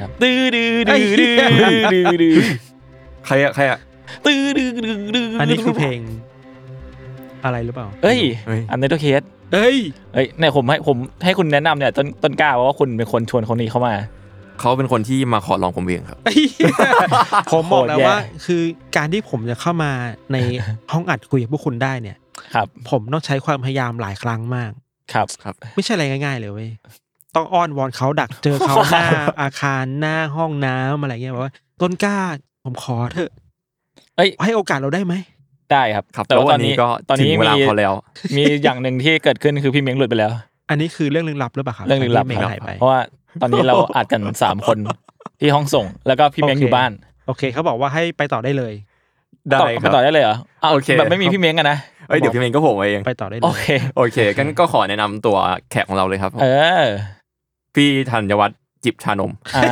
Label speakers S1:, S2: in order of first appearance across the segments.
S1: ครับตื้อดื้อดื้อดื้อดื้อดื้อ
S2: ใครอะใครอะ
S1: ตื้อดื้อดื้อดื้อ
S3: อันนี้คือเพลง อะไรหรือเปล่า
S1: เอ้ย
S2: เฮ้ย
S1: อันนี้ตัวเคส
S3: เอ้ย
S1: เอ้ยเนี่ยผมให้ผมให้คุณแนะนำเนี่ยต้นต้นกล้าเพราะว่าคุณเป็นคนชวนคนนี้เข้ามา
S4: เขาเป็นคนที่มาขอลองผมเองครับ
S3: ผมบอกแล้ว
S1: โคตรแย่
S3: ว่า คือการที่ผมจะเข้ามา ใน ห้องอัดคุยกับพวกคุณได้เนี่ย
S1: ครับ
S3: ผมต้องใช้ความพยายามหลายครั้งมาก
S1: ครับ
S4: ครับ
S3: ไม่ใช่อะไรง่าย ๆ เลยเว้ย ต้องอ้อนวอนเขาดักเจอเขาหน้า อาคารหน้าห้องน้ำอะไรเงี้ยบอกว่า ต้นกล้า ผมขอเถอะ
S1: เอ้ย
S3: ให้โอกาสเราได้ไหม
S1: ได้ครับ
S4: ครับ
S1: แต่ว่า
S4: แล้ว
S1: ต
S4: วั
S1: อน
S4: นนี้
S1: นี้
S4: ก็
S1: ตอนนี้
S4: ถึงเวลา
S1: มี
S4: พอแล้ว
S1: มีอย่างหนึ่งที่เกิดขึ้นคือพี่เม้งหลุดไปแล้ว
S3: อันนี้คือเรื่องลึกลับหรือเปล่าครับ
S1: เรื่องลึกลับ
S3: ที่
S1: ค
S3: ไม่
S1: รับ
S3: หายไป
S1: เพราะว่าตอนนี้เราอัดกันสามคนที่ห้องส่ง แล้วก็พี่เม้งอยู่บ้าน
S3: โอเคเขาบอกว่าให้ไปต่อได้เลย
S4: ได้
S1: ต่อ
S4: ครับ
S1: ต่อได้เลยเหรออ้าว
S4: โอเค
S1: แบบไม่มีพี่เม้งอะนะ
S4: เอ้ยเดี๋ยวพี่เมงก็ผมเอง
S3: ไปต่อได้เล
S1: โอย เค
S4: โอเคกันก็ขอแนะนำตัวแขกของเราเลยครับผม
S1: เออ
S4: พี่ธัญวัฒน์จิบชานม
S1: อ่า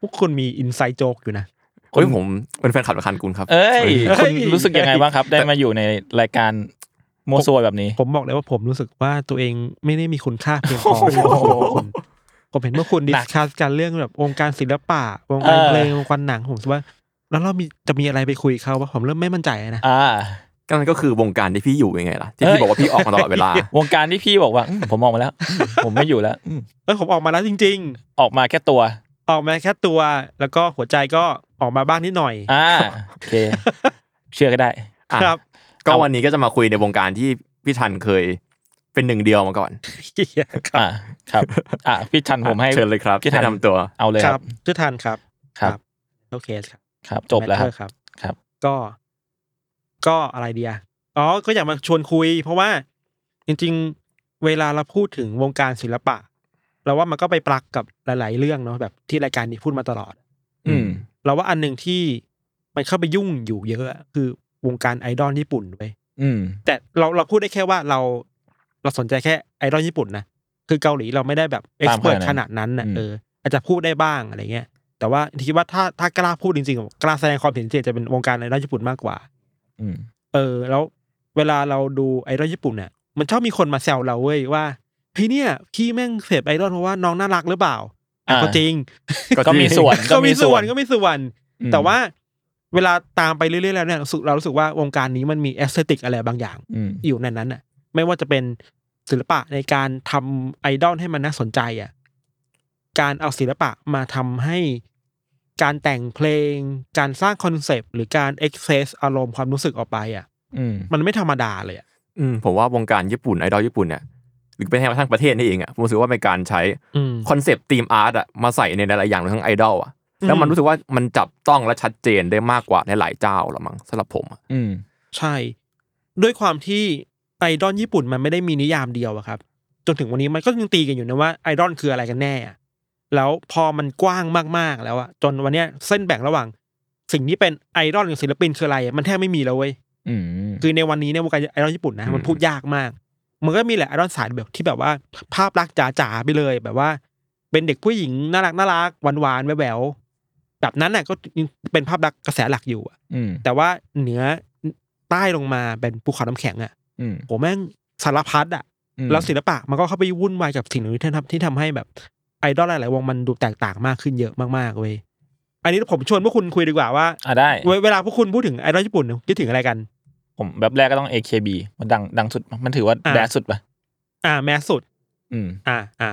S3: พวกคุณมีอินไซต์โจกอยู่นะ
S4: เฮ้ยผมเป็นแฟนคลับประคันกุลครับ
S1: เอ้ย
S4: สวัสดีครับ
S1: คุณรู้สึกยังไงบ้างครับ ได้มาอยู่ในรายการโมโซวแบบนี้
S3: ผมบอกเลยว่าผมรู้สึกว่าตัวเองไม่ได้มีคุณค่าเพียงพอที่จะคุยกับคุณผมเห็นเมื่อคุณดิ
S1: หนั
S3: ส
S1: ก
S3: คัสกันเรื่องแบบวงการศิลปะวงการ
S1: เออ
S3: เพลงวงการหนังผมรู้สึกว่า แล้วเรามีจะมีอะไรไปคุยเขาว่าผมเริ่มไม่มั่นใจนะ
S1: อ่า
S4: ก็นั่นก็คือวงการที่พี่อยู่ยังไงล่ะ ที่
S1: เอ้ย
S4: พี่บอกว่าพี่ออกมาตลอดเวลา
S1: วงการที่พี่บอกว่าอืมผมออกมาแล้วอืมผมไม่อยู่แล้วอืม
S3: เออผมออกมาแล้วจริง
S1: ออกมาแค่ตัว
S3: ๆ ออกมาแค่ตัว แล้วก็หัวใจก็ออกมาบ้างนิดหน่อย
S1: อ่า โอเค เชื่อก็ได้
S4: อ่ะ
S3: ครับ
S4: ก็วันนี้ก็จะมาคุยในวงการที่พี่ทันเคยเป็นหนึ่งเดียวมาก่อน
S1: อ่า ครับ อ่าพี่ชันผมให้
S4: เชิญเลยครับ
S1: พี่ทัน
S4: แนะนำตัว
S1: เอาเลย
S3: ค
S1: ค
S3: รั
S1: รั
S3: บบ ชื่อทานครับ
S1: ครับ
S3: โอเคครับ
S1: ครับ จบแล้วครับ
S3: Matter ครับ
S1: ครับ
S3: ก็ ก็อะไรเดียอ๋อ ก็อยากมาชวนคุย เพราะว่าจริงๆ เวลาเราพูดถึงวงการศิลปะ เราว่ามันก็ไปปลักกับหลาย ๆ เรื่องเนาะแบบที่รายการนี้พูดมาตลอด
S1: อืม
S3: เราว่าอันหนึ่งที่มันเข้าไปยุ่งอยู่เยอะอะคือวงการไอดอลญี่ปุ่นเว้ย
S1: อืม
S3: แต่เราเราพูดได้แค่ว่าเรา เราสนใจแค่ไอดอลญี่ปุ่นนะคือเกาหลีเราไม่ได้แบบเอ็ก
S1: ตาม
S3: ซ์เพรส
S1: ข
S3: ข
S1: นา
S3: นา
S1: ด
S3: ด
S1: นั้
S3: นั้นนนะ
S1: อืม
S3: เออ อาจจะพูดได้บ้างอะไรเงี้ย แต่ว่าคิดว่าถ้าถ้ากล้าพูดจริงๆกล้าแสดงความเห็นจริงๆจะเป็นวงการไอดอลญี่ปุ่นมากกว่า
S1: อืม
S3: เออแล้วเวลาเราดูไอดอลญี่ปุ่นเนี่ยมันชอบมีคนมาแซวเราเว้ยว่าเฮ้ยเนี่ยพี่แม่งเสพไอดอลเพราะว่าน้องน่ารักหรือเปล่าอ่ะ
S1: อ่า
S3: ก็จริง
S1: ก็มีส่วน
S3: ก็มีส่วนก็มีส่วน
S1: อืม
S3: แต่ว่าเวลาตามไปเรื่อยๆแล้วเนี่ยรู้สึกเรารู้สึกว่าวงการนี้มันมีแอสเซติกอะไรบางอย่าง
S1: อืม
S3: อยู่ในนั้นน่ะ ไม่ว่าจะเป็นศิลปะในการทำไอดอลให้มันน่าสนใจอ่ะการเอาศิลปะมาทำให้การแต่งเพลง การสร้างคอนเซปต์หรือการเอ็กเซสอารมณ์ความรู้สึกออกไปอ่ะ
S1: อืม
S3: มันไม่ธรรมดาเลยอะ
S4: อืมผมว่าวงการญี่ปุ่นไอดอลญี่ปุ่นเนี่ยหรือเป็นแม้กระทั่งประเทศนี่เองอ่ะผมรู้สึกว่าเป็นการใช้
S3: อืม
S4: คอนเซปต์ทีมอาร์ตอะมาใส่ในหลายๆอย่างรวมทั้งไอดอลอะ
S3: อืม
S4: แล้วมันรู้สึกว่ามันจับต้องและชัดเจนได้มากกว่าหลายๆเจ้าละมั้งสำหรับผมอะ
S1: อืม
S3: ใช่ ด้วยความที่ไอดอลญี่ปุ่นมันไม่ได้มีนิยามเดียวอะครับ จนถึงวันนี้มันก็ยังตีกันอยู่นะว่าไอดอลคืออะไรกันแน่อะแล้วพอมันกว้างมากๆแล้วอะจนวันเนี้ยเส้นแบ่งระหว่าง สิ่งที่เป็นไอดอลกับศิลปินคืออะไรอะมันแทบไม่มีแล้วเว้ย
S1: อืม
S3: คือในวันนี้ในยวงการไอดอลญี่ปุ่นนะมันพูดยากมาก มันก็มีแหละไอดอลสายแบบที่แบบว่า ภาพลักษณ์จ๋าๆไปเลย แบบว่า เป็นเด็กผู้หญิงน่ารักน่ารักหวานๆแหววๆแบบนั้นน่ะก็ยังเป็นภาพลักษณ์กระแสหลักอยู่อะ
S1: อืม
S3: แต่ว่าเหนือใต้ลงมาเป็นภูเขาน้ำแข็งอะ่ะ
S1: อืม
S3: โหแม่งสารพัดอะ่ะ
S1: อืม
S3: แล้วศิลปะมันก็เข้าไปวุ่นวายกับสิ่งเหล่านี้ที่ทำที่ทำให้แบบไอดอลหลาย ๆ วงมันดูแตกต่างมากขึ้นเยอะมาก ๆ เว้ย อันนี้ผมชวนพวกคุณคุยดีกว่าว่า
S1: อ่ะได้
S3: เวเวลาพวกคุณพูดถึงไอดอลญี่ปุ่นคิดถึงอะไรกัน
S1: ผมแบบแรกก็ต้อง AKB มันดังดังสุดปะมันถือว่า
S3: อ่ะ
S1: แดดสุดปะ
S3: อ่า แมสสุด
S1: อืม
S3: อ่าอ่า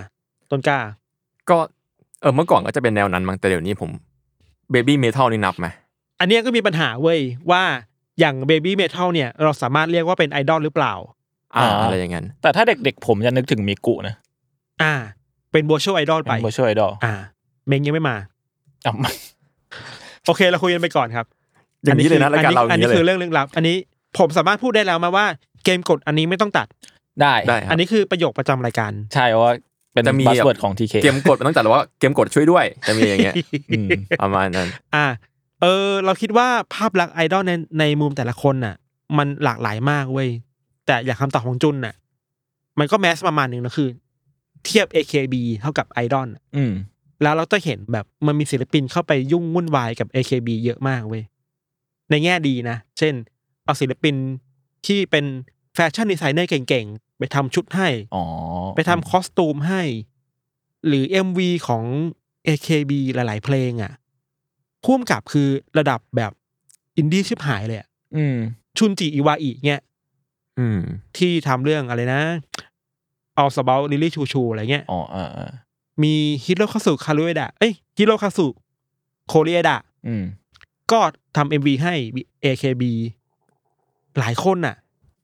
S3: ต้นกล้า
S4: ก็เออเมื่อก่อนก็จะเป็นแนวนั้นมั้งแต่เดี๋ยวนี้ผมเบบี้เมทัลนี่นับไหม
S3: อันเนี้ยก็มีปัญหาเว้ยว่าอย่างเบบี้เมทัลเนี่ย เราสามารถเรียกว่าเป็นไอดอลหรือเปล่า
S4: อ่า
S1: อ่า
S4: อะไรอย่างนั้น
S1: แต่ถ้าเด็กๆ ผมจะนึกถึงมิกุนะ
S3: อ่า เป็นบัวช่วไอดอลไป
S1: เป็นโบช่วยดอล
S3: อ่า เมงยังไม่มา
S1: อ่ะ มา
S3: โอเคเราคุยกันไปก่อนครับ
S4: อย่างนี้เลยนะรายการเราอ
S3: อัน
S4: ย่าง
S3: นี้
S4: นี้เล
S3: คื
S4: ย
S3: อเรื่องลึกลับ อันนี้ผมสามารถพูดได้แล้วไหมาว่าเกมกดอันนี้ไม่ต้องตัด
S1: ได้
S4: ได้ครับ
S3: อันนี้คือประโยคประจำรายการ
S1: ใช่เพราะว่าเป็น
S4: จะมี
S1: บัสเวิร์ด
S4: แบบ
S1: ของ TK
S4: เกมกดมันต้องจัดว่าเกมกดช่วยด้วยจะมีอย่างเงี้ย
S1: อืม
S4: ประมาณนั้น
S3: อ่า เออ เราคิดว่าภาพลักษณ์ไอดอลในในมุมแต่ละคนน่ะ มันหลากหลายมากเว้ย แต่อย่างคำตอบของจุนน่ะ มันก็แมสประมาณหนึ่งนะคือ เทียบ AKB เท่ากับไอดอล
S1: อืม
S3: แล้วเราจะเห็นแบบมันมีศิลปินเข้าไปยุ่งวุ่นวายกับ AKB เยอะมากเว้ย ในแง่ดีนะ เช่น เอาศิลปินที่เป็นแฟชั่นดีไซเนอร์เก่งๆ ไปทำชุดให้
S1: อ๋อ
S3: ไปทำคอสตูมให้ หรือ MV ของ AKB หลาย ๆ เพลงอ่ะพ่วมกับคือระดับแบบอินดี้ชิบหายเลยอะ
S1: อืม
S3: ชุนจิอิวาอิเนี่ย
S4: อืม
S3: ที่ทำเรื่องอะไรนะเอาสเบลลิลี่ชูชูอะไรเงี้ย
S1: อ๋ออ่าอ่า
S3: มีฮิโรคาสุคารุเอดะเอ้ยฮิโรคาสุโคเรียดะ
S1: อืม
S3: ก็ทำ MV ให้ AKB หลายคนน่ะ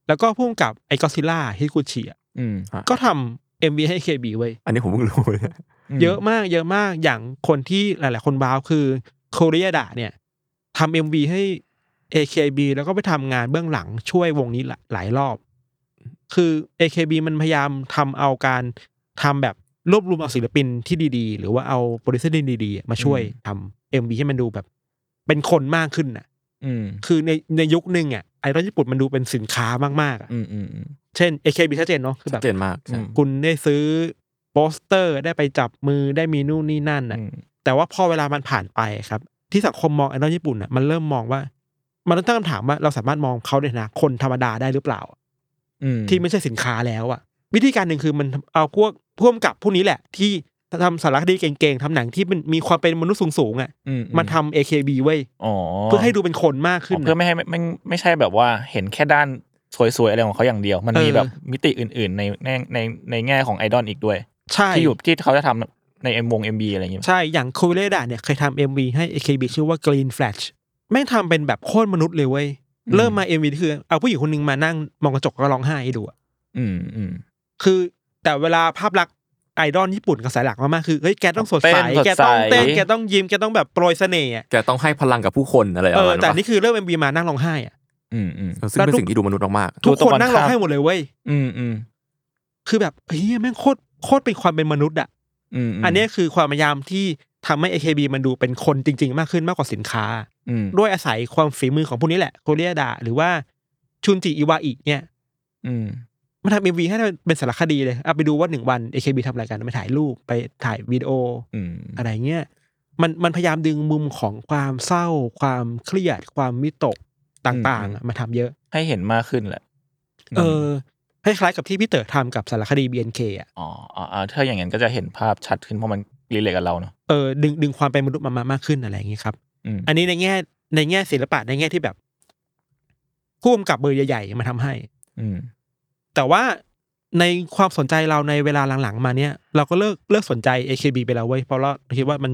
S3: แล้วก็พ่วมกับไอ้ก็ซิล่าฮิกุชิอะ
S1: อืม
S4: อ่ะ
S3: ก็ทำ MV ให้ AKB เว้ย
S4: อันนี้ผมเพิ่งรู้เลยนะ
S3: เยอะมากเยอะมากอย่างคนที่หลาย ๆ คนว้าวคือโคเรียดะเนี่ยทำเอ็มวีให้ AKB แล้วก็ไปทำงานเบื้องหลังช่วยวงนี้หลายหลายรอบ คือ AKB มันพยายามทำเอาการทำแบบรวบรวมเอาศิลปินที่ดีๆ หรือว่าเอาโปรดิวเซอร์ดีๆ มาช่วยทำเอ็มวีให้มันดูแบบ เป็นคนมากขึ้นน่ะ
S1: อืม
S3: คือในในยุคหนึ่งอ่ะไอรอนญี่ปุ่นมันดูเป็นสินค้ามากๆอ่ะ
S1: อืมอืมอืม
S3: เช่น AKB ชัดเจนเนาะคือแบ
S4: ชัด
S3: บ
S4: เจนมากใช่
S1: อืม
S3: คุณได้ซื้อโปสเตอร์ได้ไปจับมือได้มีนู่นนี่นั่นน่ะ
S1: อืม
S3: แต่ว่าพอเวลามันผ่านไปครับ ที่สังคมมองไอดอลญี่ปุ่นอ่ะมันเริ่มมองว่า มันต้องตั้งคำถามว่าเราสามารถมองเขาในฐานะคนธรรมดาได้หรือเปล่า
S1: อืม
S3: ที่ไม่ใช่สินค้าแล้วอ่ะ วิธีการหนึ่งคือมันเอาพวกพ่วมกับผู้นี้แหละ ที่ทำสารคดีเก่งๆทำหนังที่มันมีความเป็นมนุษย์สูงๆอ่ะ
S1: อื
S3: มาทำ AKB ไว้ย
S1: อ๋อ
S3: เพื่อให้ดูเป็นคนมากขึ้น
S1: อ๋อ
S3: น่ะ
S1: เพื่อไม่ให้ไม่ไม่ไม่ใช่แบบว่าเห็นแค่ด้านสวยๆอะไรของเขาอย่างเดียว มันมี
S3: เออ
S1: แบบมิติอื่น ๆ ในในในในแง่ของไอดอลอีกด้วย
S3: ใช่
S1: ที่อยู่ที่เขาจะทำในเอ็มวงเอ็มบีอะไรอย่างเงี้ย
S3: ใช่อย่างคูเรดาเนี่ยเคยทำ MV ให้ AKB ชื่อว่า Green Flash แม่งทำเป็นแบบโคตรมนุษย์เลยเว้ยเริ่มมา MV คือเอาผู้หญิงคนหนึงมานั่งมองกระจกแล้วก็ร้องไห้ให้ดูอะ
S1: อืมอืม
S3: คือแต่เวลาภาพลักษณ์ไอดอลญี่ปุ่นกระแสหลักมาก ๆ คือเฮ้ยแกต้องสดใส
S1: เต้นสดใส
S3: แกต้องเต้น แกต้องยิ้ม แกต้องแบบโปรยเสน่ห์อะ
S4: แกต้องให้พลังกับผู้คนอะไรป
S3: เอ
S4: ระ
S3: อ
S4: มาณ
S3: แต่
S4: นั้น
S3: นี่คือเริ่มเอ็มบีมานั่งร้องไห้อะ
S1: อืมอืม
S4: ซึ่งเป็นสิ่งที่ดูมนุษย์มาก
S1: ดู
S3: ทุก
S1: ตะ
S3: คน
S1: วัน
S3: นั่งร้อง
S1: ข้าม
S3: ไห้หมดเลยเว้ย
S1: อืมอืม
S3: คือแบบเฮ้ยแม่งโคตรโคตรเป็นความเป็นมนุษย์อะ
S1: อืมม
S3: อันเนี้ยคือความพยายามที่ทำให้ AKB มันดูเป็นคนจริง ๆ มากขึ้นมากกว่าสินค้า
S1: อืม
S3: ด้วยอาศัยความฝีมือของพวกนี้แหละโคเรียดาหรือว่าชุนจิอิวาอิเนี่ย
S1: อืม
S3: มันทำเอ็มวีให้เป็นสารคดีเลยเอาไปดูว่าหนึ่งวัน AKB ทำอะไรกันไปถ่ายรูปไปถ่ายวิดีโอ
S1: อืม
S3: อะไรเงี้ยมันมันพยายามดึงมุมของความเศร้า ความเครียด ความมิตกต่างๆอะมาทำเยอะ
S1: ให้เห็นมากขึ้นแหละ
S3: เออคล้ายๆกับที่พี่เต๋อทำกับสารคดี BNK อ่ะ
S1: อ๋ออ๋ออ๋อถ้าอย่างนั้นก็จะเห็นภาพชัดขึ้นเพราะมันรีเลทกับเราเนอะ
S3: เออดึงดึงความเป็นมนุษย์มามามากขึ้นอะไรอย่างงี้ครับ
S1: อืม
S3: อันนี้ในแง่ในแง่ศิลปะในแง่ที่แบบพ่วมกับเบอร์ใหญ่ๆมาทำให้
S1: อืม
S3: แต่ว่าในความสนใจเราในเวลาหลังๆ มาเนี่ย เราก็เลิกเลิกสนใจ AKB ไปแล้วเว้ยเพราะเราคิดว่ามัน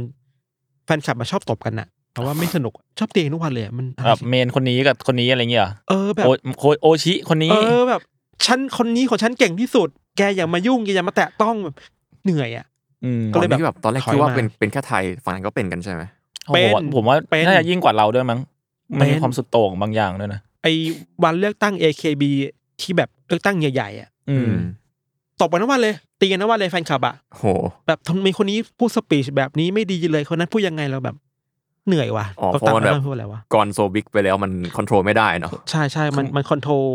S3: แฟนคลับมาชอบตบกันอะแต่ว่าไม่สนุกชอบเตียงทุกวันเลยอะมันอะไร
S1: แบบเมนคนนี้กับคนนี้อะไรเงี้ยเหรอ
S3: เออแบบ
S1: โอโคโอชิคนนี้
S3: เออแบบฉันคนนี้ของฉันเก่งที่สุด แกอย่ามายุ่งแกอย่ามาแตะต้องแบบเหนื่อยอ่ะ
S1: อืม
S4: ๆ
S3: ก็
S4: ตอน
S3: เลย
S4: นี้แบบตอนแรก
S3: ถอย
S4: คิดว่า
S3: มา
S4: เป็นเป็นแค่ไทยฝั่งนั้นก็เป็นกันใช่ไหม
S1: โอ้โห
S3: เป็น
S1: ผมว่า
S3: เป็น
S1: น่าจะยิ่งกว่าเราด้วยมั้งมันมี
S3: เป็น
S1: ความสุดโต่งบางอย่างด้วยนะ
S3: ไอ้วันเลือกตั้ง AKB ที่แบบเลือกตั้งใหญ่ๆอ่ะ
S1: อืม
S3: ตบกันทั้งวันเลยตีกันทั้งวันเลยแฟนคลับอ่ะ
S4: โห
S3: แบบทำไมคนนี้พูดสปีชแบบนี้ไม่ดีเลยคนนั้นพูดยังไงเราแบบ เหนื่อยว่ะ
S4: อ๋อ
S3: ต้อง
S4: เพราะ
S3: ตาม
S4: มันแบบ
S3: มันพูดอะไรวะ
S4: ก่อนโซบิกไปแล้วมันคอนโทรลไม่ได้เนาะ
S3: ใช่ใช่มันมันคอนโทรล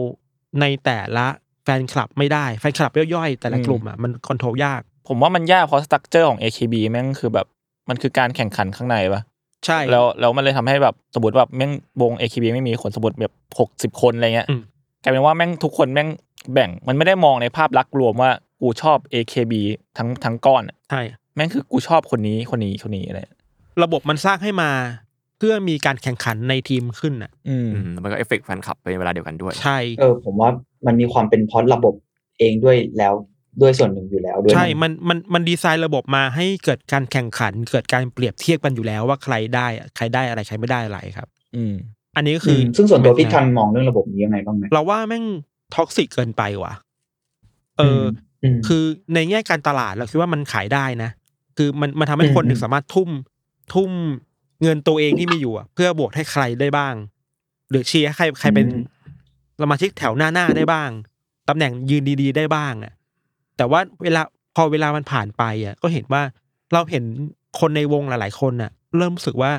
S3: ในแต่ละแฟนคลับไม่ได้แฟนคลับย่อยๆแต่ละ
S1: อืม
S3: กลุ่มอ่ะมันคอนโทรลยาก
S1: ผมว่ามันยากเพราะสตั๊กเจอร์ของ AKB แม่งคือแบบมันคือการแข่งขันข้างในปะ
S3: ใช่
S1: แล้วแล้วมันเลยทำให้แบบสมมติแบบแม่งวง AKB ไม่มีคนสมมติแบบหกสิบคนอะไรเงี้ย
S3: อืม
S1: กลายเป็นว่าแม่งทุกคนแม่ง แบ่งมันไม่ได้มองในภาพลักษณ์รวมว่ากูชอบ AKB ทั้งทั้งก้อนอะ
S3: ใช่
S1: แม่งคือกูชอบคนนี้คนนี้คนนี้อะไร
S3: ระบบมันสร้างให้มา เพื่อมีการแข่งขันในทีมขึ้นน่ะ
S1: อืม
S4: อืมแล้วมันก็เอฟเฟกต์แฟนคลับไปเวลาเดียวกันด้วย
S3: ใช่
S5: เออผมว่ามันมีความเป็นเพราะระบบเองด้วยแล้วด้วยส่วนหนึ่งอยู่แล้วด้วย
S3: ใช่
S5: นะ
S3: มันมันมันดีไซน์ระบบมาให้เกิดการแข่งขัน เกิดการเปรียบเทียบกันอยู่แล้วว่าใครได้อะใครได้อะไรใครไม่ได้อะไรครับ
S1: อืม
S3: อันนี้ก็คือ
S5: ม
S3: อ
S5: ซึ่งส่วนตัวพี่ทันมองเรื่องระบบนี้ยังไงบ้างไหม
S3: เราว่าแม่งท็อกซิกเกินไปว่ะเอออ
S5: ม
S3: คือในแง่การตลาดเราคิดว่ามันขายได้นะ คือมันมันทำให้
S5: อืม
S3: คนหนึ่
S5: อื
S3: ง
S5: ม
S3: สามารถทุ่มทุ่มเงินตัวเองที่มีอยู่อะเพื่อบวกให้ใครได้บ้าง หรือเชียร์ให้ใครใครเป็นสมาชิกแถวหน้าหน้าได้บ้างตำแหน่งยืนดีๆ ได้บ้างอะแต่ว่าเวลาพอเวลามันผ่านไปอะก็เห็นว่าเราเห็นคนในวงหลาย ๆ คนน่ะ เริ่มรู้สึกว่า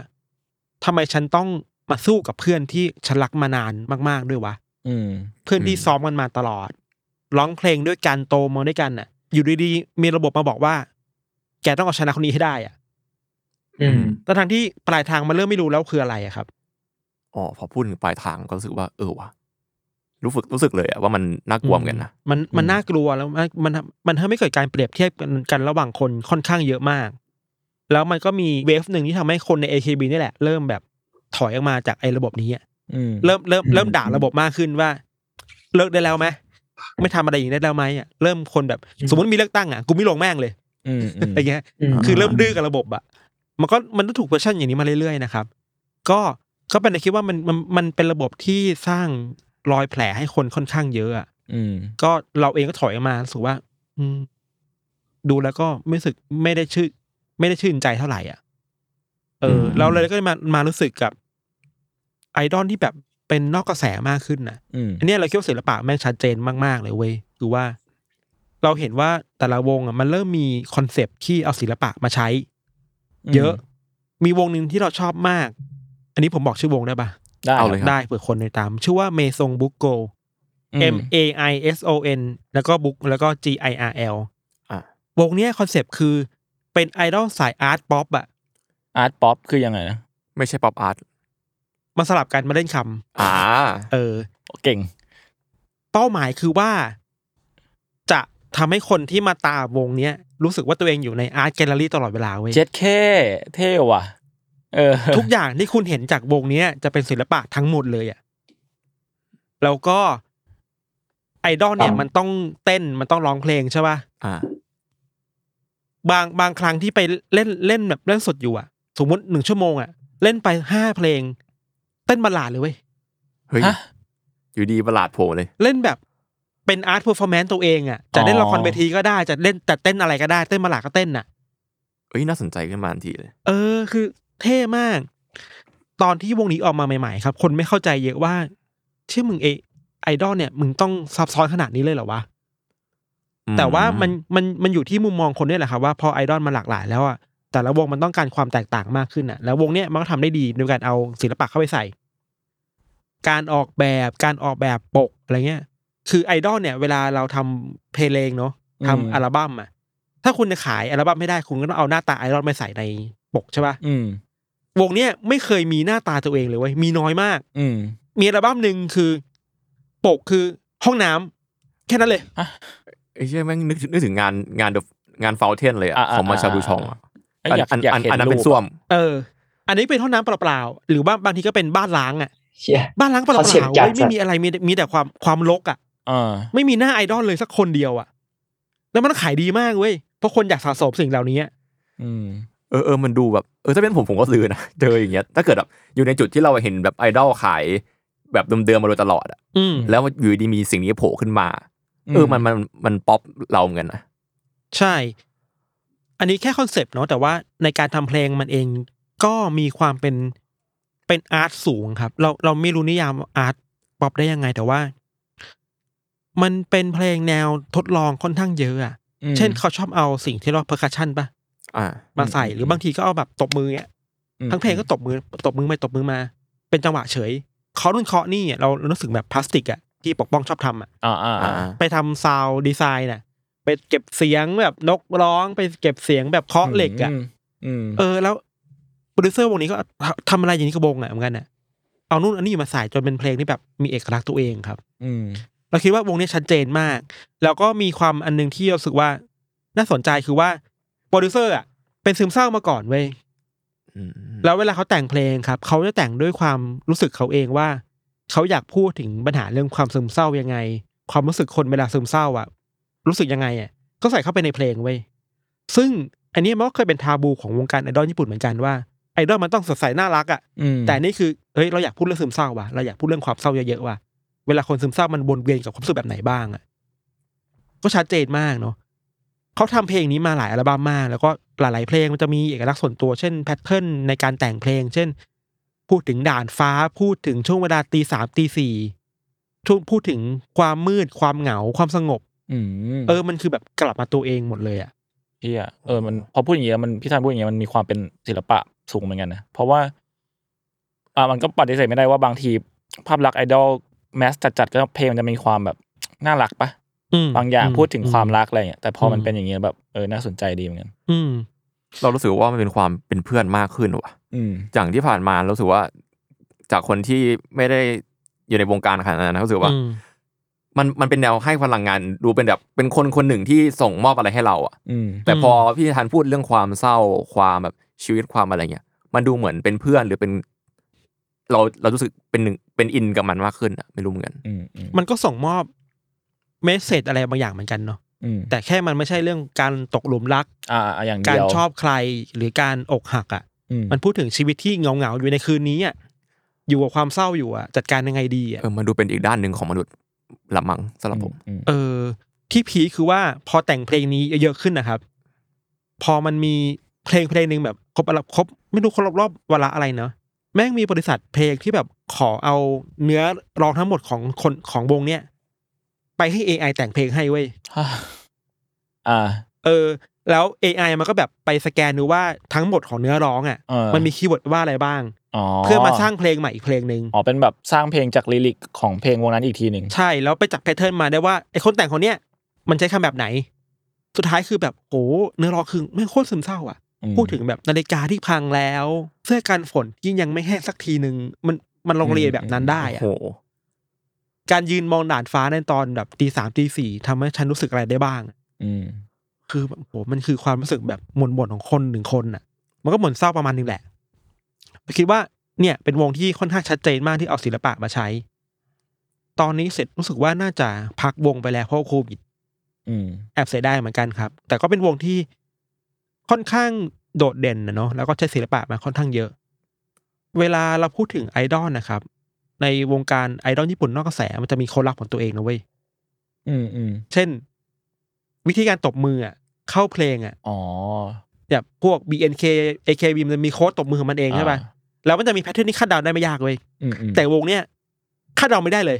S3: ทำไมฉันต้องมาสู้กับเพื่อนที่ฉันรักมานานมาก ๆด้วยวะ
S1: อืม
S3: เพื่อนที่
S4: อืม
S3: ซ้อมกันมาตลอด ร้องเพลงด้วยกันโตมาด้วยกันน่ะ อยู่ดีๆมีระบบมาบอกว่า แกต้องเอาชนะคนนี้ให้ได้อ่ะ
S5: อืม
S3: แต่ทางที่ปลายทางมันเริ่มไม่รู้แล้วคืออะไรอะครับ
S4: อ๋อพอพูดถึงปลายทางก็รู้สึกว่าเออว่ะรู้สึกรู้สึกเลยอะว่ามันน่ากลัวเหมือนกันนะ
S3: มัน
S1: อืม
S3: มันน่ากลัวแล้วมันมันมันทำให้เกิดการเปรียบเทียบกันกันระหว่างคนค่อนข้างเยอะมาก แล้วมันก็มีเวฟหนึ่งที่ทำให้คนใน AKB นี่แหละ เริ่มแบบถอยออกมาจากไอ้ระบบนี้อะ
S1: อืม
S3: เริ่มเริ่ม
S5: อืม
S3: เริ่มด่าระบบมากขึ้นว่า เลิกได้แล้วไหมไม่ทำอะไรอย่างนี้ได้แล้วไหมอ่ะเริ่มคนแบบสมมติมีเลือกตั้งอ่ะกูไม่ลงแม่งเลย
S1: อืมอืม
S3: อะไรเงี้ย
S5: ม
S3: คือเริ่มดื้อกับระบบอะมันก็มันต้องถูกเพอร์ชันอย่างนี้มาเรื่อยๆนะครับ ก็ก็เป็นในคิดว่ามันมันมันเป็นระบบที่สร้างรอยแผลให้คนค่อนข้างเยอะอะ
S1: อืม
S3: ก็เราเองก็ถอยออกมารู้สึกว่า อืม ดูแล้วก็ไม่รู้สึกไม่ได้ชื่นไม่ได้ชื่นใจเท่าไหร่อ่ะ เออ
S4: อืม
S3: เราเลยก็มามารู้สึกกับ ไอดอลที่แบบเป็นนอกกระแสมากขึ้นนะ
S1: อืม
S3: อันเนี้ยเราคิดว่าศิลปะแม่งชัดเจนมากๆเลยเว้ยคือว่า เราเห็นว่าแต่ละวงอ่ะมันเริ่มมีคอนเซปต์ที่เอาศิลปะมาใช้ เยอะ มีวงหนึ่งที่เราชอบมาก อันนี้ผมบอกชื่อวงได้ปะ
S1: ได้
S4: เอาเลย ครับ
S3: ได้เผื่อคนในตาม ชื่อว่าเมซงบุ๊กโก
S1: อืม
S3: M A I S O N แล้วก็บุ๊กแล้วก็ G I R L
S4: อ่ะ
S3: วงเนี้ยคอนเซปต์คือเป็นไอดอลสายอาร์ตป๊อปอ่ะ
S1: อาร์ตป๊อปคือยังไงนะ
S4: ไม่ใช่ป๊อปอาร์ต
S3: มาสลับกันมาเล่นค
S4: อ่า
S3: ำเออ
S1: เก่ง
S3: เป้าหมายคือว่าจะทำให้คนที่มาตามวงเนี้ย รู้สึกว่าตัวเองอยู่ในอาร์ตแกลเลอรี่ตลอดเวลาเว้ย
S1: เจ็ดเคเท่ว่ะ เออ
S3: ทุกอย่างที่คุณเห็นจากวงเนี้ยจะเป็นศิลปะทั้งหมดเลยอะแล้วก็ไอดอลเนี่ย
S5: ครับ
S3: มันต้องเต้นมันต้องร้องเพลงใช่ป่ะ
S4: อ่า
S3: บางบางครั้งที่ไปเล่นเล่นแบบเล่นสดอยู่อะสมมติหนึ่งชั่วโมงอะเล่นไปห้าเพลง เต้นบัลลาดเลยเว้ย
S4: เฮ้ย
S1: ฮะ
S4: อยู่ดีประหลาดโผล่เลย
S3: เล่นแบบเป็นอาร์ตเพอร์ฟอร์แมนซ์ตัวเองอะจะเล่นละครเวทีก็ได้จะเล่นแต่เต้นอะไรก็ได้เต้นบัลลาดก็เต้นอะ
S4: เอ้ยน่าสนใจขึ้นมาทันทีเลย
S3: เออคือเท่มาก ตอนที่วงนี้ออกมาใหม่ ๆ ครับ คนไม่เข้าใจเยอะว่า เชื่อมึงเอไอดอลเนี่ย มึงต้องซับซ้อนขนาดนี้เลยเหรอวะ
S4: อืม
S3: แต่ว่ามันมันมันอยู่ที่มุมมองคนด้วยแหละครับว่าพอไอดอลมันหลากหลายแล้วอ่ะแต่ละวงมันต้องการความแตกต่างมากขึ้นอ่ะ แล้ววงเนี้ยมันก็ทำได้ดีโดยการเอาศิลปะเข้าไปใส่ การออกแบบการออกแบบปกอะไรเงี้ย คือไอดอลเนี่ย เวลาเราทำเพลงเนาะทำ
S1: อืม
S3: อัลบั้มอ่ะ ถ้าคุณจะขายอัลบั้มไม่ได้คุณก็ต้องเอาหน้าตาไอดอลมาใส่ในปกใช่ปะ
S1: อืม
S3: วงเนี้ยไม่เคยมีหน้าตาตัวเองเลยเว้ยมีน้อยมาก
S1: อืม
S3: มีอัลบั้มหนึ่งคือ ปกคือห้องน้ำแค่นั้นเลย
S1: อ่ะ
S4: ไอ้เชี่ยแม่งนึกนึกถึงงานงาน The- งานฟาวเทนเลยอะ
S1: อ่าอ่า
S4: ของมาชาบูชอง
S1: อ่า
S4: อะ
S1: เยอยาก
S4: อัน
S1: อยาก
S4: อัน
S1: เห็น
S4: อันนั้น
S1: รู
S4: เป็นส้วม
S3: เออ อันนี้เป็นห้องน้ำเปล่าๆหรือว่าบางทีก็เป็นบ้านล้างอ่ะ
S5: เชี่ย
S3: บ้านล้างเปล่า
S5: เขาเสียบ
S3: ๆ
S5: จัด
S3: เว้ย
S5: จั
S3: ไม่
S5: ด
S3: มีอะไรมีมีแต่ความความรกอ่ะ
S1: อ่า
S3: ไม่มีหน้าไอดอลเลยสักคนเดียวอ่ะ แล้วมันขายดีมากเว้ยเพราะคนอยากสะสมสิ่งเหล่านี้อะ
S1: อืม
S4: เออเออมันดูแบบเออถ้าเป็นผมผมก็ซื้อนะ เจออย่างเงี้ยถ้าเกิดแบบอยู่ในจุดที่เราเห็นแบบไอดอลขาย แบบเดิมๆมาโดยตลอดอะ
S3: อืม
S4: แล้วอยู่ดีมีสิ่งนี้โผล่ขึ้นมา เออมันมันมันป๊อปเราเหมือนกันนะ
S3: ใช่ อันนี้แค่คอนเซปต์เนาะแต่ว่าในการทำเพลงมันเองก็มีความเป็นเป็นอาร์ตสูงครับ เราเราไม่รู้นิยามอาร์ตป๊อปได้ยังไงแต่ว่า มันเป็นเพลงแนวทดลองค่อนข้างเยอะอ่ะ
S1: อืม
S3: เช่นเขาชอบเอาสิ่งที่เราเพอร์คัชชันปะ
S4: อ่า
S3: มาใส่
S1: อืม
S3: หรือบางทีก็เอาแบบตบมือเงี้ย
S1: อืม
S3: ทั้งเพลงก็ตบมือตบมือไปตบมือมา เป็นจังหวะเฉยเคาะนู่นเคาะนี่อะเราเรารู้สึกแบบพลาสติกอะที่ปกป้องชอบทำอะ
S1: อ่าอ่าอ่า
S4: อ่า
S3: ไปทำซาวดีไซน์น่ะไปเก็บเสียงแบบนกร้อง ไปเก็บเสียงแบบเคาะเหล็กอะ
S1: มอืม
S3: เออแล้วโปรดิวเซอร์วงนี้ก็ทำอะไรอย่างนี้กับวงอะเหมือนกันอะเอานู่นอันนี้มาใส่จนเป็นเพลงที่แบบมีเอกลักษณ์ตัวเองครับ
S1: อืม
S3: เราคิดว่าวงนี้ชัดเจนมาก แล้วก็มีความอันหนึงที่เรารู้สึกว่าน่าสนใจคือว่าโปรดิวเซอร์อ่ะเป็นซึมเศร้ามาก่อนเว้ย
S4: อืม
S3: แล้วเวลาเขาแต่งเพลงครับ เขาจะแต่งด้วยความรู้สึกเขาเองว่า เขาอยากพูดถึงปัญหาเรื่องความซึมเศร้ายังไง ความรู้สึกคนเวลาซึมเศร้าอ่ะ รู้สึกยังไงอ่ะก็ใส่เข้าไปในเพลงเว้ยซึ่งอันนี้มันก็เคยเป็นทาบูของวงการไอดอลญี่ปุ่นเหมือนกันว่าไอดอลมันต้องสดใสน่ารักอ่ะ
S1: อืม
S3: แต่นี่คือเฮ้ยเราอยากพูดเรื่องซึมเศร้าว่ะเราอยากพูดเรื่องความเศร้าเยอะๆว่ะเวลาคนซึมเศร้ามันวนเวียนกับความรู้สึกแบบไหนบ้างอ่ะก็ชัดเจนมากเนาะเขาทำเพลงนี้มาหลายอัลบั้มมาก แล้วก็หลายๆเพลงมันจะมีเอกลักษณ์ส่วนตัวเช่นแพทเทิร์นในการแต่งเพลง เช่น พูดถึงด่านฟ้าพูดถึงช่วงเวลาตีสามตีสี่ช่วงพูดถึงความมืดความเหงาความสงบ
S1: อืม
S3: เออมันคือแบบกลับมาตัวเองหมดเลยอ่ะ
S1: เฮียเออมันพอพูดอย่างเงี้ยมันพี่ธันพูดอย่างเงี้ยมันมีความเป็นศิลปะสูงเหมือนกันนะเพราะว่า อ่ามันก็ปฏิเสธไม่ได้ว่าบางทีภาพลักษณ์ไอดอลแมสจัดๆก็เพลงมันจะมีความแบบน่ารักปะ
S3: อืม
S1: บางอย่าง
S3: ม
S1: พูดถึงความ
S3: อื
S1: รักอะไรเงี้ยแต่พอมัน
S3: อืม
S1: เป็นอย่างเงี้ยแบบเออน่าสนใจดีเหมือนกัน
S3: อืม
S4: เรารู้สึกว่ามันเป็นความเป็นเพื่อนมากขึ้นว่ะ
S1: อืม
S4: จากที่ผ่านมารู้สึกว่า จากคนที่ไม่ได้อยู่ในวงการขนาดนั้นนะรู้สึกว่า
S3: อืม
S4: มันมันเป็นแนวให้พลังงานดูเป็นแบบเป็นคนคนหนึ่งที่ส่งมอบอะไรให้เราอ่ะ
S1: อืม
S4: แต่พอพี่ธันพูดเรื่องความเศร้าความแบบชีวิตความอะไรเงี้ยมันดูเหมือนเป็นเพื่อนหรือเป็น เราเรารู้สึกเป็นหนึ่งเป็นอินกับมันมากขึ้นอ่ะไม่รู้เหมือนกัน
S1: อืมอืม
S3: มันก็ส่งมอบเมสเซจอะไรบางอย่างเหมือนกันเนาะ
S1: อืม
S3: แต่แค่มันไม่ใช่เรื่องการตกหลุมรัก
S1: อ่าอ่าอย่าง
S3: กา
S1: เดี
S3: ร
S1: ยว
S3: ชอบใครหรือการอกหักอ่ะ
S1: อืม
S3: มันพูดถึงชีวิตที่เงาเงาๆอยู่ในคืนนี้อ่ะ อยู่กับความเศร้าอยู่อ่ะ จัดการยังไงดีอ่ะ
S4: เออมันดูเป็นอีกด้านหนึ่งของมนุษย์ละมังสำหรับผม
S1: อืม
S3: เออ ที่ผีคคือว่าพอแต่งเพลงนี้เยอะๆขึ้นนะครับ พอมันมีเพลงเพลงหนึ่งแบบครบรอบครบไม่รู้ครบรอบเวลาอะไรเนาะแม่งมีบริษัทเพลงที่แบบขอเอาเนื้อร้องทั้งหมดของคนของวงเนี่ย ไปให้ AI แต่งเพลงให้เว้ย
S1: ฮ่า อ่า
S3: เออแล้ว AI มันก็แบบไปสแกนดูว่าทั้งหมดของเนื้อร้องอ่ะ
S1: เออ
S3: มันมีคีย์เวิร์ดว่าอะไรบ้าง
S1: อ๋อ
S3: เพื่อมาสร้างเพลงใหม่อีกเพลงหนึ่ง
S1: อ๋อเป็นแบบสร้างเพลงจากลิลิกของเพลงวงนั้นอีกทีหนึ่ง
S3: ใช่แล้วไปจับแพทเทิร์นมาได้ว่าไอ้คนแต่งคนเนี้ยมันใช้คำแบบไหน สุดท้ายคือแบบโอ้เนื้อร้องคือแม่งโคตรซึมเศร้าอ่ะ
S1: อืม
S3: พูดถึงแบบนาฬิกาที่พังแล้ว เสื้อกันฝนที่ยังไม่แห้งสักทีหนึ่งมันมันลงเรียนแบบนั้นได้อ่ะ
S4: โอ้โห
S3: การยืนมองด่านฟ้าในตอนแบบตีสามตีสี่ทำให้ฉันรู้สึกอะไรได้บ้าง
S1: อืม
S3: คือแบบโหมันคือความรู้สึกแบบหม่นๆของคนหนึ่งคนน่ะ มันก็หม่นเศร้าประมาณหนึงแหละคิดว่าเนี่ยเป็นวงที่ค่อนข้างชัดเจนมากที่เอาศิลปะมาใช้ ตอนนี้เสร็จรู้สึกว่าน่าจะพักวงไปแล้วเพราะโควิด
S1: อืม
S3: แอบเสียดายเหมือนกันครับ แต่ก็เป็นวงที่ค่อนข้างโดดเด่นนะเนาะแล้วก็ใช้ศิลปะมาค่อนข้างเยอะ เวลาเราพูดถึงไอดอลนะครับ ในวงการไอดอลญี่ปุ่นนอกกระแสมันจะมีคนรักของตัวเองนะเว้ย
S1: อืมอืม
S3: เช่น วิธีการตบมืออะเข้าเพลงอ่ะ
S1: อ๋อ
S3: แบบพวก BNK AKB มันมีโค้ดตบมือของมันเองใช่ป่ะ แล้วมันจะมีแพทเทิร์นที่คาดเดาได้ไม่ยากเว้ย
S1: อืมอืม
S3: แต่วงเนี้ยคาดเดาไม่ได้ เลย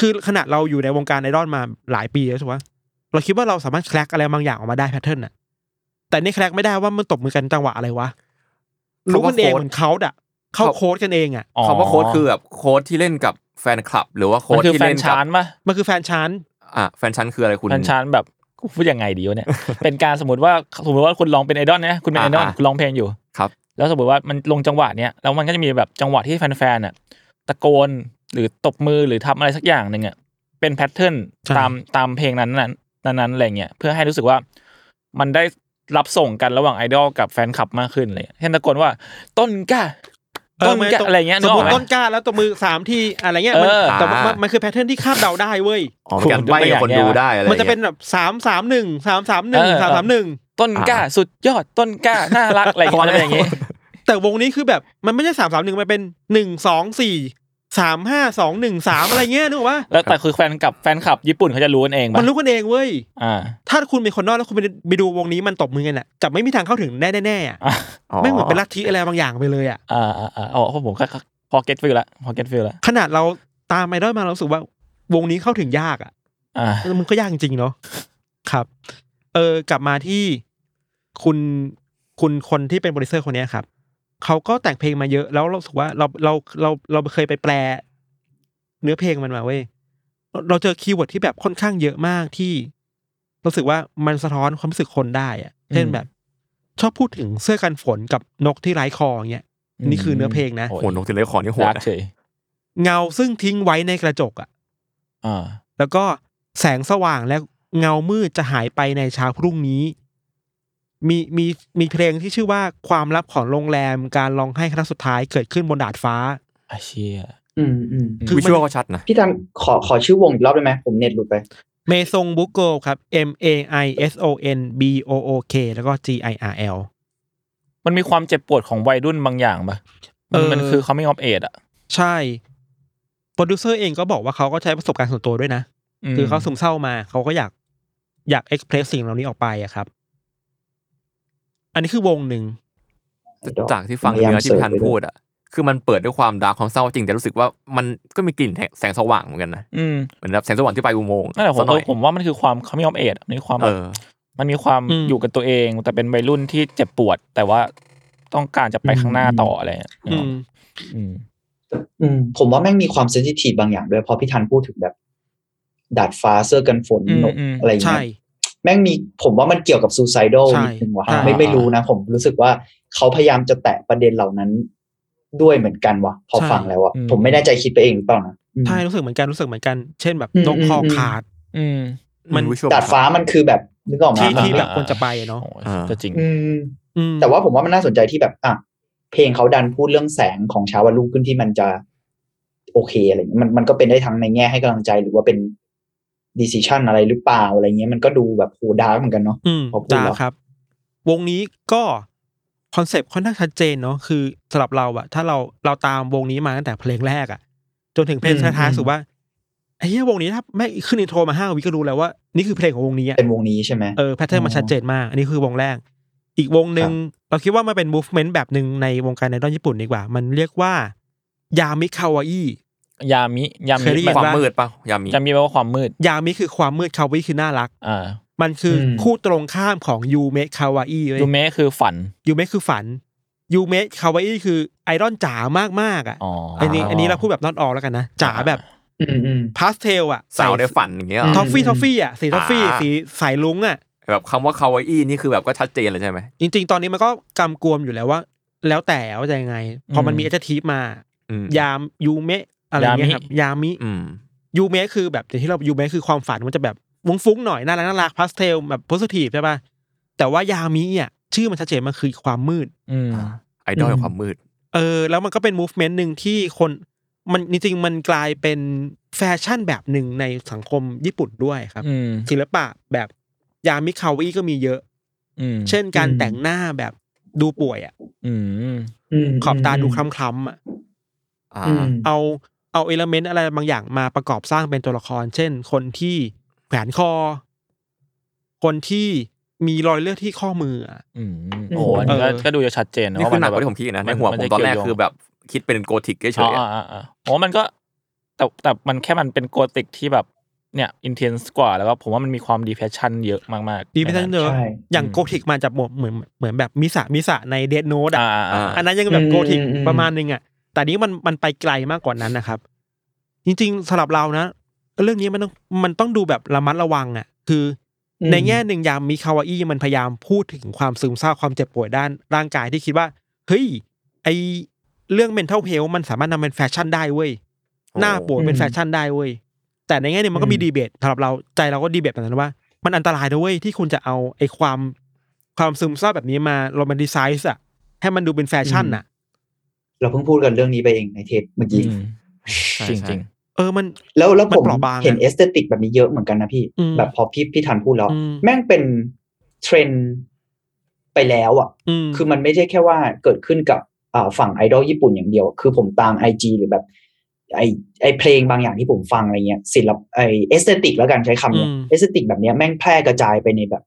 S3: คือขนาดเราอยู่ในวงการไอดอลมาหลายปีแล้วใช่ปะเราคิดว่าเราสามารถแคลกอะไรบางอย่างออกมาได้แพทเทิร์นอะแต่นี่แคลกไม่ได้ว่ามันตบมือกันจังหวะอะไรวะ รู้กันเองเหมือนเขาดอะเข้าโค้ดกันเองอะ
S1: อ๋อ
S4: คำว่าโค้ดคือแบบโค้ดที่เล่นกับแฟนคลับ หรือว่าโค้
S1: มัน
S4: ด
S1: คือ
S4: ที่
S1: แฟ
S4: เล่
S1: น
S4: นกับ
S1: ชานปะ
S3: มันคือแฟนชั้น
S4: อ่ะแฟนชั้นคืออะไรคุณ
S1: แฟนชานแบบกูพูดยังไงดีวะเนี่ย เป็นการสมมติว่าสมมติว่าคุณร้องเป็นไอดอลนะคุณเป็นไอ
S4: อ่า
S1: ดอล
S4: อ่า
S1: คุณร้องเพลงอยู่
S4: ครับ
S1: แล้วสมมติว่ามันลงจังหวะเนี้ยแล้วมันก็จะมีแบบจังหวะที่แฟนๆน่ะตะโกนหรือตบมือหรือทำอะไรสักอย่างหนึ่งอ่ะเป็นแพทเทิร์น
S3: ใช่
S1: ตามตามเพลงนั้นนั้นนั้นๆอะไรเงี้ยเพื่อให้รู้สึกว่ามันได้รับส่งกันระหว่างไอดอลกับแฟนคลับมากขึ้นเลยเช่นตะโกนว่าต้นกล้าต้น
S3: มัน
S1: กล้าอะไรเงี้ย
S3: ส
S1: นึก
S3: ม
S1: อ
S3: ม
S1: อก
S3: ติ
S1: ไหม
S3: ต้นกล้าแล้วตบมือสามทีอะไรเงี้ยมัน
S1: เออ
S3: แต่ว่ามันมันคือแพทเทิร์นที่คาดเดาได้เว้ย
S4: อ๋อเป็นการใบกับคนดูได้อะไร
S3: มันจะเป็น
S4: งี้ย
S3: แบบสามสามหนึ่งสามสามหนึ่ง
S1: เออ
S3: สามสามหนึ่ง
S1: ต้นกล้าสุดยอดต้นกล้าน่ารักอะไร
S4: พอแล้ว
S1: อะไรอย่างเงี้ย
S3: แต่วงนี้คือแบบมันไม่ใช่สามสามหนึ่งมันเป็นหนึ่งสองสี่สามห้าสองหนึ่งสามอะไรเงี้ยนึกว่า
S1: แล้วแต่คือแฟนกับแฟนคลับญี่ปุ่นเขาจะรู้กันเองปะ
S3: มันรู้กันเองเว้ย
S1: อ่า
S3: ถ้าคุณเป็นคนนอกแล้วคุณไปไปดูวงนี้มันตบมือกันอ่ะจะไม่มีทางเข้าถึงแน่แน่ๆอะ
S1: อ่า
S3: ไม่งเหมือนเป็นลัทธิอะไรบางอย่างไปเลยอ่ะ
S1: อ่าอ่าอ่าอ๋อผมก็พอเก็ตฟิลละพอเก็ตฟิลละ
S3: ขนาดเราตามไอดอลมาเรารู้สึกว่าวงนี้เข้าถึงยากอ่ะ
S1: อ่า
S3: มันก็ยากจริงๆเนาะครับ เออกลับมาที่คุณคุณคนที่เป็นโปรดิวเซอร์คนเนี้ยครับเขาก็แต่งเพลงมาเยอะ แล้วเรารู้สึกว่าเราเราเราเราเคยไปแปล เนื้อเพลงมันมาเว้ยเราเราเจอคีย์เวิร์ดที่แบบค่อนข้างเยอะมากที่รู้สึกว่ามันสะท้อนความรู้สึกคนได้อะเช่น
S1: อืม
S3: แบบ ชอบพูดถึงเสื้อกันฝนกับนกที่ไร้คออย่างเงี้ย นี่คือเนื้อเพลงนะ
S4: โหนกถึงเลยขอนี่โหด
S1: ดาร์ก
S4: นะ
S1: เฉย
S3: เงาซึ่งทิ้งไว้ในกระจกอะ
S1: อ่า
S3: แล้วก็แสงสว่างและเงามืดจะหายไปในเช้าพรุ่งนี้ มีมีมีเพลงที่ชื่อว่าความลับของโรงแรมการร้องไห้ครั้งสุดท้ายเกิดขึ้นบนดาดฟ้า
S1: ไอ้เชี่ย
S5: อืมอืม
S3: คือ
S4: วิ
S3: มัน
S4: ชวลก็ชัดนะ
S5: พี่ตันขอขอชื่อวงอีกรอบได้ไหมผมเน็ตหลุดไป
S3: เมซงบุโกครับ M A I S O N B O O K แล้วก็ G I R L
S1: มันมีความเจ็บปวดของวัยรุ่นบางอย่างปะมัน
S3: เออ
S1: มันคือเขาไม่ยอมเอดอ่ะ
S3: ใช่ โปรดิวเซอร์เองก็บอกว่าเขาก็ใช้ประสบการณ์ส่วนตัวด้วยนะ
S1: ม
S3: คือเขาซึมเศร้ามา เขาก็อยากอยากเอ็กเพรสสิ่งเหล่านี้ออกไปอะครับ อันนี้คือวงหนึ่ง
S4: จากที่ฟังเนื้อที่พี่ทันพูดอ่ะ คือมันเปิดด้วยความดาร์กความเศร้าจริง แต่รู้สึกว่ามันก็มีกลิ่นแสงสว่างเหมือนกันนะ
S1: อืม
S4: เหมือนแบบแสงสว่างที่ไปลายอุโมงค์
S1: นั่นแหละผม
S4: สักหน่อย
S1: เออผมว่ามันคือความเขาไม่ยอมเอดมันมีความแบ
S4: เอบ อ
S1: มันมีความ
S3: อืม
S1: อยู่กับตัวเอง แต่เป็นวัยรุ่นที่เจ็บปวด แต่ว่าต้องการจะไปข้างหน้าต่ออะไรอย่างเงี้ย
S3: อืม
S1: อืม
S5: อืมผมว่าแม่งมีความเซนซิทีฟบางอย่างด้วยเพราะพี่ทันพูดถึงแบบดาดฟ้าเสื้อกันฝน
S1: อืม
S5: นก
S1: อืม
S5: อะไรอย่าง
S3: ใช่
S5: เงี้ยแม่งมีผมว่ามันเกี่ยวกับซูไซโด
S3: ใช่
S5: นิดนึงว่ะ
S3: ใช่
S5: ไม่ไม่รู้นะ ผมรู้สึกว่าเขาพยายามจะแตะประเด็นเหล่านั้นด้วยเหมือนกันว่ะ พอฟังแล้วอ่ะ
S1: อืม
S5: ผมไม่แน่ใจคิดไปเองหรือเปล่านะอืม
S3: ใช่รู้สึกเหมือนกันรู้สึกเหมือนกัน เช่นแบบ
S5: อืม
S3: นกคออ
S5: ม
S3: ขาด
S1: อืม
S3: มัน
S4: visual
S5: ดาดฟ้ามันคือแบบนึกออกไหม
S3: ที่
S5: มัน
S3: ที่แบบ
S1: อ่า
S3: ควรจะไปอะเนาะ
S1: โอ้ย
S4: อ่า
S1: ก็จริง
S5: อืม
S3: อืม
S5: แต่ว่าผมว่ามันน่าสนใจที่แบบอ่ะเพลงเขาดันพูดเรื่องแสงของเช้าวันรุ่งขึ้นที่มันจะ โอเคอะไรเงี้ยมันมันก็เป็นได้ทั้งในแง่ให้กำลังใจหรือว่าเป็นดีซิชันอะไรหรือเปล่าอะไรเงี้ยมันก็ดูแบบโหดาร์กเหมือนกันเนาะ
S3: อืม
S5: พอพูด
S3: จ้า
S5: แล้ว
S3: ครับ วงนี้ก็คอนเซปต์ค่อนข้างชัดเจนเนาะคือสำหรับเราอะถ้าเราเราตามวงนี้มาตั้งแต่เพลงแรกอะจนถึงเพลงสุดท้าย
S5: อืม
S3: สุดว่าไอ้เหี้ยวงนี้ถ้าไม่ขึ้นอินโทรมาห้าวิก็รู้แล้วว่า นี่คือเพลงของวงนี้อะ
S5: เป็นวงนี้ใช่ไหม
S3: เออแพทเทิร์นมันชัดเจนมาก อันนี้คือวงแรก อีกวงหนึ่งเราคิดว่ามันเป็นมูฟเมนต์แบบหนึ่งในวงการไอดอลญี่ปุ่นดีกว่า มันเรียกว่ายามิคาวาอี้
S1: ยามิยา
S3: เค
S1: มิ
S3: ยได้ยิน
S1: แบบ
S4: ความมืดป่ะยามิ
S1: ยามิแปลว่าความมืด
S3: ยามิคือความมืดคาวาอี้คือน่ารัก
S1: อ่า
S3: มันคืออ
S5: ม
S3: คู่ตรงข้ามของยูเมคาวาอี้เว้ย
S1: ยูเมะคือฝัน
S3: ยูเมะคือฝันยูเมะคาวาอี้คือไอรอนจ๋ามากมากๆอ่ะ
S1: อ๋ออั
S3: อันนี้อันนี้เราพูดแบบนอนออกแล้วกันนะจ๋าแบบ
S5: อืมอืม
S3: พาสเทลอ่ะ
S4: สาวในฝันอย่างเงี้ยเหรอ
S3: ทอฟฟี่
S5: อืม
S3: ทอฟฟี่อ่ะสีทอฟฟี่
S4: อ่า
S3: สีสายลุงอ่ะ
S4: แบบคำว่าคาวาอี้นี่คือแบบก็ชัดเจนเลยใช่ไหม
S3: จริง ๆ ตอนนี้มันก็กำกวมอยู่แล้วว่า แล้วแต่ว่าจะยังไง พอมันมีเอเจทีฟมา
S4: อืม
S3: ยามยูเมะอะไรอย่างเงี้ยครับยามิ
S4: อืม
S3: ยูเมะคือแบบอย่างที่เรายูเมะคือความฝันมันจะแบบฟุ้งๆหน่อยน่ารักน่ารักพาสเทลแบบโพสิทีฟใช่ป่ะแต่ว่ายามิอ่ะชื่อมันชัดเจนมันคือความมืด
S1: อืม
S4: ไอดอล
S5: อืม
S4: ความมืด
S3: เออแล้วมันก็เป็น movement หนึ่งที่คนมันจริงๆมันกลายเป็นแฟชั่นแบบหนึ่งในสังคมญี่ปุ่นด้วยครับ
S1: อืม
S3: ศิลปะแบบยามิคาวาอิก็มีเยอะ
S1: อืม
S3: เช่นการ
S5: อืม
S3: แต่งหน้าแบบดูป่วยอ่ะ
S1: อืม
S5: อืม
S3: ขอบตาดูคล้ำๆอะ
S4: อ่า
S5: อืม
S3: เอาเอาเอลเมนต์อะไรบางอย่างมาประกอบสร้างเป็นตัวละคร เช่น คนที่แขวนคอ คนที่มีรอยเลือดที่ข้อมืออะ
S1: อืมโอ้โหอันนี้ก็
S3: เออ
S1: ก็ดูจะชัดเจนนะ
S4: นี่คือหนักกว่า
S1: แบ
S4: ที่
S1: บ
S4: ผมคิดนะในหัวผมตอนแรกคือแบบคิดเป็นโกธิกเฉ
S1: อ๋อย
S4: ๆ
S1: อ๋
S4: อะ
S1: ออ๋อโอ้มันก็ แต่แต่มันแค่มันเป็นโกติกที่แบบเนี่ยอินเทนส์กว่าแล้วก็ผมว่ามันมีความดีเพชชันเยอะมากๆ
S3: ดีไม่
S1: ใ
S3: ทั้งเนอะ
S5: ใช่
S3: อย่างโกธิกมาจากเหมือนเหมือนแบบมิสะมิสะในเดดโนด
S1: อ่าอ่าอ่า
S3: อันนั้นยังแบบโกธิก
S5: อืมอืม
S3: ประมาณนึงอ่ะ แต่นี้มันมันไปไกลมากกว่านั้นนะครับ จริงๆสำหรับเรานะ เรื่องนี้มันต้องมันต้องดูแบบระมัดระวังอ่ะ คืออ
S5: ม
S3: ในแง่หนึ่งยามมิคาวาอี้มันพยายามพูดถึงความซึมเศร้าความเจ็บป่วยด้านร่างกายที่คิดว่า เฮ้ย ไอเรื่อง mental health มันสามารถนำเป็นแฟชั่นได้เว้ย หน้าป่วยเป็นแฟชั่นได้เว้ย แต่ในแง่หนึงมันก็มี
S5: อืม
S3: ดีเบตสำหรับเราใจเราก็ดีเบตแบบนั้นว่า มันอันตรายนะเว้ยที่คุณจะเอาไอความความซึมเศร้าแบบนี้มาโรแมนติไซส์อ่ะ ให้มันดูเป็นแฟชั่นอ่ะ
S5: เราเพิ่งพูดกันเรื่องนี้ไปเองในเทปเมื่อ
S1: อื
S5: กี้
S1: ม
S4: ใช่
S1: จริง
S4: ใช่
S1: จริง
S3: เออมัน
S5: แล้วแล้วผ
S3: มั
S5: ม
S3: นเปราะบางอะ
S5: เห็นเอสเตติกแบบนี้เยอะเหมือนกันนะพี่
S3: อืม
S5: แบบพอพี่พี่ทันพูดแล้ว
S3: อืม
S5: แม่งเป็นเทรนด์ไปแล้วอ่ะ
S3: อืม
S5: คือมันไม่ใช่แค่ว่าเกิดขึ้นกับอ่าฝั่งไอดอลญี่ปุ่นอย่างเดียว คือผมตามไอจหรือแบบไอไอเพลงบางอย่างที่ผมฟังอะไรเงี้ยศิลปไอเอสเตติกแล้วกันใช้คำเนี้ย
S3: อืม
S5: เอสเตติกแบบเนี้ยแม่งแพร่กระจายไปในแบบ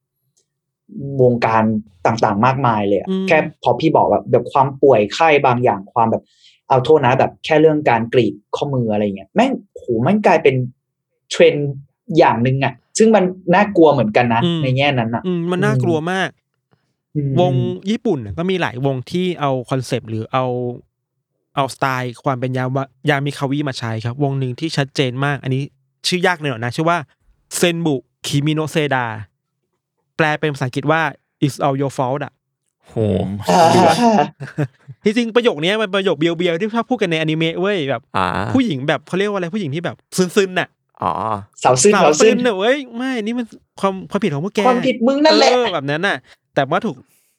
S5: วงการต่างๆ มากมายเลยอะ
S3: อืม
S5: แค่พอพี่บอกแบบแบบความป่วยไข้บางอย่างความแบบเอาโทษนะแบบแค่เรื่องการกรีดข้อมืออะไรเงี้ยแม่งโหแม่งกลายเป็นเทรนด์อย่างหนึ่งอะซึ่งมันน่ากลัวเหมือนกันนะ
S3: อืม
S5: ในแง่นั้นอะ
S3: อืมมันน่ากลัวมาก
S5: อืม
S3: วงญี่ปุ่นน่ะก็มีหลายวงที่เอาคอนเซปต์หรือเอาเอาสไตล์ความเป็นยามายามิคาวิมาใช้ครับ วงหนึ่งที่ชัดเจนมาก อันนี้ชื่อยากหน่อยนะ ชื่อว่าเซนบุคิมิโนเซดาแปลเป็นภาษาอังกฤษว่า it's all your fault อ่ะ
S1: โห
S3: ที่จริงประโยคเนี้ยมันประโยคเบียวๆที่ชอบพูดกันในอนิเมะเว้ยแบบ
S4: อ่า
S3: ผู้หญิงแบบเขาเรียกว่าอะไรผู้หญิงที่แบบซึนๆน่ะ
S4: อ๋อ
S5: สาวซึ้ง
S3: เปล่า
S5: สาว
S3: ซึ้
S5: ซึ้ง
S3: งเนอะเว้ยไม่ นี่มันความความผิดของพวกแก
S5: ความผิดมึงนั่นแหละ
S3: เออแบบนั้นน่ะ แต่ว่าถูก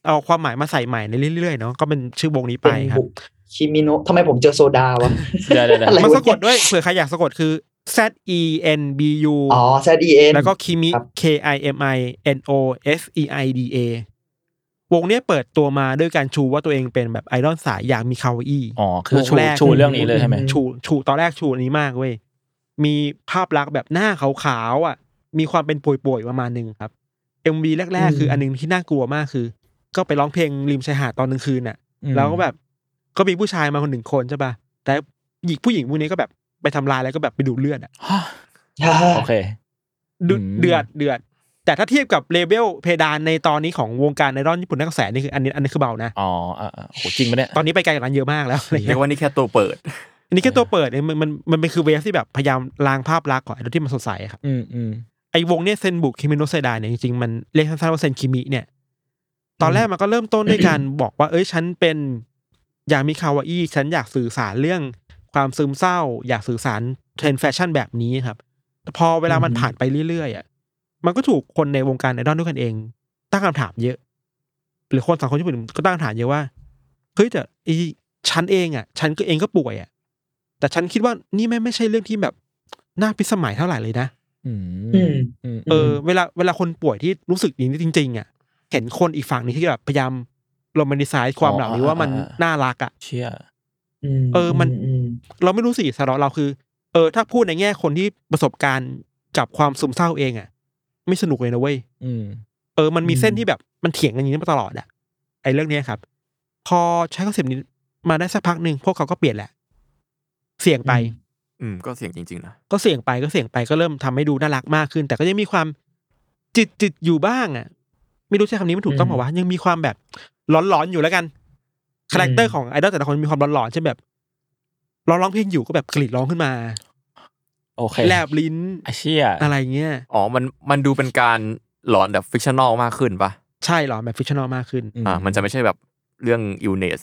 S3: เอาความหมายมาใส่ใหม่ในเรื่อยๆเนาะก็เป็นชื่อวงนี้ไป
S5: เป็น
S3: ครับ
S5: บุกคิมิโนะทำไมผมเจอโซดาวะ
S1: เดี๋ยวเดี๋ยวเดี๋ยว
S5: อะไร
S3: มันสะกดด้วยเผื่อใครอยากสะกดคือ Z E N B U
S5: อ๋อ Z E N
S3: แล้วก็คิมิ
S5: ครับ
S3: K I M I N O F E I D A วงเนี้ยเปิดตัวมาด้วยการชูว่าตัวเองเป็นแบบไอดอลสายอยากมีคาวาอี้
S1: อ๋อคือชู
S3: วงแรก
S1: ชูเรื่องนี้เลยใช่ไหม
S5: อืม
S3: ชูชูตอนแรกชูอันนี้มากเว้ย มีภาพลักษณ์แบบหน้าขาวๆอ่ะ มีความเป็นป่วยๆประมาณหนึ่งครับเอ็มวีแรก
S5: อืม
S3: ๆ คืออันหนึงที่น่ากลัวมากคือ ก็ไปร้องเพลงริมชายหาดตอนกลางคืนน่ะ
S1: อืม
S3: แล้วก็แบบก็มีผู้ชายมาคนหนึ่งคนใช่ป่ะแต่หญิงผู้หญิงพวกนี้ก็แบบไปทำลายแล้วก็แบบไปดูดเลือดอ่ะ
S1: ฮะโอเค
S3: ดูด
S1: อืม
S3: เดือดเดือด แต่ถ้าเทียบกับเลเวลเพดานในตอนนี้ของวงการไอรอนญี่ปุ่นนักกระแสนี่คืออันนี้อันนี้คือเบานะ
S1: อ๋ออ่ะอ่ะโหจริงปะเนี่ย
S3: ตอนนี้ไปไกลกว่านั้นเยอะมากแล้วอะไรเงี้ย
S4: เรียกว่านี่แค่ตัวเปิด
S3: อันนี้แค่ตัวเปิดเนี่ยมันมันมันเป็นคือเวฟที่แบบพยายามล้างภาพลักษณ์ของไอ้ที่มันสดใสอะครับ
S1: อืมอืม
S3: ไอ้วงเนี่ยเซนบุคิมิโนเซดาเนี่ยจริงๆ มันเรียกสั้นๆว่าเซนคิมิเนี่ย ตอนแรกมันก็เริ่มต้นด้วยการ บอกว่า เอ้ยฉันเป็น อยากมีคาวาอี้ฉันอยากสื่อสารเรื่องความซึมเศร้า อยากสื่อสารเทรนด์แฟชั่นแบบนี้ครับแต่พอเวลามันผ่านไปเรื่อยๆอ่ะมันก็ถูกคนในวงการไอดอลด้วยกันเอง ตั้งคำถามเยอะ หรือคนสังคมญี่ปุ่นก็ตั้งคำถามเยอะว่าเฮ้ยแต่ไอ้ฉันเองอ่ะ ฉันก็เองก็ป่วยอ่ะ แต่ฉันคิดว่านี่ไม่ไม่ใช่เรื่องที่แบบน่าพิสมัยเท่าไหร่เลยนะ
S1: อืม
S5: อืม
S1: อืม
S3: เออเวลาเวลาคนป่วยที่รู้สึกอย่างนี้จริง ๆอ่ะเห็นคนอีกฝั่งนี้ที่แบบพยายามโรแมนติไซส์ความเหล่านี้ว่ามันน่ารักอ่ะ
S1: เชี่ย
S5: ม
S3: เออมัน
S5: ม
S3: เราไม่รู้สิสำหรับเราคือ เออ ถ้าพูดในแง่คนที่ประสบการณ์กับความซึมเศร้าเองอ่ะ ไม่สนุกเลยนะเว้ย
S1: อืม
S3: เออ มันมีเส้นที่แบบมันเถียงกันอย่างนี้มาตลอดอะไอ้เรื่องเนี้ยครับ พอใช้คอนเซปต์นี้มาได้สักพักหนึ่งพวกเขาก็เปลี่ยนแหละ เสี่ยงไป
S4: อืม ก็เสียงจริง ๆ นะ
S3: ก็เสี่ยงไปก็เสี่ยงไปก็เริ่มทำให้ดูน่ารักมากขึ้น แต่ก็ยังมีความจิตจิตๆอยู่บ้างอ่ะ ไม่รู้ใช้คำนี้มันถูกต้องเปล่าวะยังมีความแบบร้อนๆอยู่แล้วกันคาแรคเตอร์ของไอดอลแต่ละคนมีความร้อนๆเช่นแบบร้องร้องเพลงอยู่ก็แบบกรีดร้องขึ้นมา
S1: โอเค
S3: แลบลิ้น
S1: ไอเชี่ย
S3: อะไรเงี้ย
S4: อ๋อ มัน มันดูเป็นการหลอนแบบฟิกชันอลมากขึ้นปะ
S3: ใช่เหรอแบบฟิชชั่นอลมากขึ้น
S1: อืม
S4: อ่า มันจะไม่ใช่แบบเรื่องอิลเนส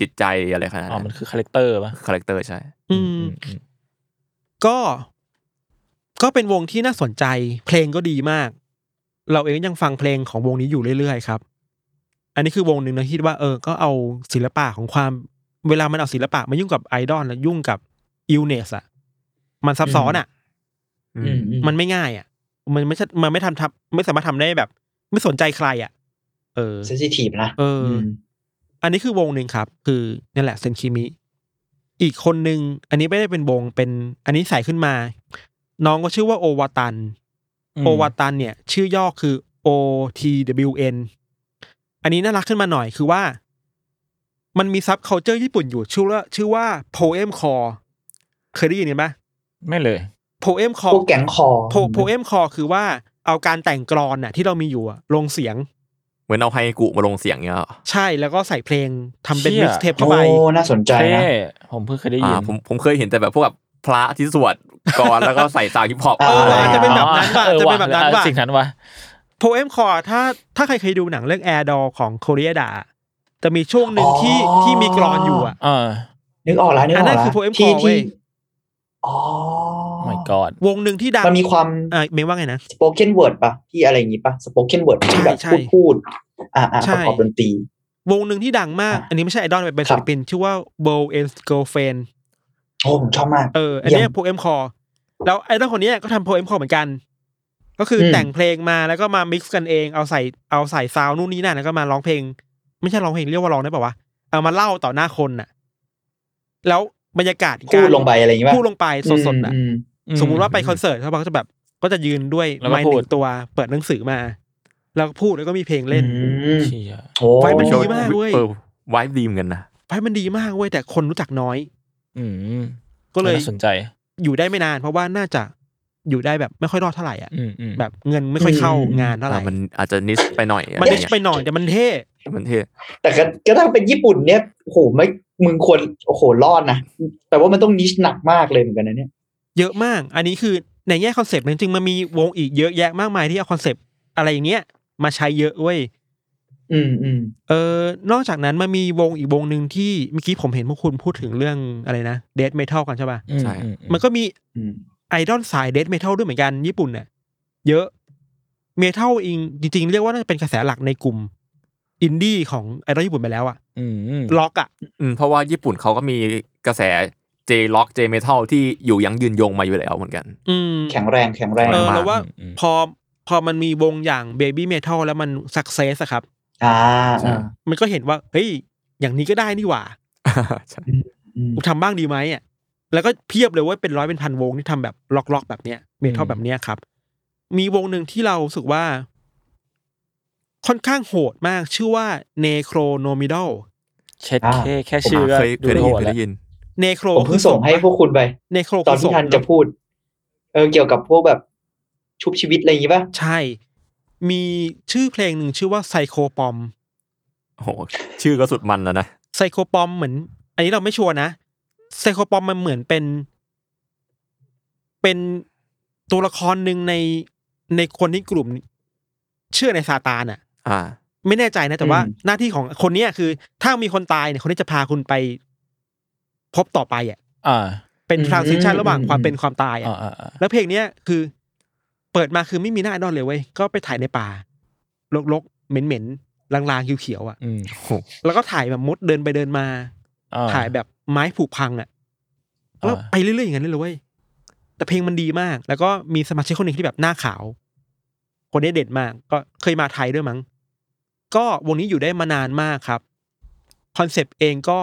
S4: จิตใจอะไรขนาด
S1: อ๋อมั
S4: นั้น น
S1: คือคาแรคเตอร์ปะ
S4: คาแรคเตอร์ใช่
S3: อืม
S1: อืม
S3: ก็ก็เป็นวงที่น่าสนใจ เพลงก็ดีมาก เราเองยังฟังเพลงของวงนี้อยู่เรื่อยๆครับ อันนี้คือวงหนึ่งนะคิดว่าเออก็เอาศิลปะของความ เวลามันเอาศิลปะมายุ่งกับไอดอลแล้วยุ่งกับอิลเนสอะมันซับซ้อนอะ
S4: อื
S5: อื
S4: ม
S5: มอืม
S3: มันไม่ง่ายอะมันไม่ใช่มันไม่ทำทับไม่สามารถทำได้แบบ ไม่สนใจใครอะเออ
S5: เซนซิทีฟนะ
S3: เอออื
S5: ม
S3: อันนี้คือวงหนึ่งครับ คือนั่นแหละเซนคิมิ อีกคนหนึ่งอันนี้ไม่ได้เป็นวงเป็นอันนี้ใส่ขึ้นมา น้องก็ชื่อว่าโอวาตัน โอวาตันเนี่ย ชื่อย่อคือ O T W N อันนี้น่ารักขึ้นมาหน่อยคือว่า มันมีซับเคาเจอร์ญี่ปุ่นอยู่ชื่อว่าชื่อว่า poem core เคยได้ยินกันปะ
S1: ไม่เลย
S3: poem
S5: พว
S3: core
S5: กแก๊งคอ
S3: po- poem core คือว่าเอาการแต่งกลอนน่ะ ที่เรามีอยู่อะลงเสียง
S4: เหมือนเอาไฮกุมาลงเสียงเงี้ยเหรอ
S3: ใช่แล้วก็ใส่เพลงทำเป็น
S1: เชี่ย
S3: มิกเทปเข้าไป
S5: โอ้น่าสนใจ
S1: เท่
S5: นะ
S1: ผมเพิ่งเคยได้ยิ
S4: อ่าน ผม ผมเคยเห็นแต่แบบพวกแบบพระที่สวดก่อน แล้วก็ใส่ซาวด์ฮิปฮอป
S5: เอ
S3: เอ
S5: อ
S3: อว่ะจะเป็นแบบนั้นว่ะ
S1: อ๋อ
S3: จะเป็นแบบนั้น
S1: ออ
S3: ว่ะ
S1: สิ่งนั้นว่ะ
S3: โพเอมคอร์ถ้าถ้าใครเคยดูหนังเรื่องแอร์ดอของโคเรียดาจะมีช่วงหนึ่งที่
S5: อ๋อ
S3: ที่มีกรอนอยู่อ่ะ
S1: เออ
S5: นึกออกแล้วนึกอ
S3: อั
S5: อก
S3: นนั้น
S5: แล้ว
S3: คือ poem
S5: ที่
S3: call เว้
S5: ที่
S3: ย
S5: อ๋อ
S1: my god
S3: วงหนึ่งที่ดัง
S5: มันมีความ
S3: อ่าเมย์ว่าไงนะ
S5: สปอ k เ n นเวิร์ดปะที่อะไรอย่างงี้ปะสปอ k เ n นเวิร์ดที่แบบ
S3: ใช่
S5: พูดพูดอ่าอ่า
S3: ใช่
S5: ประกอบดนตรี
S3: วงหนึ่งที่ดังมาก
S5: อ่ะ
S3: อันนี้ไม่ใช่ไอดอลเป็น
S5: ครั
S3: ศิ
S5: บ
S3: ลปินชื่อว่า b o a n d Girlfriend
S5: โอ้ผมชอบมาก
S3: เอออันเนี้ย
S5: เยี่ยม
S3: โพเอมคอร์แล้วไอดอลคนเนี้ยก็ทำโพเอมคอร์เหมือนกัน ก็คือ
S5: ม
S3: แต่งเพลงมาแล้วก็มามิกซ์กันเองเอาใส่เอาใส่ซาวน์นู่นนี่นั่นแล้วก็มาร้องเพลง ไม่ใช่ร้องเพลงเรียกว่าร้องได้ป่าวะเอามาเล่าต่อหน้าคนน่ะ แล้วบรรยากาศ
S5: พู
S3: การ
S5: ดลงไปอะไรอย่างงี้ปะ
S3: พูดลงไปสดๆอ่ะ
S5: อืม
S3: สมมุติว่าไปคอนเสิร์ตเขาบอกก็จะแบบ ก็จะยืนด้วย
S1: แล้วก็
S3: ไม้ห
S1: พู
S3: นึ่
S1: ด
S3: งตัวเปิดหนังสือมา แล้วก็พูดแล้วก็มีเพลงเล่น
S5: อืม
S1: เชี่ย
S5: โอ้
S3: ไว้ มัน
S4: โช
S3: ดี
S4: ว์
S3: มากเว้ย
S4: ออไวบ์ดีมอนกันนะ
S3: ไพ่มันดีมากเว้ยแต่คนรู้จักน้อย
S1: อืม
S3: ก็เลย
S1: น่าสนใจ
S3: อยู่ได้ไม่นาน เพราะว่าน่าจะอยู่ได้แบบไม่ค่อยรอดเท่าไหร่อ่ะ
S1: อืมอืม
S3: แบบเงินไม่ค่อยเข้างานเท่าไหร่
S4: อ่ามันอาจจะนิสไปหน่อยอะไร
S3: มัน
S4: อ
S3: นิ
S4: ย่าง
S3: ช
S4: เงี้ย
S3: ไปหน่อยแต่มันเท่
S4: มันเท่
S5: แต่ก็ก็ถ้าเป็นญี่ปุ่นเนี่ยโอ้โหไม่มึงควรโอ้โหรอดนะแต่ว่ามันต้องนิชหนักมากเลยเหมือนกันนะเนี่ย
S3: เยอะมาก อันนี้คือในแง่คอนเซปต์จริงๆมันมีวงอีกเยอะแยะมากมายที่เอาคอนเซปต์อะไรอย่างเงี้ยมาใช้เยอะเว้ย
S5: อืมอืม
S3: เออนอกจากนั้นมันมีวงอีกวงหนึ่งที่เมื่อกี้ผมเห็นพวกคุณพูดถึงเรื่องอะไรนะเด a เมทัลกันใช่ป่ะ
S1: อืมอืมอืม
S3: มันก็มี
S5: อืม
S3: ไอดอลสายเด a เมทัลด้วยเหมือนกันญี่ปุ่นเนี่ยเยอะเมทัลอิงจริงๆ เรียกว่าน่าจะเป็นกระแสหลักในกลุ่ม อินดี้ของไอดอลญี่ปุ่นไปแล้วอะ
S1: อืม
S3: ล็อกอะ
S4: อืมเพราะว่าญี่ปุ่นเขาก็มีกระแส J Rock J Metal ที่อยู่ยังยืนยงมาอยู่แล้วเหมือนกัน
S3: อืม
S5: แข็งแรงแข็งแรง
S3: เออ
S4: มาก
S3: เราว่า
S1: อืม
S3: พอพอมันมีวงอย่างเบบี้เมทัลแล้วมันสักเซสครับ
S5: อ่า
S4: ใช่
S5: อ่า
S3: มันก็เห็นว่า เฮ้ย อย่างนี้ก็ได้นี่หว่า
S4: ใช่
S5: อืม
S3: กูทำบ้างดีไหมอ่ะแล้วก็เพียบเลยเว่าเป็นร้อยเป็นพันวงที่ทำแบบล็อกล็อกๆแบบเนี้ยเมทัลแบบเนี้ยครับ มีวงหนึ่งที่เรารู้สึกว่า ค่อนข้างโหดมากชื่อว่าเนโครโนมิด a ล
S1: เช็ดแค่แค่ชื่อ
S4: ผม
S1: ก็
S4: เคย
S1: ดู
S4: เคยได้
S1: โหด
S4: ยินเคย
S1: แล้ว
S4: ได้ยิน
S3: เนโคร
S5: ผมเพิ่งส่งให้พวกคุณไป
S3: เนโคร
S5: ตอนที่ทันจะพูด เออเกี่ยวกับพวกแบบชุบชีวิตอะไรอย่างงี้ป่ะ
S3: ใช่ มีชื่อเพลงหนึ่งชื่อว่าไซโคปอม
S4: โอ้โหชื่อก็สุดมันแล้วนะ
S3: ไซโคปอมเหมือน อันนี้เราไม่ชัวร์นะไซโคปอมมันเหมือนเป็น เป็นตัวละครหนึ่งในในคนที่กลุ่ม เชื่อในซาตานอ่ะ
S4: อ่า
S3: ไม่แน่ใจนะแต่ว่าหน้าที่ของคนเนี้ยคือ ถ้ามีคนตายเนี่ยคนนี้จะพาคุณไป พบต่อไปอ่ะ
S1: อ่า
S3: เป็นทรานซิชันระหว่างความเป็นความตายอ่ะ
S1: อ่าอ่าอ่า
S3: แล้วเพลงเนี้ยคือ เปิดมาคือไม่มีหน้าไอดอนเลยเว้ยก็ไปถ่ายในป่าลกๆเหม็นๆลางๆเขียวๆอ่ะ
S1: อืม
S3: แล้วก็ถ่ายแบบมดเดินไปเดินมา
S1: อ่
S3: ถ่ายแบบไม้ผูกพังอ่ะ
S1: อ่า
S3: แล้วไปเรื่อยๆอย่างนั้นเลยเว้ยแต่เพลงมันดีมาก แล้วก็มีสมาชิกคนหนึ่งที่แบบหน้าขาว คนนี้เด็ดมาก ก็เคยมาไทยด้วยมั้ง ก็วงนี้อยู่ได้มานานมากครับ คอนเซปต์เองก็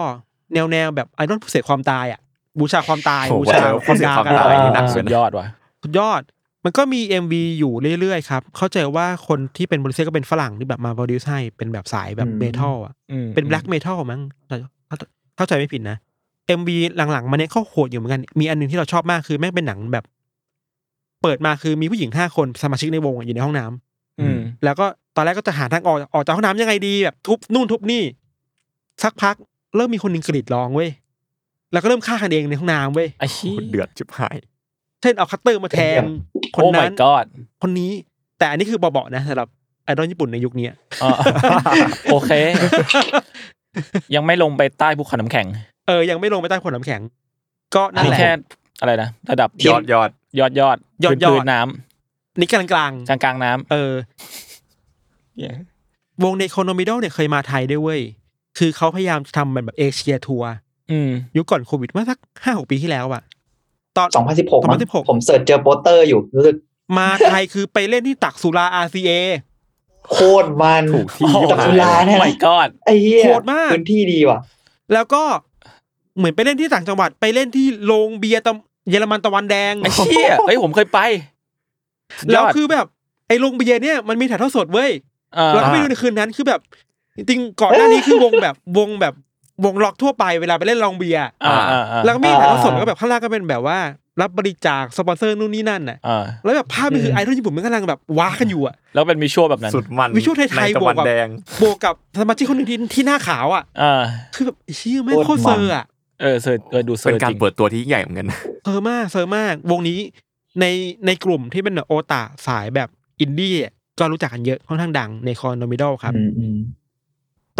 S3: แนวแนวๆแบบไอรอนผู้เสพความตายอ่ะ บูชาความตาย
S4: โอ้โห
S3: บูชาค
S4: บูชา
S3: วาม
S4: ผู้เสพ
S3: ดาร์ก
S4: ความ
S3: อะ
S4: ตาย
S3: ไร
S4: นี่หนักสุ
S1: สุ
S4: ด
S1: ด
S4: นะ
S1: ยอดว่ะ
S3: สุดยอด มันก็มี MV อยู่เรื่อยๆครับ เข้าใจว่าคนที่เป็นโปรดิวเซอร์ก็เป็นฝรั่งที่แบบมาโปรดิวซ์ให้เป็นแบบสายแบบเมทัลอ่ะ
S1: อืม
S3: เป็นแบล็กเมทัลมั้งถ้าเข้าใจไม่ผิดนะ MV หลังๆ มาเนี่ยเข้าโหดอยู่เหมือนกัน มีอันหนึงที่เราชอบมากคือแม่งเป็นหนังแบบ เปิดมาคือมีผู้หญิงห้าคนสมาชิกในวงอะอยู่ในห้องน้ำ
S1: อืม
S3: แล้วก็ตอนแรกก็จะหาทางออกออกจากห้องน้ำยังไงดีแบบทุบนู่นทุบนี่ สักพักเริ่มมีคนหนึ่งกรีดร้องเว้ยแล้วก็เริ่มฆ่ากันเองในห้องน้ำเว้ย
S1: ไอ้ชี้
S4: โอ้โหเดือดชิบหาย
S3: เช่นเอาคัตเตอร์มาแทงค
S1: โอ้
S3: น
S1: my
S3: นั้น
S1: god
S3: คนนี้ แต่อันนี้คือเบาๆนะสำหรับไอดอลญี่ปุ่นในยุคเนี้ย
S1: อ่าโอเค ยังไม่ลงไปใต้ภูเขาน้ำแข็ง
S3: เออยังไม่ลงไปใต้คนน้ำแข็ง ก็นั่น
S1: นี่
S3: แหละ
S1: แค่อะไรนะ ระดับ
S4: ยอดยอด
S1: ยอดยอด
S3: ยอดยอด
S1: พื้นๆน้
S3: นี่กลาง
S1: ำกลางกลางๆน้
S3: ๆเออ
S1: ำเย้
S3: วงในโคโนมิโดเนี่ยเคยมาไทยด้วยเว้ย คือเขาพยายามจะทำเหมือนแบบเอเชียทัวร์
S1: อืม
S3: ยุคก่อนโควิดเมื่อสักห้าหกปีที่แล้วอะตอน
S5: สองพันสิบหก
S3: 2016
S5: ผมเสิร์ชเจอโปสเตอร์อยู่รู้สึก
S3: มาไทยคือไปเล่นที่ตักสุรา RCA
S5: โคตรมัน
S4: ถูกที่
S1: โอ้
S5: จักรุลาเนี่ย
S1: โอ้ my god
S5: ไอ้เหี้ย
S3: โคตรมาก
S5: พื้นที่ดีว่ะ
S3: แล้วก็เหมือนไปเล่นที่ต่างจังหวัดไปเล่นที่โรงเบียร์ตะเยอรมันตะวันแดง
S1: ไอ้เชี่ยเฮ้ยผมเคยไปสุดย
S3: แล้ว
S1: ด
S3: คือแบบไอ้โรงเบียร์เนี่ยมันมีถ่ายทอดสดเว้ย
S1: อ่า
S3: เราก็ไปดูในคืนนั้นคือแบบ จริงๆก่อนหน้านี้คือวงแบบวงแบบวงล็อกทั่วไปเวลาไปเล่นโรงเบียร์
S1: อ่าอ่าอ่า
S3: แล้วก็มีถ่ายทอดสดแล้วก็แบบข้างล่างก็เป็นแบบว่า รับบริจาคสปอนเซอร์นู่นนี่นั่นน่ะ
S1: อ่า
S3: แล้วแบบภาพมันคือ
S5: ม
S3: ไอดอลญี่ปุ่นมันกำลังแบบว้ากันอยู่อ่ะ
S1: แล้วเป็นมิชัวแบบนั้น
S4: สุดมัน
S3: วิชวลไทยๆ
S4: ในตะวัน
S3: บวกกับ
S4: แดง
S3: บวกกับสมาชิกคนหนึ่งที่ที่หน้าขาวอ่ะ
S1: อ่า
S3: คือแบบเชี่ยแม่งโค
S5: โค
S3: ตร
S5: ตร
S3: เซ
S5: มั
S3: อ
S5: น
S3: ร์อ่ะ
S1: เออเสิร์ชเออดูเสิ
S4: เป็
S1: ร์
S4: น
S1: ช
S4: การ
S1: จริง
S4: เปิดตัวที่ยิ่งใหญ่เหมือนกันนะ
S3: เซอร์มากเซอร์มาก วงนี้ในในกลุ่มที่เป็นโอตาสายแบบอินดี้อะก็รู้จักกันเยอะค่อนข้างดังในคอนโดมิโดครับ
S5: อืมอืม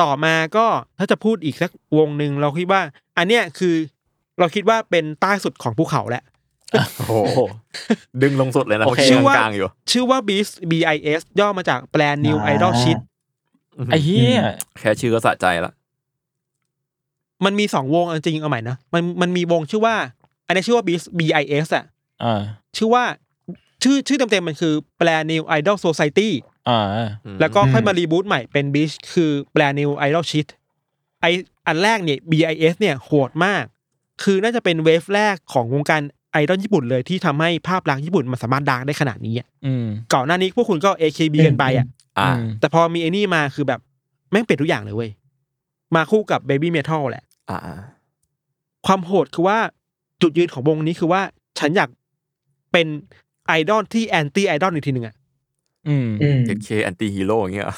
S3: ต่อมาก็ถ้าจะพูดอีกสักวงหนึ่งเราคิดว่า อันเนี้ยคือเราคิดว่าเป็นใต้สุดของภูเขาแหละ
S4: โอ้โห
S1: โอ้โห
S4: ดึงลงสุดเลยนะ
S1: โอเค
S4: เชื่อ
S3: ว่า
S4: กลางอยู่
S3: ชื่อว่า BIS BIS ย่อมาจากแบรนด์ New Idol Shit
S1: ไอ้เหี้ย
S4: แค่ชื่อก็สะใจละ
S3: มันมีสองวงเอาจริงเอาใหม่นะมันมันมีวงชื่อว่า อันนี้ชื่อว่า BIS BIS อ่ะ
S1: อ่า
S3: ชื่อว่าชื่อชื่อเต็มๆมันคือแบรนด์ New Idol Society
S1: อ่า
S3: แล้วก็ค่อยมารีบูตใหม่เป็น b i s h คือแบรนด์ New Idol Shit ไออันแรกเนี่ย BIS เนี่ยโหดมาก คือน่าจะเป็นเวฟแรกของวงการไอดอลญี่ปุ่นเลยที่ทำให้ภาพลักษณ์ญี่ปุ่นมันสามารถดังได้ขนาดนี้อะ
S1: อืม
S3: ก่อนหน้านี้พวกคุณก็ AKB กันไปอ่ะ
S4: อ่า
S1: ม
S3: แต่พอมีไอ้นี่มาคือแบบแม่งเปลี่ยนทุกอย่างเลยเว้ย มาคู่กับ Baby Metal แหละ
S4: อ่า
S3: ความโหดคือว่าจุดยืนของวงนี้คือว่าฉันอยากเป็นไอดอลที่แอนตี้ไอดอลอีกทีหนึ่งอะ
S1: อืม
S5: อืม
S4: SK แอนตี้ฮีโร่อย่างเงี้ยเหรอ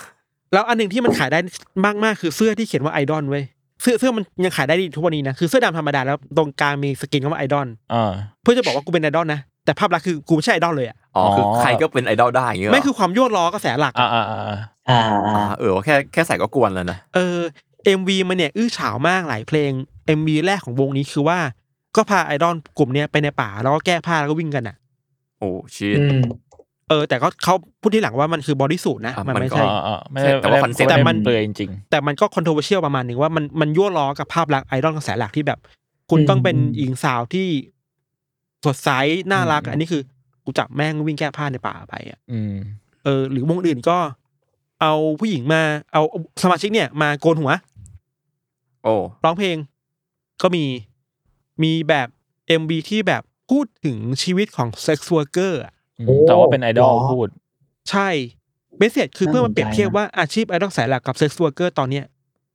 S3: แล้วอันหนึ่งที่มันขายได้มากมากๆคือเสื้อที่เขียนว่าไอดอลเว้ยเสื้อเสื้อมันยังขายได้ดีทุกวันนี้นะคือเสื้อดำธรรมดาแล้วตรงกลางมีสกินคำว่าไอดอล
S1: อ่า
S3: เพื่อจะบอกว่ากูเป็นไอดอลนะแต่ภาพลักษณ์คือกูไม่ใช่ไอดอลเลยอ่ะ
S4: อ๋อคืออ
S1: อ
S4: ใครก็เป็นไอดอลได้อย่างเงี้ยเหร
S3: ไม่คือความยั่วล้อกระแสหลัก
S1: อ่าอ่าอ่า
S5: อ่า
S4: อ่า
S5: อ่า
S4: เออว่าแค่แค่ใส่ก็กวนแล้วนะ
S3: เออเอ็มวีมันเนี่ยอื้อฉาวมากหลายเพลงเอ็มวีแรกของวงนี้คือว่า ก็พาไอดอลกลุ่มเนี้ยไปในป่าแล้วก็แก้ผ้าแล้วก็วิ่งกันอ่ะ
S4: โอ้ชี
S5: อืม
S3: เออ แต่ก็เขาพูดที่หลังว่ามันคือบอดี้สูทนะ มันไม่
S1: อ๋
S3: ใช่
S1: ออ๋อไม่ได้
S4: แต่ว่าคอนเซ็ปต์
S1: ไม่ได้
S3: แต่มัน
S1: เปลือยจริง
S3: แต่มันก็คอนโทรเวอร์เชียลประมาณหนึ่งว่ามันมันยั่วล้อกับภาพลักษณ์ไอดอลกระแสหลักที่แบบ คุณ
S5: อืม
S3: ต้องเป็น
S5: อืม
S3: หญิงสาวที่สดใสน่ารัก
S1: อืม
S3: อันนี้คือกูจับแม่งวิ่งแก้ผ้าในป่าไปอ่ะ
S1: ๆอืม
S3: เออหรือวงอื่นก็ เอาผู้หญิงมาเอาสมาชิกเนี่ย มาโกนหัว
S4: โอ้
S3: ร้องเพลงก็มีมีแบบเอ็มบีที่แบบพูดถึงชีวิตของเซ็กซ์วอร์เกอร์
S1: อืม
S5: โอ้
S1: แต่ว่าเป็นไอดอล
S5: หรอ
S1: พูด
S3: ใช่เบสเซตคือเพื่อมา
S5: น่าสนใจ
S3: เปรียบเทียบว่าอาชีพไอดอลสายหลักกับเซ็กซ์วอร์เกอร์ตอนเนี้ย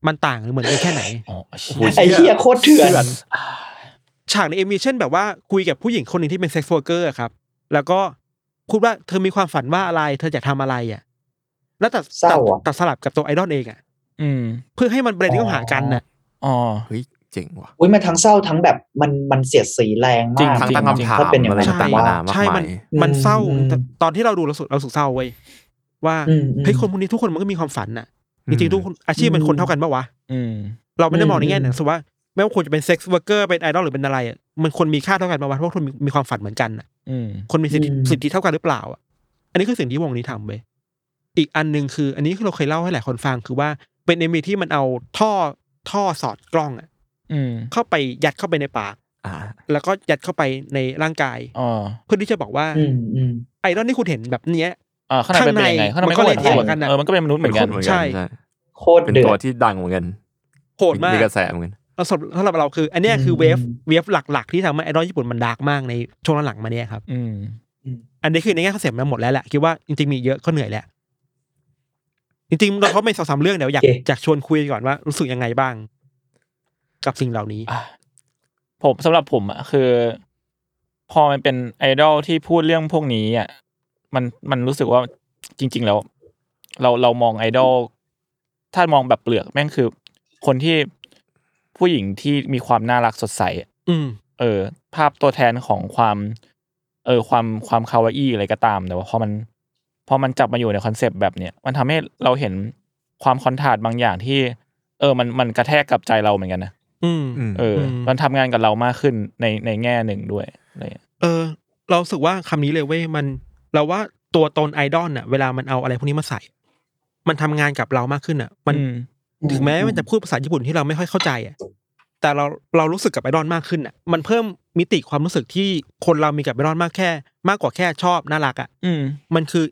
S3: มันต่างหรือเหมือนกันแค่ไหน
S1: อ๋อเชี่ย
S5: ไอ้เหี้ยโคตรเถื่อน
S3: ฉากในเอ็มวีเช่นแบบว่าคุยกับผู้หญิงคนหนึ่งที่เป็นเซ็กซ์วอร์เกอร์ครับ แล้วก็พูดว่าเธอมีความฝันว่าอะไร เธออยากทำอะไรอ่ะ แล้วตัด
S5: เศร้าอะ
S3: ตัดสลับกับตัวไอดอลเองอ่ะ
S1: อืม
S3: เพื่อให้มันเบรนด์เข้าหากันน่ะ
S1: อ๋อ
S4: เฮ้ยเจ๋งว่ะ
S5: อุ้ยมันทั้งเศร้าทั้งแบบมันมันเสียดสีแรง
S1: จริง
S5: มาก
S4: ทั้งตั้ง
S5: จริ
S4: คำถาม
S5: ถ้าเป็นอย่าง
S4: อะไร
S5: นั้น
S4: ต่าง
S5: ผ
S4: ๆนา
S5: มว่า
S4: นามาก
S3: ใช่
S4: มา
S3: มัน
S4: ย
S3: มันเศร้า
S5: อืม
S3: ตอนที่เราดูเราสุดเราสุดเศร้าเว้ยว่า
S5: อืมอืม
S3: เฮ้ยคนพวกนี้ทุกคนมันก็มีความฝันน่ะ จริงๆทุกคนอาชีพมันคนเท่ากันปะวะ
S1: อืม
S3: เราไม่ได้มองในแง่
S5: อืม
S3: นั้นสมมุติว่าไม่ว่าคุณจะเป็นเซ็กซ์เวิร์กเกอร์เป็นไอดอลหรือเป็นอะไรอะมันคนมีค่าเท่ากันปะวะเพราะคนมีมีความฝันเหมือนกันน่ะ
S1: อืม
S3: คนมีสิทธิ
S5: อืม
S3: สิทธิเท่ากันหรือเปล่าอ่ะ อันนี้คือสิ่งที่วงนี้ทำเว้ยอีกอันหนึ่งคือ อันนี้คือเราเคยเล่าให้หลายคนฟังคือว่าเป็นเอ็มีที่มันเอาท่อท่อสอดกล้องอ่ะ
S1: อืม
S3: เข้าไปยัดเข้าไปในปาก
S4: อ่า
S3: แล้วก็ยัดเข้าไปในร่างกาย
S1: อ๋อ
S3: เพื่อที่จะบอกว่า
S5: อืมอืม
S3: ไอดอลที่คุณเห็นแบบเนี้ย
S1: อ่าข้างในมันเป็นยังไงข้างใน
S3: มั
S1: มัน น
S3: ก็
S1: ก็
S3: เละ
S1: เป็น
S3: เทะเห
S1: ค
S3: มือนกัน
S1: น
S3: น่ะ
S1: เออมันก็เป็นมนุษย์เหมือนกัน
S4: เหมือน
S3: ใช่
S4: กัน
S5: โคตร
S4: เป็น
S5: เดือ
S4: ตัว
S5: ด
S4: ที่ดังเหมือนกัน
S3: โหดมาก
S4: กระแสเหมือนกัน
S3: เราสำหรับสำหรับเราคือ อันเนี้ยคือ
S5: ม
S3: เวฟเวฟหลัก ๆ ที่ทำให้ไอดอลญี่ปุ่นมันดาร์กมากในช่วงหลังๆมาเนี่ยครับ
S1: อืม
S3: อันนี้คือในแง่คอนเซปต์มันหมดแล้วแหละคิดว่าจริงๆมีเยอะก็เหนื่อยแหละ จริงๆเราเขาไม่สองสามเรื่องเดี๋ยวอยาก
S5: โอเค
S3: อยากชวนคุยก่อนว่ารู้สึกยังไงบ้าง กับสิ่งเหล่านี้
S1: อ่ะผมสำหรับผมอะคือ พอมันเป็นไอดอลที่พูดเรื่องพวกนี้อ่ะมันมันรู้สึกว่าจริง ๆ แล้ว เราเรามองไอดอลถ้ามองแบบเปลือกแม่งคือ คนที่ผู้หญิงที่มีความน่ารักสดใสอะ
S3: อืม
S1: เออ ภาพตัวแทนของความ เออ ความความคาวาอี้อะไรก็ตาม แต่ว่าพอมันพอมันจับมาอยู่ในคอนเซปต์แบบเนี้ยมันทำให้เราเห็นความคอนทราสต์บางอย่างที่ เออ มันมันกระแทกกับใจเราเหมือนกันนะ
S3: อืม
S4: อืม
S1: เอออ
S3: ม
S1: มันทำงานกับเรามากขึ้นในในแง่หนึ่งด้วยอะไรเงี้ย
S3: เออ เรารู้สึกว่าคำนี้เลยเว้ยมัน เราว่าตัวตนไอดอลน่ะ เวลามันเอาอะไรพวกนี้มาใส่ มันทำงานกับเรามากขึ้นอ่ะ มัน
S1: อื
S3: ถึงแม้มันจะพูดภาษาญี่ปุ่นที่เราไม่ค่อยเข้าใจอ่ะ แต่เราเรารู้สึกกับไอดอลมากขึ้นอ่ะ มันเพิ่มมิติความรู้สึกที่คนเรามีกับไอดอลมากแค่ มากกว่าแค่ชอบน่ารักอ่ะ
S1: อืม
S3: มันคือ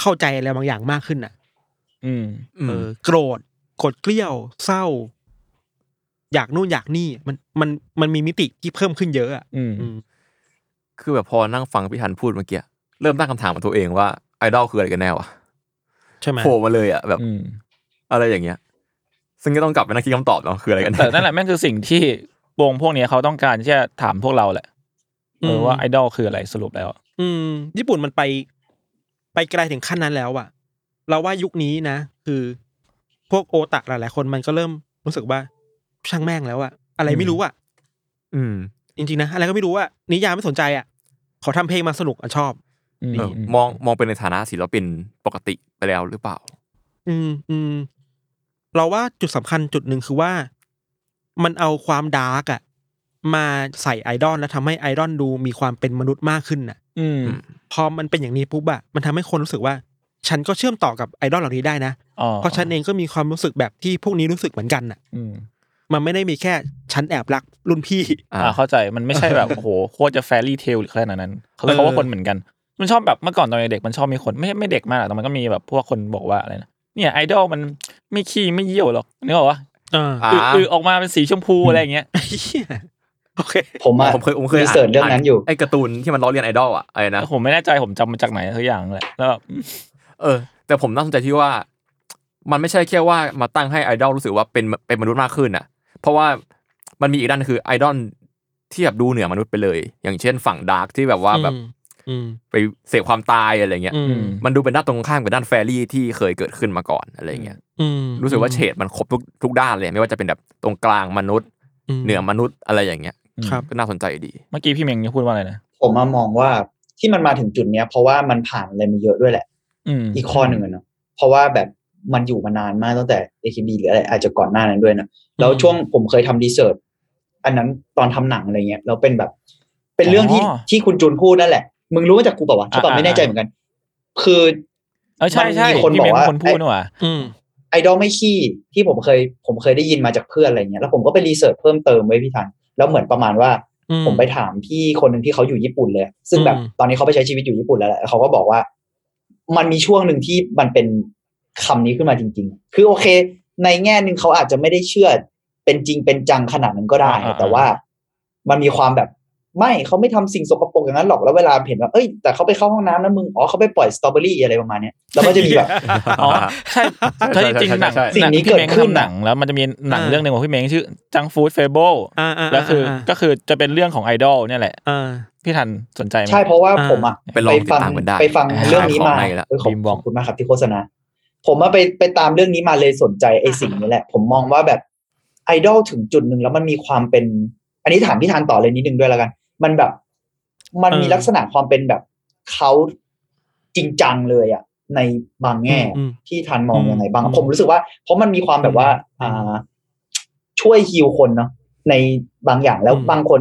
S3: เข้าใจอะไรบางอย่างมากขึ้นอ่ะ
S1: อืม
S4: อืม
S3: เออ โกรธโกรธเกลี้ยว เศร้า อยากนู่นอยากนี่ มันมันมันมีมิติที่เพิ่มขึ้นเยอะอ่ะ
S1: อืม
S3: อืม
S4: คือแบบพอนั่งฟังพี่ทันพูดเมื่อกี้เริ่มตั้งคำถามกับตัวเองว่าไอดอลคืออะไรกันแน่วะ
S3: ใช่ไหม
S4: โผล่มาเลยอ่ะแบบ
S1: อืม
S4: อะไรอย่างเงี้ย ซึ่งก็ต้องกลับไปนั่งคิดคำตอบเนาะคืออะไรกัน
S1: แต่
S4: แน่
S1: นั่นแหละแม่งคือสิ่งที่วงพวกเนี้ยเขาต้องการที่จะถามพวกเราแหละเออว่าไอดอลคืออะไรสรุปแล้ว
S3: อืม ญี่ปุ่นมันไป ไปไกลถึงขั้นนั้นแล้วอ่ะ เราว่ายุคนี้นะ คือพวกโอตะหลายๆคนมันก็เริ่มรู้สึกว่า ช่างแม่งแล้วอะอะไรไม่รู้อะ
S4: อืม
S3: จริงๆนะอะไรก็ไม่รู้อะนิยามไม่สนใจอะขอทำเพลงมาสนุกอะชอบ
S1: อืม
S4: เออมองมองเป็นในฐานะศิลปินปกติไปแล้วหรือเปล่า
S3: อืมอืมเราว่าจุดสำคัญจุดหนึ่งคือว่า มันเอาความดาร์กอะมาใส่ไอดอลแล้วทำให้ไอดอลดูมีความเป็นมนุษย์มากขึ้นน่ะ
S1: อืม
S3: พอมันเป็นอย่างนี้ปุ๊บอะมันทำให้คนรู้สึกว่า ฉันก็เชื่อมต่อกับไอดอลเหล่านี้ได้นะ
S1: อ๋อ
S3: เพราะฉันเองก็มีความรู้สึกแบบที่พวกนี้รู้สึกเหมือนกันน่ะ
S1: อืม
S3: มันไม่ได้มีแค่ฉันแอบรักรุ่นพี่
S4: อ่า
S1: อ่าเข้าใจมันไม่ใช่แบบ โอ้โหโคตรจะแฟรี่เทลหรือขนาดนั้นคือเขาว่าคนเหมือนกัน มันชอบแบบเมื่อก่อนตอนเด็กๆมันชอบมีคนไม่ไม่เด็กมากหรอกแต่มันก็มีแบบพวกคนบอกว่าอะไรนะเนี่ยไอดอลมันไม่ขี้ไม่เยี่ยวหรอกนึกออกปะ
S4: อ่า
S1: อืออือออกมาเป็นสีชมพูอะไรอย่างเงี้ย
S3: เหี้ยโอเค
S5: ผมอะ
S4: ผมเคยผมเคย
S5: รีเสิร์ชเรื่องนั้นอยู่
S4: ไอการ์ตูนที่มันล้อเลียนไอดอลอ่ะอะไรนะ
S1: ผมไม่แน่ใจผมจำมาจากไหนสักอย่างแหละแล้วแบบ
S4: เออ แต่ผมน่าสนใจที่ว่า มันไม่ใช่แค่ว่ามาตั้งให้ไอดอลรู้สึกว่าเป็นเป็นมนุษย์มากขึ้นอ่ะ เพราะว่ามันมีอีกด้านคือไอดอลที่แบบดูเหนือมนุษย์ไปเลย อย่างเช่นฝั่งดาร์กที่แบบว่าแบบ
S3: อืม
S4: ไปเสพความตายอะไรเงี้ย
S3: อืม
S4: มันดูเป็นด้านตรงข้ามกับด้านแฟรี่ที่เคยเกิดขึ้นมาก่อนอะไรเงี้ย
S3: อืม
S4: รู้สึกว่าเฉดมันครบทุกทุกด้านเลย ไม่ว่าจะเป็นแบบตรงกลางมนุษย์
S3: ม
S4: เหนือมนุษย์อะไรอย่างเงี้ย
S3: ครับ
S4: ก็น่าสนใจดี
S1: เมื่อกี้พี่เมงจะพูดว่าอะไรนะ
S5: ผมมามองว่าที่มันมาถึงจุดเนี้ย เพราะว่ามันผ่านอะไรมาเยอะด้วยแหละ
S1: อืม
S5: อีกข้อหนึ่งอะเนาะเพราะว่าแบบมันอยู่มานานมากตั้งแต่ AKB หรืออะไรอาจจะก่อนหน้านั้นด้วยนะแล้วช่วงผมเคยทำรีเสิร์ชอันนั้นตอนทำหนังอะไรเงี้ยแล้วเป็นแบบ เป็นเรื่องที่ที่คุณจูนพูดนั่นแหละ มึงรู้มาจากกูเปล่าวะใช่ป่ะ
S1: อ่า
S5: ไม่แน่ใจเหมือนกัน คือ
S1: เออใช่
S5: มัน
S1: ใช่
S5: มีคน
S1: พี่
S5: บอ
S1: เม้
S5: ก
S1: ง
S5: ว่า
S1: คนพูดนี่หว่า
S3: อืม
S5: ไอดอลไม่ขี้ที่ผมเคย ผมเคยได้ยินมาจากเพื่อนอะไรเงี้ยแล้วผมก็ไปรีเสิร์ชเพิ่มเติมไว้พี่ทันแล้วเหมือนประมาณว่า
S3: อื
S5: ผมไปถามพี่คนหนึ่งที่เขาอยู่ญี่ปุ่นเลย ซึ่งแบบ
S3: อืม
S5: ตอนนี้เขาไปใช้ชีวิตอยู่ญี่ปุ่นแล้วแหละแล้วเขาก็บอกว่า มันมีช่วงหนึ่งที่มันเป็นคำนี้ขึ้นมาจริง ๆ คือโอเค ในแง่หนึ่งเขาอาจจะไม่ได้เชื่อ เป็นจริงเป็นจังขนาดนั้นก็ได้
S1: อ่าๆ
S5: แต่ว่ามันมีความแบบ ไม่เขาไม่ทำสิ่งสกปรกอย่างนั้นหรอกแล้วเวลาเห็นว่าเอ้ยแต่เขาไปเข้าห้องน้ำนะมึงอ๋อเขาไปปล่อยสตรอเบอรี่อะไรประมาณเนี้ยแล้วก็จะมีแบบ
S1: อ๋อใช่ใช่จริงๆหนัง
S4: ใช่ใช่
S5: สิ่งนี้
S1: พี่ม้
S5: เกิดขึ้น
S1: ทำหนังแล้วมันจะมีหนัง
S3: อ่า
S1: เรื่องหนึ่งของพี่เม้งชื่อจังฟูดเฟเบิล
S3: อ่าา
S1: แล้วคืออา ก็คือจะเป็นเรื่องของไอดอลเนี่ยแหละ
S3: อ่า
S1: พี่ทันสนใจไหม
S5: ใช่เพราะว่า
S3: อ่า
S5: ผมอ่ะ
S4: ไปลองติด
S5: ฟั
S4: ตามกันได้
S5: ไปฟังเรื่องนี้มา
S4: ขายของในละ
S5: เออขอบ
S1: บีมบอ
S5: ข
S1: ก
S5: อบคุณมากครับที่โฆษณา ผมมาไปไปตามเรื่องนี้มาเลยสนใจไอ้สิ่งนี้แหละ ผมมองว่าแบบไอดอลถึงจุดหนึ่งแล้วมันมีความเป็น อันนี้ถามพี่ทานต่อเลยนิดนึงด้วยแล้วกัน มันแบบ มันมี
S3: เออ
S5: ลักษณะความเป็นแบบเขาจริงจังเลยอ่ะ ในบางแง่
S3: อืม
S5: ที่ทันมอง
S3: อืม
S5: ยังไงบ้าง
S3: อืม
S5: ผมรู้สึกว่า เพราะมันมีความแบบว่า
S3: อืม
S5: อ่า ช่วยฮิวคนเนาะในบางอย่างแล้ว
S3: อืม
S5: บางคน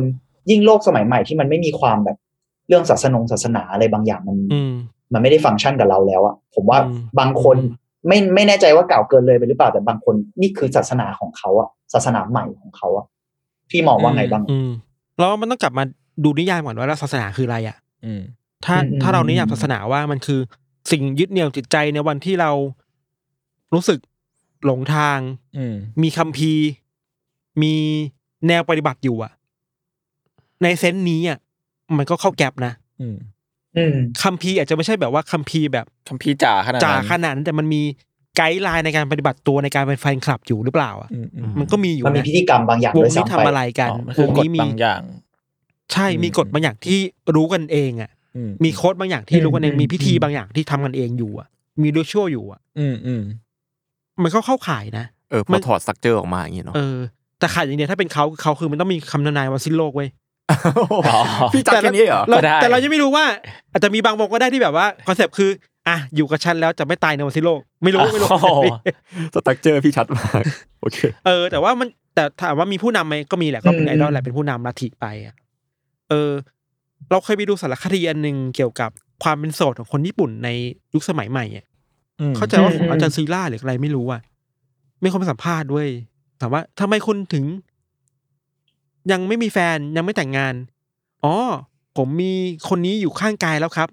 S5: ยิ่งโลกสมัยใหม่ที่มันไม่มีความแบบเรื่องศาสนงศาสนาอะไรบางอย่างมัน
S3: อืม
S5: มันไม่ได้ฟังก์ชันกับเราแล้วอะผมว่า
S3: อืม
S5: บางคนไม่ไม่แน่ใจว่ากล่าวเกินเลยไปหรือเปล่าแต่บางคนนี่คือศาสนาของเขาอะศาสนาใหม่ของเขาอะพี่มองว่าไงบ้าง
S3: อืมแล้วมันต้องกลับมาดูนิยามก่อนว่าศาสนาคืออะไรอ่ะ
S1: อืม
S3: ถ้า
S5: อืมอืม
S3: ถ้าเรานิยาม
S5: อืม
S3: ศาสนาว่ามันคือสิ่งยึดเหนี่ยวจิตใจในวันที่เรารู้สึกหลงทาง
S1: อืม
S3: มีคัมภีร์ มีแนวปฏิบัติอยู่อะในเซนส์นี้อะมันก็เข้าแก็บนะ
S1: อืม
S5: อืม
S3: คัมภีร์อาจจะไม่ใช่แบบว่าคัมภีร์แบบ
S1: คัมภีร์จ่าขนาด
S3: จ่า
S1: นั้น
S3: ขนาดนั้นแต่มันมีไกด์ไลน์ในการปฏิบัติตัวในการเป็นแฟนคลับอยู่หรือเปล่าอะ
S1: อืมอืม
S3: มันก็มีอ
S5: มันมี
S3: ยู่ะ
S5: พิธีกรรมบางอย่าง
S3: วง
S5: ด้วย
S3: นี้
S5: ซ้ำ
S3: ทำ
S5: ไป
S3: อะไรกัน
S1: อ๋อมันคือกฎ
S3: นี้มี
S1: บางอย่าง
S3: ใช่มีกฎบางอย่างที่รู้กันเองอะ
S1: อืม
S3: มีโค้ดบางอย่างที่รู้กันเอง
S5: อืม
S3: มีพิธีบางอย่างที่ทำกันเองอยู่อ่ะ มีดูชั่วอยู่อ่ะ
S1: อืมอืม
S3: มันก็เข้าข่ายนะ
S4: เออพ
S3: มั
S4: อน ถอดสักเจอออกมาอย่างงี้เนาะ
S3: เออ แต่ขาดอย่างเดียวถ้าเป็นเขาคือเขาคือมันต้องมีคำทำนายวันสิ้นโลกเว้ย
S1: อ๋อ
S4: พี่จัดแค่นี้เหรอ
S3: เรา
S1: ก็ได้
S3: แต่เรายังไม่รู้ว่า อาจจะมีบางวงก็ได้ที่แบบว่าคอนเซปต์คืออ่ะอยู่กับฉันแล้วจะไม่ตายในวันสิ้นโลก ไม่รู้ไม่รู้
S1: โอ้โห
S4: สตั๊กเจอร์พี่ชัดมาก โอเค
S3: เออแต่ว่ามันแต่ถามว่ามีผู้นำไหมก็มีแหละก็เป็น
S5: อื
S3: ไอ
S5: ม
S3: ดอลแหละเป็นผู้นำลัทธิไปอะเออ เราเคยไปดูสารคดีอันหนึ่งเกี่ยวกับความเป็นโสดของคนญี่ปุ่นในยุคสมัยใหม่อะ
S1: อืม
S3: เข้าใจว่าของอาจารย์ซีล่าหรืออะไรไม่รู้อ่ะมีคนไปสัมภาษณ์ด้วยถามว่าทำไมคุณถึง ยังไม่มีแฟนยังไม่แต่งงาน อ๋อ ผมมีคนนี้อยู่ข้างกายแล้วครับ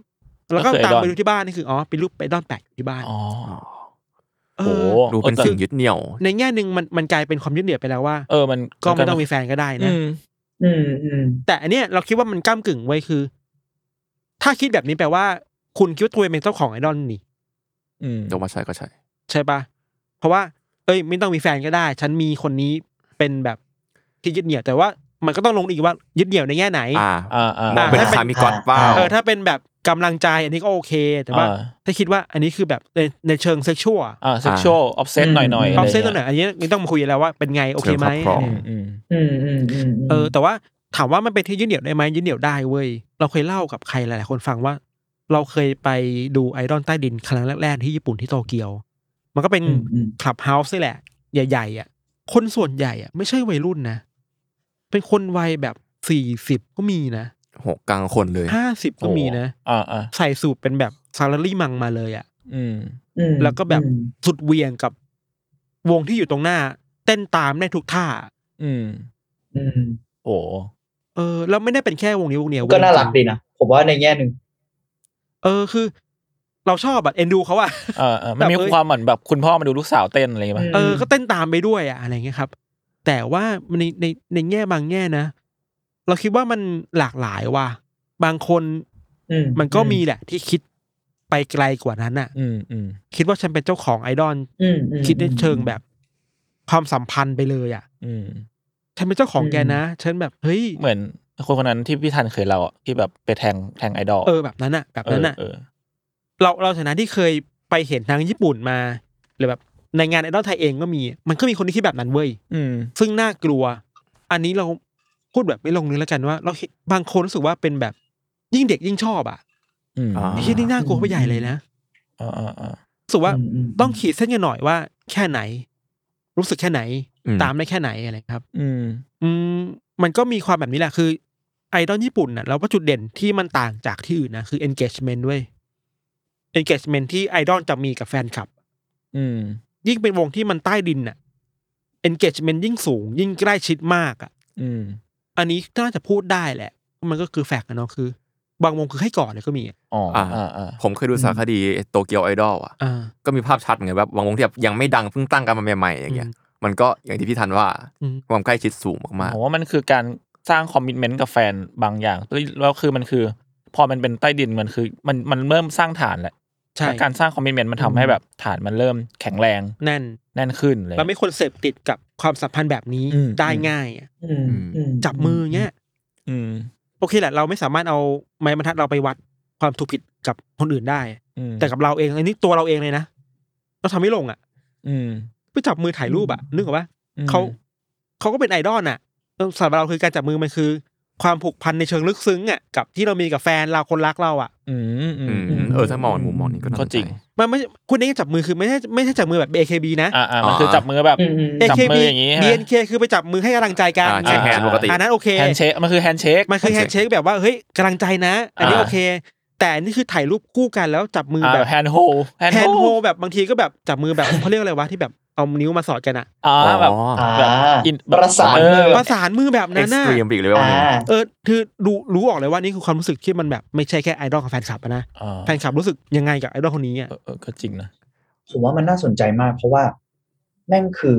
S3: แล้วก็ตามไปดูที่บ้านนี่คืออ๋อเป็นรูปไปดอนแปะอยู่ที่บ้าน
S1: อ๋อ
S3: เอ
S1: โอ้
S3: อ
S1: โห
S4: ดูเป็นสิ่งยึดเหนี่ยว
S3: ในแง่หนึ่งมันมันกลายเป็นความยึดเหนี่ยวไปแล้วว่า
S1: เออมัน
S3: ก็ไม่ต้องมีแฟนก็ได้
S1: อื
S3: นะ
S1: ม
S5: อืมอืม
S3: แต่อันเนี้ยเราคิดว่ามันก้ามกึ่งไว้คือ ถ้าคิดแบบนี้แปลว่า คุณคิดว่าตัวเองเป็นเจ้าของไอดอลนี
S1: อืม
S4: เดี๋ยวว่าใช่ก็ใช่
S3: ใช่ปะเพราะว่า เอ้ย ไม่ต้องมีแฟนก็ได้ ฉันมีคนนี้เป็นแบบที่ยึดเหนี่ยว แต่ว่ามันก็ต้องลงอีกว่ายึดเหนี่ยวในแง่ไหน
S4: อ่า
S1: อ่าอ่าม ม
S4: องเป็น
S3: ถ้าเป็น
S4: สามีก่อนเปล่า
S5: อ่
S3: เออถ้าเป็นแบบกำลังใจอันนี้ก็โอเค แต่ว่า
S1: อ่า
S3: ถ้าคิดว่าอันนี้คือแบบในในเชิงเซ็กชวล
S1: อ่าเซ็กชวลออฟเซตหน่อยๆะไรย่าว
S3: คาง ม
S1: งี้ย
S3: เซ็กตัวไหนอันนี้ต้องมาคุยกันแล้วว่าเป็นไงโอเคไหม
S4: ชิงรับรอง
S1: อืมอืม
S5: อืมอืมอืม
S3: เออ แต่ว่าถามว่ามันเป็นที่ยึดเหนี่ยวได้ไหมยึดเหนี่ยวได้เว้ยเราเคยเล่ากับใครหลายๆคนฟังว่า เราเคยไปดูไอดอลใต้ดินครั้งแรกๆที่ญี่ปุ่นที่โตเกียว มันก็เป็น
S5: มอืม
S3: คลับเฮาส์นี่แหละ ใหญ่ ๆ อ่ะ คนส่วนใหญ่อ่ะ ไม่ใช่วัยรุ่นนะ เป็นคนวัยแบบสี่สิบก็มีนะ
S4: หกกลางคนเลย
S3: ห้าสิบก็มีนะ
S1: อ่าอ่า
S3: ใส่สูตรเป็นแบบซาลารี่มังมาเลยอ่ะ
S1: อืม
S5: อืม
S3: แล้วก็แบบ
S5: อืม
S3: สุดเหวียงกับวงที่อยู่ตรงหน้า เต้นตามได้ทุกท่า
S1: อืม
S5: อืม
S1: โอ้
S3: เออ แล้วไม่ได้เป็นแค่วงนี้วงเดียว
S5: ก็น่ารัก
S3: จ
S5: ดี
S3: ง
S5: นะผมว่าในแง่หนึ่ง
S3: ๆเออคือ เราชอบอ่ะเอ็นดูเขาอ่ะ
S1: เออเออมันมี
S3: แบบเอ้ย
S1: ความเหมือนแบบคุณพ่อมาดูลูกสาวเต้นอะไรป่ะ
S5: อืม
S3: เออ ก็เต้นตามไปด้วยอะอะไรเงี้ยครับ แต่ว่าในในในแง่บางแง่นะ เราคิดว่ามันหลากหลายว่ะ บางคน
S5: อืม
S3: มันก็มีแหละที่คิดไปไกลกว่านั้นน่ะ
S1: อืมอืม
S3: คิดว่าฉันเป็นเจ้าของไอดอล
S5: อืมอืม
S3: คิดในเชิงแบบ ความสัมพันธ์ไปเลยอ่ะ
S1: อืม
S3: ฉันเป็นเจ้าของ
S5: อืม
S3: แกนะ ฉันแบบเฮ้ย
S1: เหมือนคนคนนั้นที่พี่ทันเคยเล่าอ่ะที่แบบไปแทงแทงไอดอล
S3: เออแบบนั้นอ่ะ แบบนั้นอ่ะ
S1: เออ
S3: เราเราฐานะที่เคยไปเห็นทางญี่ปุ่นมาหรือแบบในงานไอดอลไทยเองก็มี มันก็มีคนที่คิดแบบนั้นเว้ย
S1: อืม
S3: ซึ่งน่ากลัว อันนี้เราพูดแบบไม่ลงนึกแล้วกันว่า เราเห็นบางคนรู้สึกว่าเป็นแบบยิ่งเด็กยิ่งชอบอ่ะ
S1: อืม
S4: อ่า
S3: ไอ้ที่นี่น่ากลัวไปใหญ่เลยนะ
S1: อ่าอ่าอ่า
S3: รู้สึกว่า
S5: อืมอืม
S3: ต้องขีดเส้นกันหน่อยว่า แค่ไหน รู้สึกแค่ไหน
S4: อืม
S3: ตามได้แค่ไหนอะไรครับ
S1: อืม
S3: อืมมันก็มีความแบบนี้แหละคือ ไอดอลญี่ปุ่นน่ะเราว่าจุดเด่นที่มันต่างจากที่อื่นนะคือ engagement ด้วย engagement ที่ไอดอลจะมีกับแฟนคลับ
S1: อืม
S3: ยิ่งเป็นวงที่มันใต้ดินน่ะ engagement ยิ่งสูง ยิ่งใกล้ชิดมากอ่ะ
S1: อืม
S3: อันนี้น่าจะพูดได้แหละ มันก็คือแฟกต์นะเนาะคือ บางวงคือให้ก่อนเลยก็มีอะ
S1: อ๋ออ่า
S4: อ่า
S1: อ่า
S4: ผมเคยดูสารคดีโตเกียวไอดอลอ่ะ
S3: อ่า
S4: ก็มีภาพชัดเหมือนกันแบบบางวงที่แบบยังไม่ดังเพิ่งตั้งกันมาใหม่ๆอย่างเงี้ย
S3: อืม
S4: มันก็อย่างที่พี่ทันว่า
S3: อืม
S4: ความใกล้ชิดสูงมาก
S1: ผมว่ามันคือการสร้างคอมมิชเมนต์กับแฟนบางอย่างแล้วคือมันคือ พอมันเป็นใต้ดินมันคือ มันมันเริ่มสร้างฐานแล้ว
S3: ใช่
S1: และการสร้างคอมมิชเมนต์มันทำให้แบบฐานมันเริ่มแข็งแรง
S3: แน่น
S1: แน่นขึ้นเลย
S3: เราไม่ควรเสพติดกับความสัมพันธ์แบบนี้
S1: อืม
S3: ได้ง่ายอะ
S5: อืมอืม
S3: จับมือเงี้ย
S1: อืม
S3: โอเคแหละ เราไม่สามารถเอาไม้บรรทัดเราไปวัดความถูกผิดกับคนอื่นได้
S1: อืม
S3: แต่กับเราเองอันนี้ตัวเราเองเลยนะเราทำไม่ลงอ่ะ
S1: อืม
S3: ไปจับมือถ่ายรูปอ่ะนึกออกปะ
S1: อืม
S3: เขาเขาก็เป็นไอดอลน่ะเออสำหรับเราคือการจับมือมันคือ ความผูกพันในเชิงลึกซึ้งอ่ะกับที่เรามีกับแฟนเราคนรักเราอ่ะ
S1: อืม
S4: ๆ
S1: อื
S4: อื
S1: ม
S4: มเออถ้ามองในมุมมองนี้ก็น่าส
S1: ก็
S4: นใจ
S1: จริง
S3: มันไม่คุณเองจับมือคือไม่ใช่ไม่ใช่จับมือแบบ AKB นะ
S1: อ่าอ่ามันคือจับมือแบบ
S5: อืมอืม
S1: จับมื
S3: AKB
S1: ออย่างงี้ฮะ
S3: BNK คือไปจับมือให้กำลังใจกัน
S4: อ่า shake hand ปกติ
S3: อันนั้นโอเค
S1: แฮนเชคมันคือแฮนเชค
S3: มันคือแฮน
S4: handshake
S3: ด์เชคแบบว่าเฮ้ยกำลังใจนะ อันนี้
S1: อ่า
S3: โอเค แต่อันนี่คือถ่ายรูปคู่กันแล้วจับมืออแบบ
S1: แฮนโฮแฮน
S3: แฮนด์
S1: โฮ
S3: โฮแบบบางทีก็แบบจับมือแบบ เขาเรียกอะไรวะที่แบบเอานิ้วมาสอดกันอะ
S1: อ่าแบบ
S4: อ๋อ
S5: อ่า
S1: แบบอินแบบ
S5: ประสาน
S1: เออ
S5: เลย
S3: ประสานมือแบบ
S4: เอ็ก
S3: นั้น
S4: ซ์
S3: น่ะ
S4: ตรีมไปอีกเลเวลหนึ่ง
S5: อ่า
S3: เออคือดูรู้ออกเลยว่านี่คือความรู้สึกที่มันแบบไม่ใช่แค่ไอดอลกับแฟนคลับอะนะ
S1: อ่า
S3: แฟนคลับรู้สึกยังไงกับไอดอลคนนี้อะ
S1: เออเออก็จริงนะ
S5: ผมว่ามันน่าสนใจมาก เพราะว่าแม่งคือ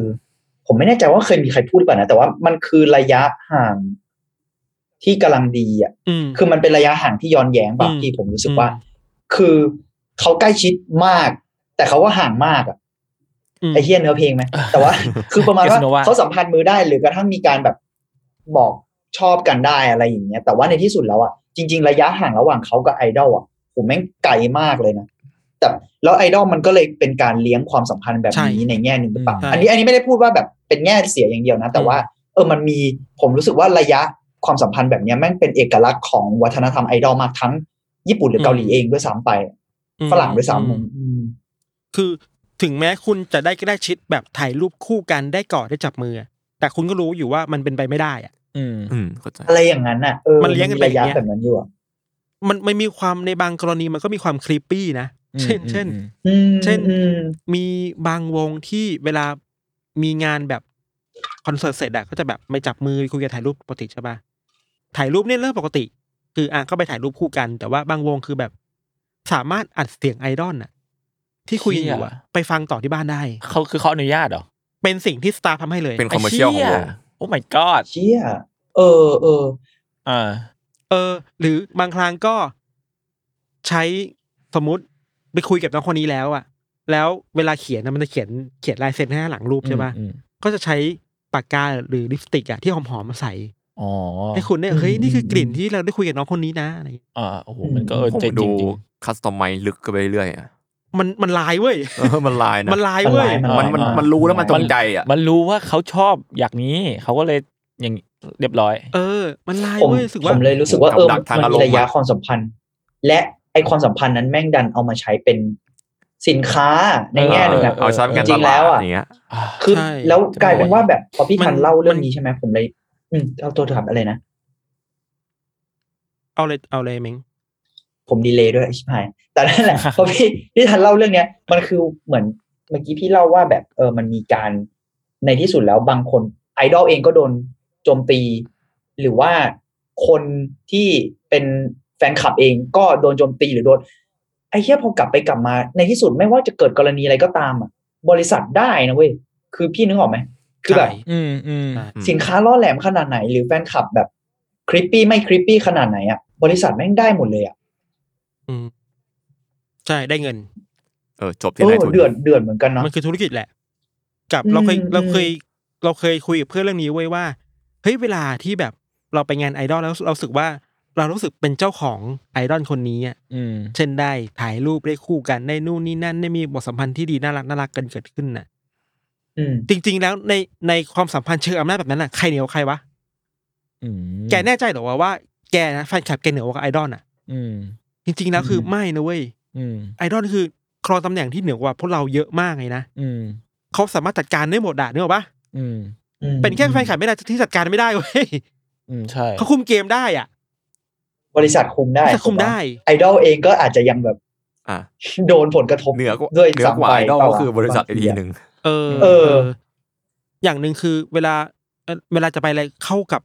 S5: ผมไม่แน่ใจว่าเคยมีใครพูดหรือเปล่านะ แต่ว่ามันคือระยะห่างที่กำลังดีอ่ะ
S3: อืม
S5: คือมันเป็นระยะห่างที่ย้อนแย้งบาง
S3: อืม
S5: ที่ผมรู้สึก
S3: อืม
S5: ว่า คือเขาใกล้ชิดมาก แต่เขาว่าห่างมากอ่ะ
S3: ม
S5: ไอ้เฮียเนื้อเพลงไหมแต่ว่า คือประมาณว่า
S1: Casanova
S5: เขาสัมพันธ์มือได้หรือกระทั่งมีการแบบบอกชอบกันได้อะไรอย่างเงี้ย แต่ว่าในที่สุดแล้วอ่ะจริง ๆ ระยะห่างระหว่างเขากับไอดอลอ่ะผมแม่งไกลมากเลยนะแต่แล้วไอดอลมันก็เลยเป็นการเลี้ยงความสัมพันธ์แบบนี้ในแง่หนึ่งหรือเปล่า
S1: ใช่
S5: อันนี้อันนี้ไม่ได้พูดว่าแบบเป็นแง่เสียอย่างเดียวนะ แต่ว่า เออมันมีผมรู้สึกว่าระยะความสัมพันธ์แบบเนี้ยแม่งเป็นเอกลักษณ์ของวัฒนธรรมไอดอลมากทั้งญี่ปุ่นหรือเกาหลีเองด้วยซ้ำไป
S3: อืม
S5: ฝรั่งด้วยซ้ำอืม
S3: คือถึงแม้คุณจะได้ได้ชิดแบบถ่ายรูปคู่กันได้กอดได้จับมืออะแต่คุณก็รู้อยู่ว่ามันเป็นไปไม่ได้อะ
S1: อืม
S4: อืมเข้าใจ
S5: อะไรอย่างนั้นอ่ะออ
S3: มันเลี้ยงกันไป
S5: ระ
S3: อย่า
S5: ยะ
S3: งเงี้ย
S5: แบบนั้นอยู่อ่ะ
S3: มันมันมีความในบางกรณีมันก็มีความคลิปปี้นะ เช่น เช่น
S5: อืม
S3: เช่น
S5: อืม
S3: มีบางวงที่เวลามีงานแบบคอนเสิร์ตเสร็จอะก็จะแบบไม่จับมือคุยกันถ่ายรูปปกติใช่ปะถ่ายรูปเนี่ยเรื่องปกติ คืออ่ะก็ไปถ่ายรูปคู่กัน แต่ว่าบางวงคือแบบสามารถอัดเสียงไอดอลน่ะ ที่คุยกันอยู่อะ
S1: เชี่ย
S3: ไปฟังต่อที่บ้านได้
S1: เขาคือเขาอนุญาตเหรอ
S3: เป็นสิ่งที่สตาร์ทำให้เลย
S4: เป็น commercial ของวง
S1: โอ้ my god
S5: เชี่ยเออเออ
S1: อ่า
S3: เออ หรือบางครั้งก็ใช้สมมติไปคุยกับน้องคนนี้แล้วอะแล้วเวลาเขียนนะมันจะเขียนเขียนลายเซ็นให้หลังรูปใช่ปะ
S1: อืมอืม
S3: ก็จะใช้ปากกาหรือลิปสติกอะที่หอมๆมาใส่
S1: อ๋อ
S3: ให้คุณเนี่ยเฮ้ย
S5: อืม
S3: นี่คือกลิ่นที่เราได้คุยกับน้องคนนี้นะอะไรอย่างเงี้ย
S1: อ่าโอ้โหมันก็เออ
S4: ผม
S1: เจ๋งจ
S4: ดู
S1: ริงจริง
S4: คัสตอมไมลึกกันไปเรื่อยๆอะ
S3: มันมันลายเว้ย
S4: เออมันลายนะ
S3: มันลายเว้ย
S5: มัน
S4: มัน
S5: ลาย
S4: มัน
S5: ลาย
S4: มันรู้แล้วมันจงใจอ่ะ
S1: มันรู้ว่าเขาชอบอย่างนี้ เขาก็เลยอย่างเรียบร้อย
S3: เออ มันลาย
S5: ผม
S3: เว้ยรู้สึกว่า
S5: ผมเลยรู้สึกว่าเออ
S4: กับดักทาง
S5: มัน
S4: อาร
S5: มี
S4: มณ์
S5: ระยะความสัมพันธ์ และไอความสัมพันธ์นั้นแม่งดันเอามาใช้เป็นสินค้าในแง่หนึ่งอะ
S1: เออ
S4: เอาใช้เป็นการ
S5: จริ
S4: ต
S5: ง
S4: ลา
S5: แล้
S4: ด
S5: วอะ
S4: อย่างเงี้ย
S1: อ่า
S5: คือ
S3: ใช่
S5: แล้ว
S1: จะ
S5: กลายเป็นว่าแบบพอพี่
S3: มัน
S5: ทันเล่าเรื่อง
S3: มัน
S5: นี้ใช่ไหมผมเลย อืมเอาตัวถับอะไรนะ
S3: เอาเลยเอาเลยเม้ง
S5: ผมดีเลย์ด้วยไอ้ชิบหาย แต่นั่น แหละ พอพี่พี่ทันเล่าเรื่องเนี้ย มันคือเหมือนเมื่อกี้พี่เล่าว่าแบบเออมันมีการในที่สุดแล้วบางคนไอดอลเองก็โดนโจมตี หรือว่าคนที่เป็นแฟนคลับเองก็โดนโจมตีหรือโดน ไอ้เหี้ยพอกลับไปกลับมา ในที่สุดไม่ว่าจะเกิดกรณีอะไรก็ตามอ่ะ บริษัทได้นะเว้ยคือพี่นึกออกไหมคือแบบ
S3: ใช่
S1: อืมอืม
S3: ใช่
S4: อืม
S5: สินค้าล่อแหลมขนาดไหน หรือแฟนคลับแบบคริปปี้ไม่คริปปี้ขนาดไหนอ่ะบริษัทแม่งได้หมดเลยอ่ะ
S3: อืมใช่ได้เงิน
S4: เออจบที่
S5: โอ้
S4: นายทุน
S5: เดือดเดือดเหมือนกันเนาะ
S3: มันคือธุรกิจแหละ กับ
S5: อืม
S3: เราเคยเราเคย
S5: อื
S3: เราเคยคุยกับเพื่อนเรื่องนี้ไว้ยว่าเฮ้ยเวลาที่แบบเราไปงานไอดอลแล้วเรารู้สึกว่าเรารู้สึกเป็นเจ้าของไอดอลคนนี้อะ
S1: อืม
S3: เช่นได้ถ่ายรูปได้คู่กันได้นู่นนี่นั่นได้มีบทสัมพันธ์ที่ดีน่ารักน่ารักกันเกิดขึ้นน่ะ
S5: อืม
S3: จริง ๆ แล้วในในความสัมพันธ์เชิงอำนาจแบบนั้นน่ะใครเหนียวใครวะ
S1: อืม
S3: แกแน่ใจเหรอวะว่าแกนะแฟนคลับแกเหนือกว่าไอดอลน่ะ
S1: อืม
S3: จริง ๆ แล้วคืออ
S5: ม
S3: ไม่นะเว้ย
S1: อืม
S3: ไอดอลคือครองตำแหน่งที่เหนือกว่าพวกเราเยอะมากเลยนะ
S1: อืม
S3: เขาสามารถจัดการได้หมดด่ะนึกออกปะ
S1: อืม
S5: อืม
S3: เป็นแค่แฟนคลับไม่ได้ที่จัดการไม่ได้เว้ย
S1: อืมใช่
S3: เขาคุมเกมได้อ่ะ
S5: บริษัทคุมได้
S3: แต่คุมได้
S5: ไอดอลเองก็อาจจะยังแบบ
S4: อ่ะ
S5: โดนผลกระทบ
S4: เหนือกว่า
S5: ด้วย
S4: เหนือกว่า
S5: ซ้ำไป
S4: ไอดอล
S5: เปล่า
S4: ก็คือบริษัท
S5: บา
S4: อี
S5: ง
S4: ก
S5: ที
S4: ที
S5: อะ
S4: หนึ่ง
S3: เออ
S5: เออ
S3: อย่างหนึ่งคือเวลาเอ่อเวลาจะไปอะไรเข้ากับ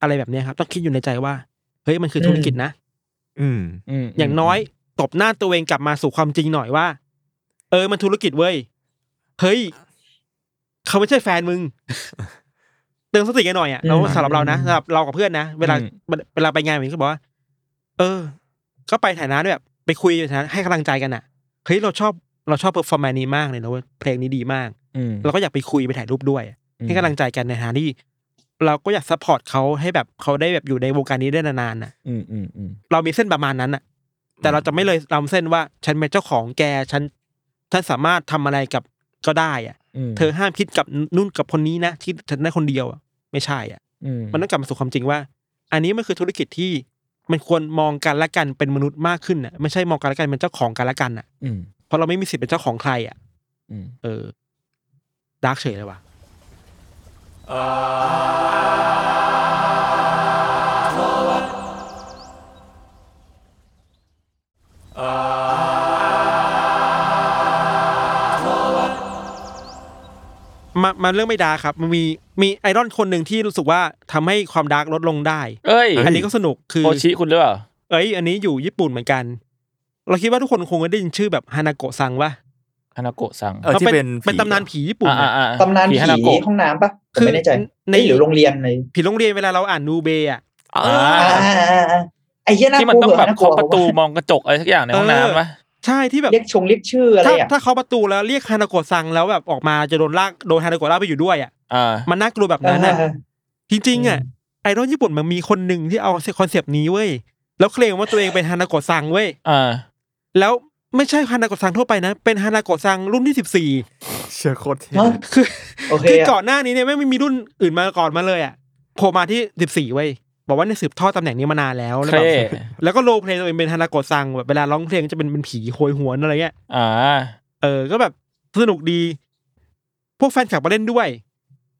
S3: อะไรแบบเนี้ยครับ ต้องคิดอยู่ในใจว่า เฮ้ยมันคือธุรกิจนะ
S4: อืม
S1: อืม
S3: อย่างน้อยตบหน้าตัวเองกลับมาสู่ความจริงหน่อยว่า เออมันธุรกิจเว้ย เฮ้ย เขาไม่ใช่แฟนมึง เตือนสติกันหน่อยอ่ะ
S5: อืม
S3: เราสำหรับเรานะสำหรับเรากับเพื่อนนะ เวลาเวลาไปงานแบบนี้ก็บอกว่า เออ ก็ไปฐานะด้วยแบบไปคุยในฐานะให้กำลังใจกันอ่ะเฮ้ยเราชอบเราชอบเปอร์ฟอร์แมนนี้มากเลยนะเว้ยเพลงนี้ดีมาก
S1: อืม
S3: เราก็อยากไปคุยไปถ่ายรูปด้วย ให้กำลังใจกันในฐานะที่เราก็อยากซัพพอร์ตเขาให้แบบเขาได้แบบอยู่ในวงการนี้ได้นานๆน่ะ
S1: อืมอืมอืม
S3: เรามีเส้นประมาณนั้นน่ะ แต่เราจะไม่เลยล้ำเส้นว่า ฉันเป็นเจ้าของแก ฉัน ฉันสามารถทำอะไรกับก็ได้อ่ะ เธอห้ามคิดกับนู่นกับคนนี้นะคิดฉันได้คนเดียวอ่ะ ไม่ใช่อ่ะ มันต้องกลับมาสู่ความจริงว่า อันนี้มันคือธุรกิจที่มันควรมองกันและกันเป็นมนุษย์มากขึ้นน่ะ ไม่ใช่มองกันและกันเป็นเจ้าของกันและกันน่ะ
S1: อืม
S3: เพราะเราไม่มีสิทธิ์เป็นเจ้าของใครอ่ะ
S1: อืม
S3: เออ ดาร์กเฉยเลยว่ะ มามาเรื่องไม่ดาร์กครับ มันมีมีไอรอนคนหนึ่งที่รู้สึกว่าทำให้ความดาร์กลดลงได้
S1: เอ้ย
S3: อันนี้ก็สนุกคือ
S1: โอชิคุณหรือเปล่า
S3: เอ้ย อันนี้อยู่ญี่ปุ่นเหมือนกัน เราคิดว่าทุกคนคงได้ยินชื่อแบบฮานาโกะซังวะ
S1: ฮานาโกะซัง
S4: เออที่เป็น
S3: เป็นตำนาน
S4: ผี
S3: ผีญี่ปุ่น
S1: อ่า
S3: อะ
S1: อ่า
S5: ตำนาน
S1: ผี
S5: ผี
S1: ฮานาโกะ
S5: ห้องน้ำปะผมไม่แน่ใจ
S3: ใน
S5: ในหรือโรงเรียนใน
S3: ผีโรงเรียนเวลาเราอ่านนูเบอ่ะ
S4: อ่า
S1: อ่า
S5: อ่าไอ้เหี้ยน่า
S1: ที่
S5: ก
S1: มัน
S5: ลัว
S1: ต้องแบบ
S5: น่ากลั
S1: เคาะ
S5: ว
S1: ประตูมองกระจกอะไรสักอย่างในห้องน้ำปะ
S3: ใช่ที่แบบ
S5: เรียกชงเรียกชื่ออะไร
S3: ถ้า
S5: อ่ะ
S3: ถ้าเขาะประตูแล้วเรียกฮานาโกะซังแล้วแบบออกมาจะโดนลากโดนฮานาโกะลากไปอยู่ด้วยอ่ะ
S1: อ่า
S3: มันน่ากลัวแบบนั้น
S5: อ่า
S3: อ่ะจริงๆอ่ะ
S5: อืม
S3: ไอรอนญี่ปุ่นมันมีคนหนึ่งที่เอาคอนเซปต์นี้เว้ยแล้วเคลมว่าตัวเองเป็นฮานาโกะซังเว้ย
S1: อ่า
S3: แล้วไม่ใช่ฮานาโกะซังทั่วไปนะ เป็นฮานาโกะซังรุ่นที่สิบสี่
S4: เชื่อโคตรเท่
S5: เนอะ
S3: คือ
S5: โอเค
S3: คือ
S5: อะ
S3: ก่อนหน้านี้เนี่ยไม่มีรุ่นอื่นมาก่อนมาเลยอ่ะโผล่มาที่สิบสี่14เว้ยบอกว่าเนี่ยสืบทอดตำแหน่งนี้มานานแล้วแล้วแบบ
S1: เท่
S3: แล้วก็โลเพลงตัวเองเป็นฮานาโกะซังแบบเวลาร้องเพลงจะเป็นเป็นผีโหยหวนอะไรเงี้ย
S1: อ่า
S3: เออก็แบบสนุกดี พวกแฟนคลับมาเล่นด้วย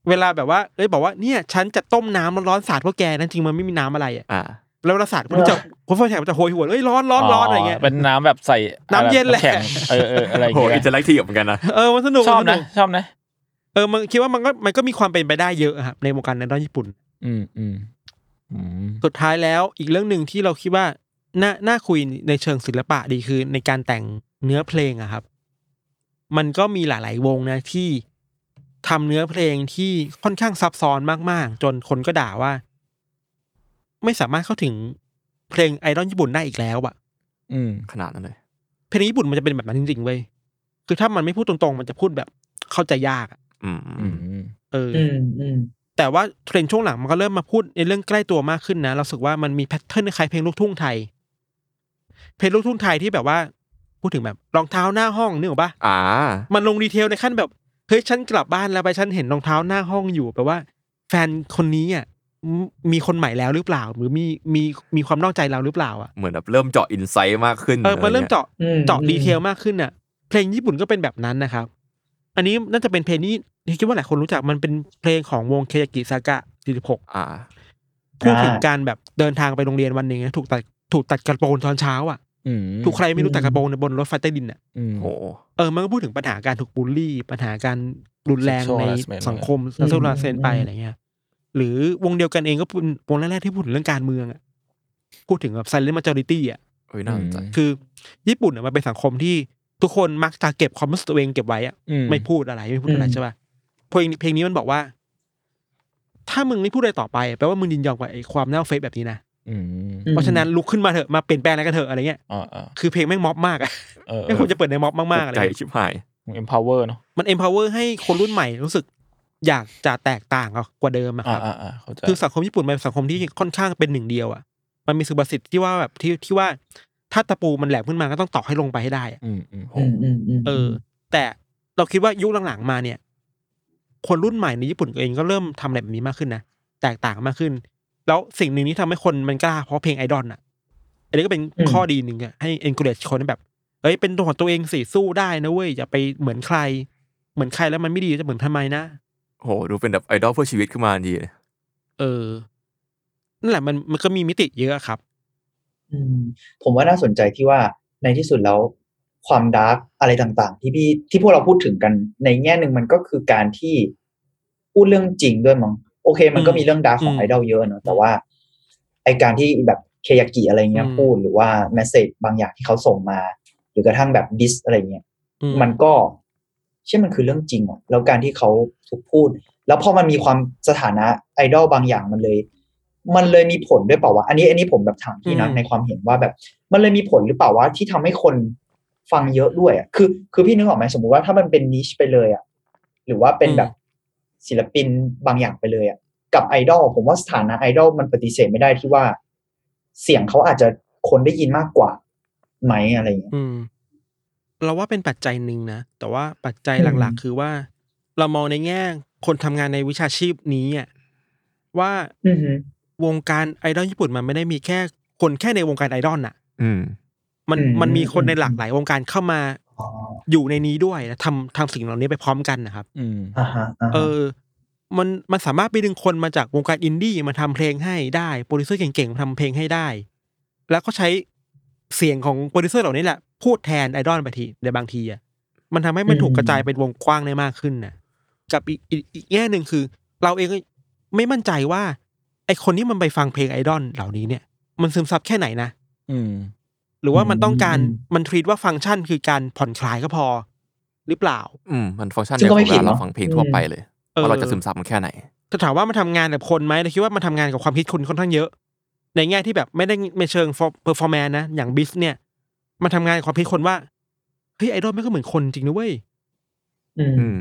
S3: เวลาแบบว่าเอ้ยบอกว่าเนี่ยฉันจะต้มน้ำร้อนๆสาดพวกแกนั่นจริงมันไม่มีน้ำอะไรอ่ะ
S4: อ่า
S3: แล้วเวลาสาดพวกนี้จะพวกแฟนคลับจะโหยหวนเอ้ยร้อนร้อนร้อนอะไรเงี้ย
S1: เป็นน้ำแบบใส่
S3: น้ำเย็นแหละ
S1: แข็งเออเอออะไรอย่าง
S4: โห
S1: เงี้
S4: อินเทอย ร์แอคทีฟเหมือนกันนะ
S3: เออมันสนุก
S1: ชอบ
S3: มัส
S1: นะ
S3: ก
S1: ชอบนะ
S3: เออมันคิดว่ามันก็มันก็มีความเป็นไปได้เยอะครับในวงการในด้านญี่ปุ่น
S1: อืมอืมอืม
S3: สุดท้ายแล้วอีกเรื่องหนึ่งที่เราคิดว่าน่าน่าคุยในเชิงศิลปะดีคือในการแต่งเนื้อเพลงอะครับ มันก็มีหลาย ๆ วงนะที่ทำเนื้อเพลงที่ค่อนข้างซับซ้อนมาก ๆ จนคนก็ด่าว่า ไม่สามารถเข้าถึงเพลงไอรอนญี่ปุ่นได้อีกแล้วอะ
S1: อืม
S4: ขนาดนั้นเลย
S3: เพลงญี่ปุ่นมันจะเป็นแบบนั้นจริง ๆ เว้ยคือถ้ามันไม่พูดตรง ๆ มันจะพูดแบบเข้าใจยากอะ
S4: อืม
S1: อืม
S3: เอออ
S5: อืมอืม
S3: แต่ว่าเทรนด์ช่วงหลังมันก็เริ่มมาพูดในเรื่องใกล้ตัวมากขึ้นนะ เราสึกว่ามันมีแพทเทิร์นคล้ายเพลงลูกทุ่งไทย เพลงลูกทุ่งไทยที่แบบว่า พูดถึงแบบรองเท้าหน้าห้องนึกออกปะ
S4: อ่า
S3: มันลงดีเทลในขั้นแบบเฮ้ยฉันกลับบ้านแล้วไปฉันเห็นรองเท้าหน้าห้องอยู่แปลว่า แฟนคนนี้อ่ะมมีคนใหม่แล้วหรือเปล่า หรือมีมีมีความนอกใจเราหรือเปล่าอ่ะ
S4: เหมือนแบบเริ่มเจาะอินไซต์มากขึ้น
S3: เออมันเริ่ม
S4: ะไ
S3: เจาะ
S5: อืม
S3: เจาะดีเทลมากขึ้นอ่ะ เพลงญี่ปุ่นก็เป็นแบบนั้นนะครับ อันนี้น่าจะเป็นเพลงที่ที่คิดว่าหลายคนรู้จักมันเป็นเพลงของวงเคยากิซากะ46
S4: เงี้ยอ่า
S3: พูดถึงการแบบเดินทางไปโรงเรียนวันหนึ่งนะถูกตัดถูกตัดกระโปรงตอนเช้าอ่ะ
S1: อืม
S3: ถูกใครไม่รู้ตัดกระโปรงในบนรถไฟใต้ดินอ่ะ
S1: อืม
S4: โห
S3: เออมันก็พูดถึงปัญหาการถูกบูลลี่ ปัญหาการรุนแรงใน
S1: Sexual harassment
S3: สังคมโซเชียลเซนไปอะไรเงี้ยหรือวงเดียวกันเองก็เป็นวงแรกๆที่พูดถึงเรื่องการเมืองอ่ะพูดถึงแบบไซเลนต์มาจอริตี้อ่ะ
S4: เฮ้ยน่าสนใจ
S1: อืม
S3: คือญี่ปุ่นอะมันเป็นสังคมที่ทุกคนมักจะเก็บความรู้สึกตัวเองเก็บไว้อ่ะ
S1: อืม
S3: ไม่พูดอะไรไม่พูดอะไรใช่ป่ะเพลงเพลงนี้มันบอกว่า ถ้ามึงไม่พูดอะไรต่อไปแปลว่ามึงยินยอมกับไอ้ความเน่าเฟซแบบนี้นะ
S1: อืม
S5: อืม
S3: เพราะฉะนั้นลุกขึ้นมาเถอะมาเปลี่ยนแปลงอะไรกันเถอะอะไรเงี้ย
S1: อ่าอ่า
S3: คือเพลงแม่งม็อบมากอะ
S1: เออเอ
S3: ไม่คว
S1: อ
S3: รจะเปิดในม็อบมากๆอะไร
S4: ใจ
S3: เงี้ย
S4: ชิบหาย
S1: ของ empower เนอะ
S3: มัน empower ให้คนรุ่นใหม่รู้สึก อยากจะแตกต่างกว่าเดิมอะค
S1: อ่า
S3: รับ
S1: อ่าอ่าเข้าใจ
S3: คือสังคมญี่ปุ่นมันเป็นสังคมที่ค่อนข้างเป็นหนึ่งเดียวอะมันมีสุภาษิตที่ว่าแบบที่ที่ว่าถ้าตะปูมันแหลมขึ้นมาก็ต้องตอกให้ลงไปให้ได้อะ
S1: อืมอืมโห
S5: อืมอืมอืม
S3: เออ แต่เราคิดว่ายุคหลังๆมาเนี่ย คนรุ่นใหม่ในญี่ปุ่นเองก็เริ่มทำอะไรแบบนี้มากขึ้นนะแตกต่างมากขึ้น แล้วสิ่งหนึ่งที่ทำให้คนมันกล้าเพราะเพลงไอดอลอะอันนี้ก็เป็นข้อดีหนึ่งอะให้ encourage คนให้แบบเอ้ยเป็นตัวของตัวเองสิสู้ได้นะเว้ยอย่าไปเหมือนใคร เหมือนใครแล้วมันไม่ดีจะเหมือนทำไมนะ
S4: โห ดูเป็นแบบไอดอลเพื่อชีวิตขึ้นมาดีเลย
S3: เออนั่นแหละมันมันก็มีมิติเยอะครับ
S5: อืมผมว่าน่าสนใจที่ว่าในที่สุดแล้วความดาร์กอะไรต่างๆ ที่พี่ที่พวกเราพูดถึงกันในแง่หนึ่งมันก็คือการที่พูดเรื่องจริงด้วยมั้งโอเค มันก็มีเรื่องดาร์กของ
S3: อืม
S5: ไอดอลเยอะเนอะแต่ว่าไอการที่แบบเคยากิอะไรเงี้ย
S3: อืม
S5: พูดหรือว่าแมสเซจบางอย่างที่เขาส่งมา หรือกระทั่งแบบดิสอะไรเงี้ย
S3: อื
S5: มันก็เช่นมันคือเรื่องจริงอะแล้วการที่เขาถูกพูด แล้วพอมันมีความสถานะไอดอลบางอย่างมันเลย มันเลยมีผลด้วยเปล่าวะอันนี้ อันนี้ผมแบบถามพี่นะในความเห็นว่าแบบ มันเลยมีผลหรือเปล่าวะที่ทำให้คนฟังเยอะด้วยอะคือ คือพี่นึกออกไหมสมมุติว่าถ้ามันเป็นนิชไปเลยอะหรือว่าเป็นแบบศิลปินบางอย่างไปเลยอะกับไอดอลผมว่าสถานะไอดอลมันปฏิเสธไม่ได้ที่ว่า เสียงเขาอาจจะคนได้ยินมากกว่าไหมอะไรอย่างเงี้ย
S3: อืม เราว่าเป็นปัจจัยหนึ่งนะ แต่ว่าปัจจัย
S5: อืม
S3: หลักๆ คือว่า เรามองในแง่คนทำงานในวิชาชีพนี้อ่ะว่า
S5: อือฮึ
S3: วงการไอดอลญี่ปุ่นมันไม่ได้มีแค่คนแค่ในวงการไอดอลน่ะ
S4: อืม
S3: มัน
S5: อืม
S3: มันมีคนใน
S5: อืม
S3: หลากหลายวงการเข้ามา
S5: อ๋อ
S3: อยู่ในนี้ด้วยและทำทำสิ่งเหล่านี้ไปพร้อมกันนะครับ
S1: อืม
S5: อ่าฮะาฮะ
S3: เออ มันมันสามารถไปดึงคนมาจากวงการอินดี้มาทำเพลงให้ได้ โปรดิวเซอร์เก่งๆมาทำเพลงให้ได้ แล้วก็ใช้เสียงของโปรดิวเซอร์เหล่านี้แหละ พูดแทนไอดอลไปทีในบางทีอ่ะมันทำให้มัน
S5: อืม
S3: ถูกกระจายเป็นวงกว้างได้มากขึ้นนะกับอีกอีกอีกแง่หนึ่งคือ เราเองก็ไม่มั่นใจว่า ไอคนที่มันไปฟังเพลงไอดอลเหล่านี้เนี่ย มันซึมซับแค่ไหนนะ
S1: อืม
S3: หรือว่ามันต้องการ
S5: อืม
S3: มันทรีตว่าฟังก์ชันคือการผ่อนคลายก็พอ หรือเปล่า
S4: อืมมันฟังก์ชัน
S5: ซึ่
S4: เดีย
S5: ง
S4: ว
S5: ก็
S4: กับ
S5: ไม่
S4: เว
S5: ผิด
S4: ลา
S5: เน
S4: เรา
S5: อะ
S4: ฟังเพลง
S5: อืม
S4: ทั่วไปเลย
S3: เออ
S4: ว่าเราจะซึมซับมันแค่ไหน
S3: ถ้าถามว่ามันทำงานกับคนไหมเราคิดว่ามันทำงานกับความคิดคนค่อนข้างเยอะ ในแง่ที่แบบไม่ได้ไม่เชิงเพอร์ฟอร์แมนนะ อย่างบิสเนี่ย มันทำงานกับความคิดคนว่าเฮ้ยไอดอลไม่งก็เหมือนคนจริงนะเว้ย
S5: อืม
S4: อืม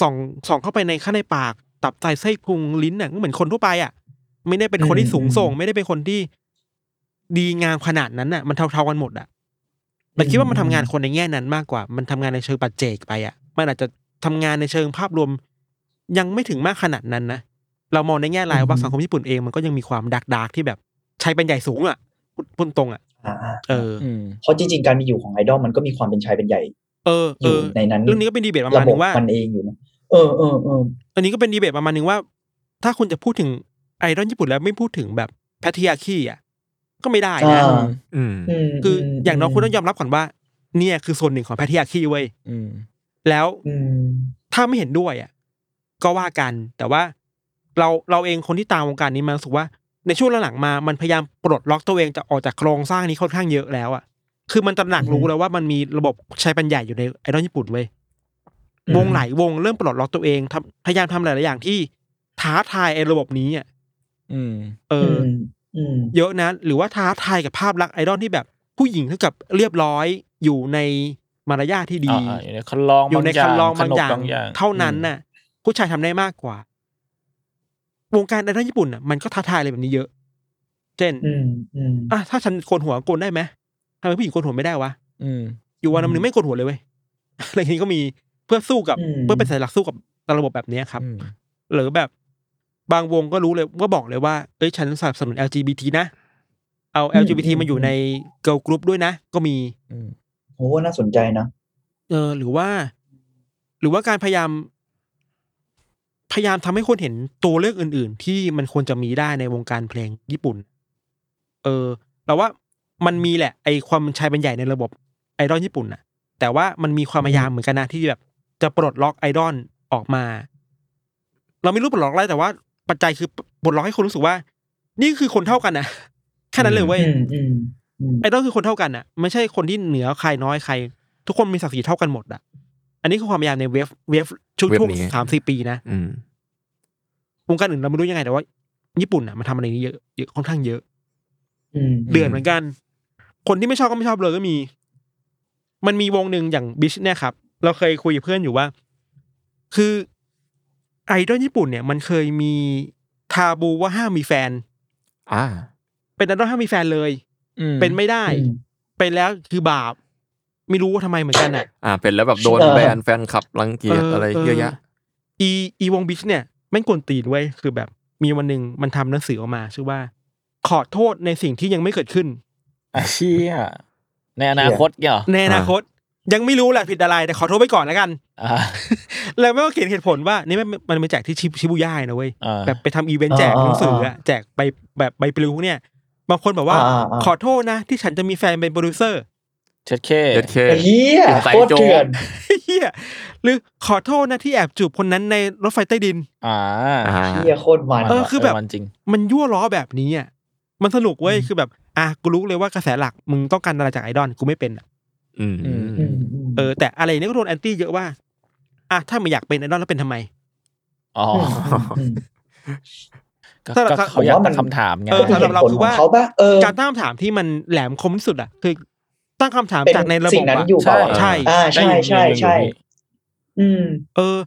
S3: ส่องส่องเข้าไปในข้างในปาก ตับไตไส้พุงลิ้นน่ะก็เหมือนคนทั่วไปอ่ะ ไม่ได้เป็นคนที่สูงส่ง ไม่ได้เป็นคนที่ดีงามขนาดนั้นน่ะ มันเท่าๆกันหมดอ่ะแต่คิดว่ามันทำงานคนในแง่นั้นมากกว่า มันทำงานในเชิงปัจเจกไปอ่ะ มันอาจจะทำงานในเชิงภาพรวม ยังไม่ถึงมากขนาดนั้นนะ เรามองในแง่รายว่าสังคมญี่ปุ่นเองมันก็ยังมีความดักดักที่แบบใช้เป็นใหญ่สูงอ่ะพูดพูดตรงอ่ะ
S5: อ่าอ่า
S3: เออ
S1: อืม
S5: เพราะจริงๆ การมีอยู่ของไอดอลมันก็มีความเป็นชายเป็นใหญ่
S3: เออเอ
S5: อ
S3: ยู่ อ
S5: ในนั้น
S3: เรื่องนี้ก็เป็นดีเบตประ
S5: ระ
S3: มาณ
S5: บ
S3: นึ
S5: บ
S3: งว่า
S5: มันเองอยู่นะเออเออเออ
S3: อันนี้ก็เป็นดีเบตประมาณหนึ่งว่า ถ้าคุณจะพูดถึงไอรอนญี่ปุ่นแล้วไม่พูดถึงแบบแพทริยาคีอ่ะก็ไม่ได้นะ
S5: อ่า
S4: อืม
S5: อืม
S3: คืออ
S5: ม
S3: อย่างน้อยคุณต้องยอมรับก่อนว่า เนี่ยคือส่วนหนึ่งของแพทริยาคีเว้ย
S1: อืม
S3: แล้ว
S5: อืม
S3: ถ้าไม่เห็นด้วยอ่ะก็ว่ากัน แต่ว่าเราเราเองคนที่ตามวงการนี้มารู้สึกว่า ในช่วงหลังๆมามันพยายามปลดล็อกตัวเองจะออกจากโครงสร้างนี้ค่อนข้างเยอะแล้วอ่ะคือมันตระหนักรู้แล้วว่ามันมีระบบใช้ปัญญาอยู่ในไอรอนญี่ปุ่นเว้ย วงหลายวงเริ่มปลดล็อกตัวเองทำพยายามทำหลาย ๆ อย่างที่ท้าทายไอ้ระบบนี้อ่ะ
S1: อืม
S3: เอ
S5: อื
S3: อ
S5: ม
S3: อ
S5: อืม
S3: เยอะนะ หรือว่าท้าทายกับภาพลักษณ์ไอดอลที่แบบ ผู้หญิงเท่ากับเรียบร้อยอยู่ในมารยาทที่ดี
S1: อ่าๆอยู่ในคันลอง
S3: อยู่ในคันลองบางอย่า
S1: ขนบ
S3: ง
S1: บางอย่าง
S3: เท่านั้นน่ะ ผู้ชายทำได้มากกว่า วงการไอดอลญี่ปุ่นน่ะมันก็ท้าทายอะไรแบบนี้เยอะ เช่น
S5: อืมอืม
S3: อ่ะถ้าฉันโกนหัวโกนได้ไหมทำไมผู้หญิงโกนหัวไม่ได้วะ
S1: อืม
S3: อยู่วัน
S5: อืม
S3: หนึ่งไม่โกนหัวเลยเว้ย อะไรอย่างนี้ก็มีเพื่อสู้กับ
S5: อืม
S3: เพื่อเป็นสัญลักษณ์สู้กับระบบแบบเนี้ยครับ
S1: อืม
S3: หรือแบบบางวงก็รู้เลยว่าบอกเลยว่า เอ้ยฉันสนับสนุน LGBT นะ เอา LGBT
S5: อืม
S3: มาอยู่ในเกิร์ลกรุ๊ปด้วยนะ ก็มี
S1: อืม
S5: โอ้น่าสนใจนะ
S3: เออหรือว่า หรือว่าการพยายาม พยายามทำให้คนเห็นตัวเลือกอื่น ๆ ที่มันควรจะมีได้ในวงการเพลงญี่ปุ่น เออเราว่ามันมีแหละ ไอความชายเป็นใหญ่ในระบบไอดอลญี่ปุ่นน่ะ แต่ว่ามันมีความพยายามเหมือนกันนะที่แบบ จะปลดล็อกไอดอลออกมา เราไม่รู้ปลดล็อกอะไรแต่ว่าปัจจัยคือปลดล็อกให้คนรู้สึกว่า นี่คือคนเท่ากันนะแค่นั้นเลยเว้ย
S5: อืมอืมอืม
S3: ไอดอลคือคนเท่ากันอ่ะไม่ใช่คนที่เหนือใครน้อยใคร ทุกคนมีศักดิ์ศรีเท่ากันหมดอ่ะ อันนี้คือความพยายามในเวฟเวฟช่วง
S4: เวฟ
S3: ช่วง
S4: นี้
S3: สามสี่ปีนะ
S4: อืม
S3: วงการอื่นเราไม่รู้ยังไงแต่ว่าญี่ปุ่นอ่ะมันทำอะไรนี้เยอะเยอะค่อนข้างเยอะ
S5: อืม
S3: เดือดเหมือนกัน คนที่ไม่ชอบก็ไม่ชอบเลยก็มี มันมีวงหนึ่งอย่างบิชเนี่ยครับ เราเคยคุยกับเพื่อนอยู่ว่า คือไอดอลญี่ปุ่นเนี่ย มันเคยมีทาบูว่าห้ามมีแฟน
S4: อ่า
S3: เป็นไอดอลห้ามมีแฟนเลย
S1: อืม
S3: เป็นไม่ได้
S5: อืม
S3: เป็นแล้วคือบาป ไม่รู้ว่าทำไมเหมือนกันอ่ะ
S4: อ่า เป็นแล้วแบบโดน
S5: เออ
S4: แบนแฟนคลับรังเกียจอะไรเยอะแยะ
S3: อีอีวงบิชเนี่ยแม่งกวนตีนไว้ยคือแบบมีวันหนึ่งมันทำหนังสือออกมา ชื่อว่า ขอโทษในสิ่งที่ยังไม่เกิดขึ้น
S1: อาเชีพในอนาคตเนี่ยเหรอ
S3: ในอนาคต ยังไม่รู้แหละผิดอะไร แต่ขอโทษไปก่อนแล้วกัน
S1: อ่า
S3: แล้วไม่ว่าเขียนเหตุผลว่านี่มันมันไปแจกที่ชิบชิบูย่านะเว้ย
S1: อ่า
S3: แบบไปทำอีเวนต์
S5: อ่า
S3: แจกหนังสือ
S5: อ่า
S3: อะแจกใบแบบใบปลิวเนี่ย บางคนบอกว่า
S5: อ่าอ่า
S3: ขอโทษนะ ที่ฉันจะมีแฟนเป็นโปรดิวเซอร์
S1: เช็ดเค
S4: เด็ดเค
S5: เฮีย
S4: เป็นสาย
S5: โคตร
S4: โจ๊ก
S5: เถื่อน
S3: เฮียหรือขอโทษนะที่แอบจูบคนนั้นในรถไฟใต้ดิน
S1: อ่า
S4: อ่า
S5: เฮียโคตรมัน
S3: เออคือแบบ
S1: มันจริง
S3: มันยั่วล้อแบบนี้อ่ะมันสนุกเว้ยคือแบบอ่ะกูรู้เลยว่ากระแสหลักมึงต้องการอะไรจากไอดอลกูไม่เป็นอะ
S4: อืม
S5: อืม
S3: เออแต่อะไรเนี่ยก็โดนแอนตี้เยอะว่าอ่ะถ้าไม่อยากเป็นไอดอลแล้วเป็นทำไม
S1: อ๋อ
S5: มอืม
S1: ก็
S3: สำหรับ
S1: ก็เขาอยาก
S5: ผมว่ามัน
S1: ตั้งคำถามไง
S3: เออสำหรับเรา
S5: เหตุผล
S3: คือว่า
S5: ของเขาปะเออ
S3: การตั้งคำถามที่มันแหลมคมที่สุดอ่ะคือตั้งคำถาม
S5: เป็น
S3: จากในระบ
S5: สิ่
S3: บ
S5: งนั้น
S3: อะ
S5: อยู่เปล่า
S3: ใช่
S5: อ่าใช่
S3: ได้อยู่
S5: ใช่ใช่ อืม
S3: เออ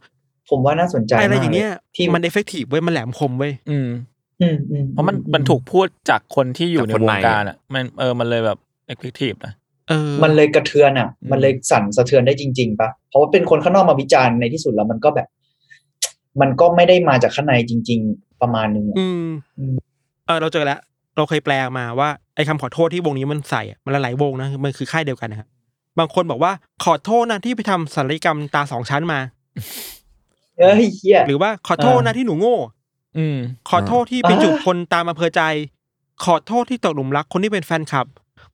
S5: ผมว่าน่าสนใจ
S3: อะไร
S5: มก
S3: อย่างเงี้ย
S5: ลที่
S3: มันเอฟเฟกตีฟเว้ยมันแหลมคมเว้ย
S1: อืม
S5: อืมอื
S1: เพราะมัน
S5: อื
S1: มันถูกพูดจากคนที่อยู่
S4: จาก
S1: ใน
S4: คน
S1: ว
S4: ใน
S1: งการอ่ะ มันเออมันเลยแบบเอ็กซ์ทีฟนะ
S3: เออ
S5: มันเลยกระเทือนอ่ะ
S1: อืม
S5: มันเลยสั่นสะเทือนได้จริง ๆปะเพราะว่าเป็นคนข้างนอกมาวิจารณ์ในที่สุดแล้วมันก็แบบ มันก็ไม่ได้มาจากข้างในจริง ๆ ประมาณนึงอะ
S3: อืม
S5: อืม
S3: เออเราเจอแล้ว เราเคยแปลมาว่าไอ้คำขอโทษที่วงนี้มันใส่อะมันหลายๆวงนะมันคือค่ายเดียวกันนะครับบางคนบอกว่าขอโทษนะที่ไปทำศัลยกรรมตาสองชั้นมา
S5: เอ้ยเฮีย
S3: หรือว่าขอโทษนะที่หนูโง่
S1: อืม
S3: ขอโทษที่ไป
S5: อ่า
S3: จูบคนตามอำเภอใจ ขอโทษที่ตกหลุมรักคนที่เป็นแฟนคลับ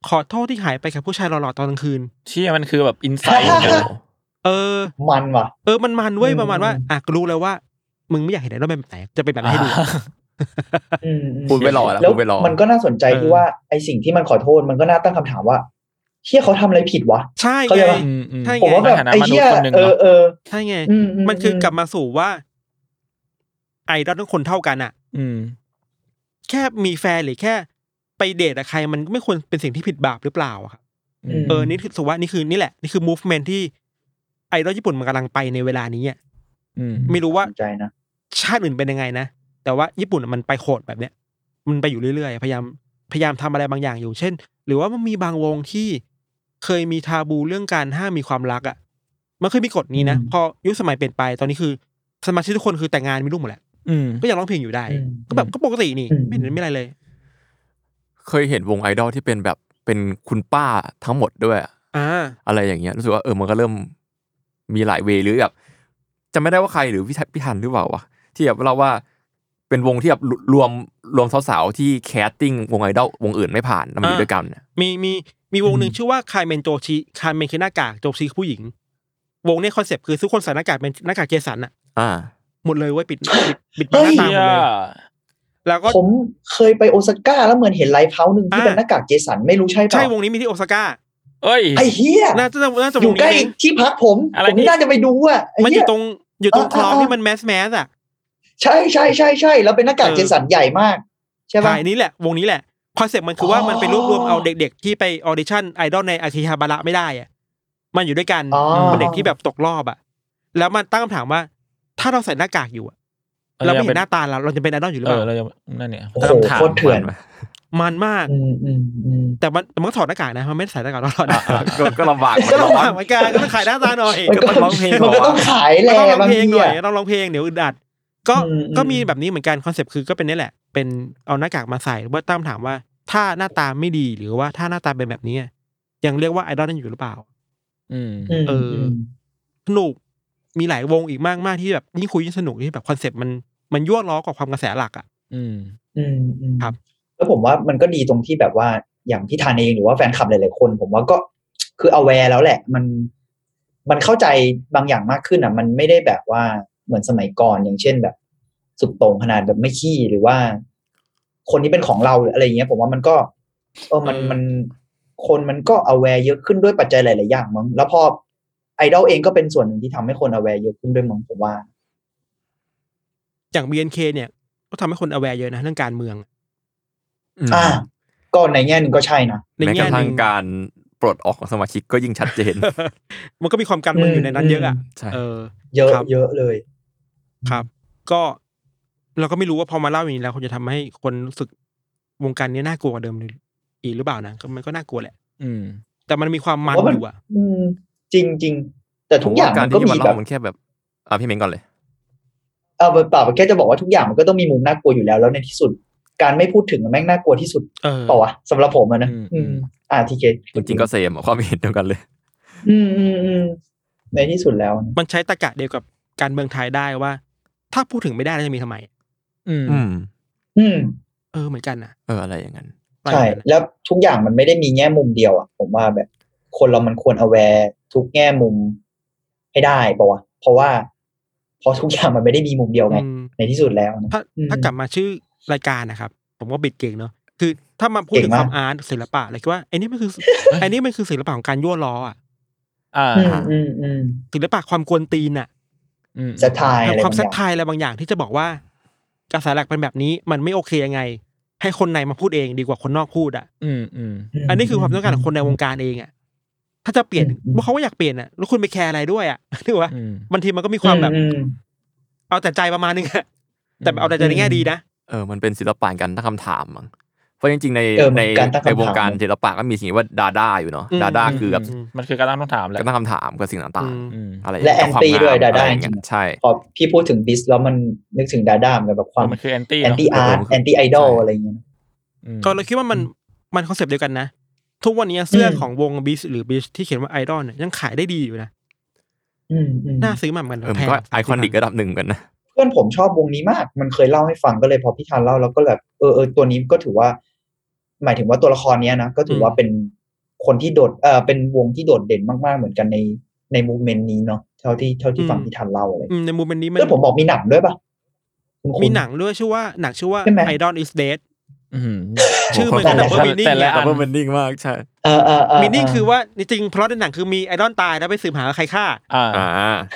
S3: ขอโทษที่หายไปกับผู้ชายหล่อๆตอนกลางคืน
S1: ที่มันคือแบบอินไซต์
S3: เออ
S5: มันว่ะ
S3: เออมันมันเว้ย
S5: อืม
S3: ประมาณว่าอ่ะกูรู้แล้วว่า มึงไม่อยากเห็นไอดอลเป็นแบบไหนจะเป็นแบบไหนให้ดู
S1: อ่า
S5: อืมอืม
S4: พูดไปรอแล้ว
S5: แล้ว
S4: พูดไปรอ
S5: มันก็น่าสนใจ
S3: เออ
S5: ที่ว่าไอสิ่งที่มันขอโทษมันก็น่าตั้งคำถามว่าเฮียเขาทำอะไรผิดวะ
S3: ใช่
S5: เข้าใจ
S3: ไง
S5: ปะ
S1: อืมอืม
S3: ใช่ไง
S5: ผมว่าแบบ
S1: ในฐานะ
S5: ไอเฮีย
S1: มนุษย์คนหนึ่ง
S5: เอ
S1: เน
S5: อ
S1: อะ
S5: เออ
S3: ใช่ไง
S5: อืม
S3: มันคือกลับมาสู่ว่า ไอดอลทุกคนเท่ากันอะ
S1: อืม
S3: แค่มีแฟนหรือแค่ ไปเดทกับใครมันไม่ควรเป็นสิ่งที่ผิดบาปหรือเปล่าอะครับ
S1: อืม
S3: เออนี่คือสุว่านี่คือนี่แหละนี่คือ movement ที่ไอดอลญี่ปุ่นมันกำลังไปในเวลานี้อะ
S1: อืม
S3: ไม่รู้ว่า
S5: สนใจนะ
S3: ชาติอื่นเป็นยังไงนะ แต่ว่าญี่ปุ่นมันไปโหดแบบเนี้ย มันไปอยู่เรื่อยๆ พยายามพยายามทำอะไรบางอย่างอยู่ เช่น หรือว่ามันมีบางวงที่เคยมีทาบูเรื่องการห้ามมีความรักอะ่ะ มันเคยมีกฎนี้นะ พอยุคสมัยเปลี่ยนไป ตอนนี้คือสมาชิกทุกคนคือแต่งงานมีลูกหมดแล้ว
S1: อืม
S3: ก็ยังร้องเพลงอยู่ได้
S5: อืม
S3: ก็แบบก็ปกตินี่
S5: อืม
S3: ไม่เห็นไม่อะไรเลย
S4: เคยเห็นวงไอดอลที่เป็นแบบเป็นคุณป้าทั้งหมดด้วย
S3: อ่า
S4: อะไรอย่างเงี้ยรู้สึกว่าเออมันก็เริ่มมีหลายเวย์หรือแบบจะไม่ได้ว่าใครหรือพี่ทัพี่ทันหรือเปล่าวะที่แบบเราว่าเป็นวงที่แบบรวมรวมสาวๆที่แคสติ้งวงไอดอลวงอื่นไม่ผ่านแล้วมาอยู่ด้วยกันเนี่ย
S3: มีมีมีวงหนึ่งชื่อว่าคายเมนโจชิคายเมนคือหน้ากากโจชิคือผู้หญิง วงเนี้ยคอนเซปต์คือทุกคนใส่หน้ากากเป็นหน้ากากเจสันอะ
S4: อ่า
S3: หมดเลยเว้ยปิดปิดปิดบังหน้าตาหมดเลยแล้วก็
S5: ผมเคยไปโอซาก้าแล้วเหมือนเห็นไลฟ์เฮาส์หนึ่งที่
S3: อ่า
S5: เป็นหน้ากากเจสันไม่รู้ใช่เป
S3: ใช่
S5: ล่าว
S3: งนี้มีที่โอซาก้า
S1: เอ้ย
S5: ไอเฮีย
S3: น่าจะน่าจะ
S5: อ
S3: ว
S5: ยู่
S3: ง
S5: ใกล้
S3: นี้
S5: ที่พักผม
S1: อะไร
S5: ผม
S1: นี่
S5: น่าจะไปดูอ่ะไอ้
S3: มันอ
S5: เหี้ย
S3: ยู่ตรงอยู่ตรงค
S5: เออ
S3: ลอง
S5: เออ
S3: ที่มันแมสแมสอ่ะ
S5: ใช่ใช่ใช่ใช่แล้วเป็นหน้ากาก
S3: เออ
S5: เจสันใหญ่มาก ใช่
S3: ถ่า
S5: ป่ะ
S3: ยนี้แหละ วงนี้แหละคอนเซ็ปต์มันคือว่า
S5: อ๋อ
S3: มันไปรวบรวมเอาเด็กๆ ที่ไปออเดชั่นไอดอลในอาคิฮาบาระไม่ได้อ่ะมันอยู่ด้วยกัน
S5: อ๋อ
S3: มันเด็กที่แบบตกรอบอ่ะ แล้วมันตั้งคำถามว่า ถ้าเราใส่หน้ากากอยู่อะเราไม่เห็นหน้าตาเราเราจะเป็นไอดอลอยู่หรือ
S1: เออ
S3: เปล่า
S1: เราจะนั่นเนี่ย
S5: โอ้โห
S4: คำถาม
S5: โคตรเถื่อน
S3: มันมาก
S5: อืมอืมอืม
S3: แต่มันแต่มันก็ถอดหน้ากากนะมันไม่ได้ใส่หน้ากากตลอดนะ
S4: ก็ ก็ลำบาก
S3: ก็ต้องถามเหมือนกันก็ต้องขายหน้าตาหน่อย
S5: มันก็
S4: มันร้องเพลง
S5: มันก็ต้องขายแห
S3: ก็ต้อง
S5: ละ
S3: ร้อง
S5: บาง
S3: เพลง
S5: ที
S3: หน่อย
S5: อะ
S3: ก็ต้องร้องเพลงเดี๋ยวอึดอัดก็
S5: อืมอืม
S3: ก็มีแบบนี้เหมือนกันคอนเซปต์คือก็เป็นนี่แหละ เป็นเอาหน้ากากมาใส่ว่าตั้มถามว่า ถ้าหน้าตาไม่ดีหรือว่าถ้าหน้าตาเป็นแบบนี้ ยังเรียกว่าไอดอลนั่นอยู่หรือเปล่า
S1: อืม
S5: ม
S3: เอออื
S5: ม
S3: สนุกมีหลายวงอีกมากมากๆที่แบบยิ่งคุยยิ่งสนุกที่แบบคอนเซปต์มันมันยั่วล้อกว่าความกระแสหลักอ่ะ
S1: อืม
S5: อืมอืม
S3: ครับ
S5: แล้วผมว่ามันก็ดีตรงที่แบบว่าอย่างพี่ธานเองหรือว่าแฟนคลับหลายๆคน ผมว่าก็คือเอาแวร์แล้วแหละ มันมันเข้าใจบางอย่างมากขึ้นอ่ะ มันไม่ได้แบบว่าเหมือนสมัยก่อนอย่างเช่นแบบ สุดโต่งขนาดแบบไม่ขี้หรือว่า คนที่เป็นของเราหรืออะไรอย่างเงี้ย ผมว่ามันก็ เออมัน
S3: เออ
S5: มันคนมันก็เอาแวร์เยอะขึ้นด้วยปัจจัยหลายๆอย่างมั้งแล้วพอไอดอลเองก็เป็นส่วนหนึ่งที่ทำให้คนเอาแวร์เยอะขึ้นด้วยมั้งผมว่า
S3: อย่าง BNK เนี่ย ก็ทำให้คน aware เยอะนะเรื่องการเมือง
S5: อ่า ก็ในแง่หนึ่งก็ใช่นะ
S3: ใน
S4: ในแง่
S3: แง่ห
S4: ทา
S3: นึ่
S4: ง
S3: ง
S4: การปลดออกของสมาชิกก็ยิ่งชัดเจน
S3: มันก็มีความการเมืองอยู่ในนั้นเยอะอ่ะ
S4: ใช่
S3: เออ
S5: เยอะ
S3: ครับ
S5: เยอะเลย
S3: ครับ ก็เราก็ไม่รู้ว่าพอมาเล่าอย่างนี้แล้วคนจะทำให้คนรู้สึกวงการนี้น่ากลัวกว่าเดิมหรืออีกหรือเปล่านะก็มันก็น่ากลัวแหละ
S1: อืม
S3: แต่มันมีความมัน
S5: ผมว่ามั
S3: อน ยู่อะ
S5: อืมจริงจริงๆ แต่
S4: ผ
S5: ทุก
S4: ม
S5: อ
S4: ว่า
S5: ย่าง
S4: การ
S5: มันก็
S4: ที่จะ
S5: มี
S4: มา
S5: แบ
S4: เล่า
S5: บ
S4: มันแค่แบบอ่ะพี่เม้งก่อนเลย
S5: เออเปล่าๆแค่จะบอกว่าทุกอย่างมันก็ต้องมีมุมน่ากลัวอยู่แล้วแล้วในที่สุด การไม่พูดถึงมันแม่งน่ากลัวที่สุด
S3: เออ
S5: เปล่าวะสำหรับผมอะนะ
S1: อืม
S5: อืมอ่าทีเค
S4: จริงๆก็เซมอะความเห็นเดียวกันเลย
S5: อืมอืมอืมในที่สุดแล้วนะ
S3: มันใช้ตะกะเดียวกับการเมืองไทยได้ว่า ถ้าพูดถึงไม่ได้แล้วจะมีทำไม
S1: อืม
S4: อืม
S5: อืม
S3: เออเหมือนกันนะ
S4: เอออะไรอย่างนั้น
S3: ไป
S5: ใช่ แล้วทุกอย่างมันไม่ได้มีแง่มุมเดียวอ่ะผมว่าแบบคนเรามันควร aware ทุกแง่มุมให้ได้ปะวะเพราะว่าเพราะทุกอย่างมันไม่ได้มีมุมเดียวไง
S3: อืม
S5: ในที่สุดแล้วนะ
S3: ถ้า
S5: อืม
S3: ถ้ากลับมาชื่อรายการนะครับ ผมก็บิดเก่งเนาะคือถ้ามาพูด
S5: เก่
S3: ถึ
S5: ง
S3: ง
S5: มาก
S3: ความอาร์ตศิลปะเลยคิดว่าไอ้นี่มันคือไอ้นี่มันคือศิลปะของการยั่วล้ออ่ะ
S1: อ่า
S5: อืมอืมอืม
S3: ศิลปะความกวนตีนอ่ะ
S1: อืม
S5: จะทายอะไร
S3: ความ
S5: บาง
S3: ซัด
S5: อย่าง
S3: ทายอะไรบางอย่างที่จะบอกว่ากระแสหลักเป็นแบบนี้มันไม่โอเคยังไง ให้คนในมาพูดเองดีกว่าคนนอกพูดอ่ะ
S1: อืมอืม
S5: ม
S3: อันนี้คือความต้องการของคนในวงการเองอ่ะถ้าจะเปลี่ยน
S5: อืม
S3: พวกเขาก็อยากเปลี่ยนอ่ะแล้วคุณไปแคร์อะไร ด้วยอ่ะ นึกว่า
S1: อืม
S3: บางทีมันก็มีความแบบ
S5: อืม
S3: เอาแต่ใจประมาณนึงอะแต่เอาแต่ใจในแง่ดีนะ
S4: เออ มันเป็นศิลปะการตั้งคำถามมั้งเพราะจริงๆใน
S5: เออมัน
S4: ใน
S5: การตั้งคำถาม
S4: ในวงการศิลปะก็มีสิ่งว่าดาด้าอยู่เนาะ
S3: อืม
S4: ดาด้าคือแบบ
S1: อืมมันคือการตั้งคำถามแหละ
S4: การตั้งคำถามกับสิ่งต่าง
S3: อืม
S1: อืม
S4: ๆ อะไร
S5: และ
S4: กับความ
S5: anti ด้วย
S4: งม
S5: Dada
S4: อะไรอย่งเงี้ย
S5: จริงๆ
S4: ใช่
S5: พอพี่พูดถึงดิสแล้วมันนึกถึงดาด้าเหมือนกันแบบความ
S1: มันคือแอนตี้
S5: แอนตี้อาร์ตแอนตี้ไอดอลอะไรอย่างเงี้ย
S1: อืม
S3: ก็เราคิดว่ามันมันคอนเซปต์เดียวกันนะ ทุกวันนี้เสื้ออ
S5: ม
S3: ของวงบิชหรือบิชที่เขียนว่าไอดอลเนี่ยยังขายได้ดีอยู่นะ
S5: อืมอืม
S3: น่าซื้อมาเหมือนกัน
S4: เออมั
S3: แพ
S4: น
S3: ง
S4: ก็ไอคอนิกระดับหนึ่งเหมือนกันนะ
S5: เพื่อนผมชอบวงนี้มาก มันเคยเล่าให้ฟังก็เลยพอพี่ทานเล่าแล้วก็แบบเออเออตัวนี้ก็ถือว่า หมายถึงว่าตัวละครเนี้ยนะ ก็ถือว่าเป็นคนที่โดดเออเป็นวงที่โดดเด่นมาก ๆ เหมือนกันในในมูเมนต์นี้เนาะเท่าที่เท่าที่ฟังพี่ทานเล่าอะไร
S3: อืมในมุมเป็นนี้มัน
S5: เพื่อนผมบอกมีหนังด้วยปะคุณคุณ
S3: มีหนังด้วยชื่อว่าหนังชื่อว่า
S5: ใช่ไหม
S3: ไอดอลอิสเด d
S1: อืม
S3: ชื่อมัน
S5: แต่
S3: ก็ดับเบิล
S5: ละ
S3: มินนิ่
S1: แต่
S3: ง
S1: ละ
S4: ดับเบิลเบนดิ้งมากใช่
S5: เออเออเออ
S3: มินนิ่งคือว่าจริงๆเพราะในหนังคือมีไอดอลตายแล้วไปสืบหาว่าใครฆ่า
S1: อ่า
S4: อ่า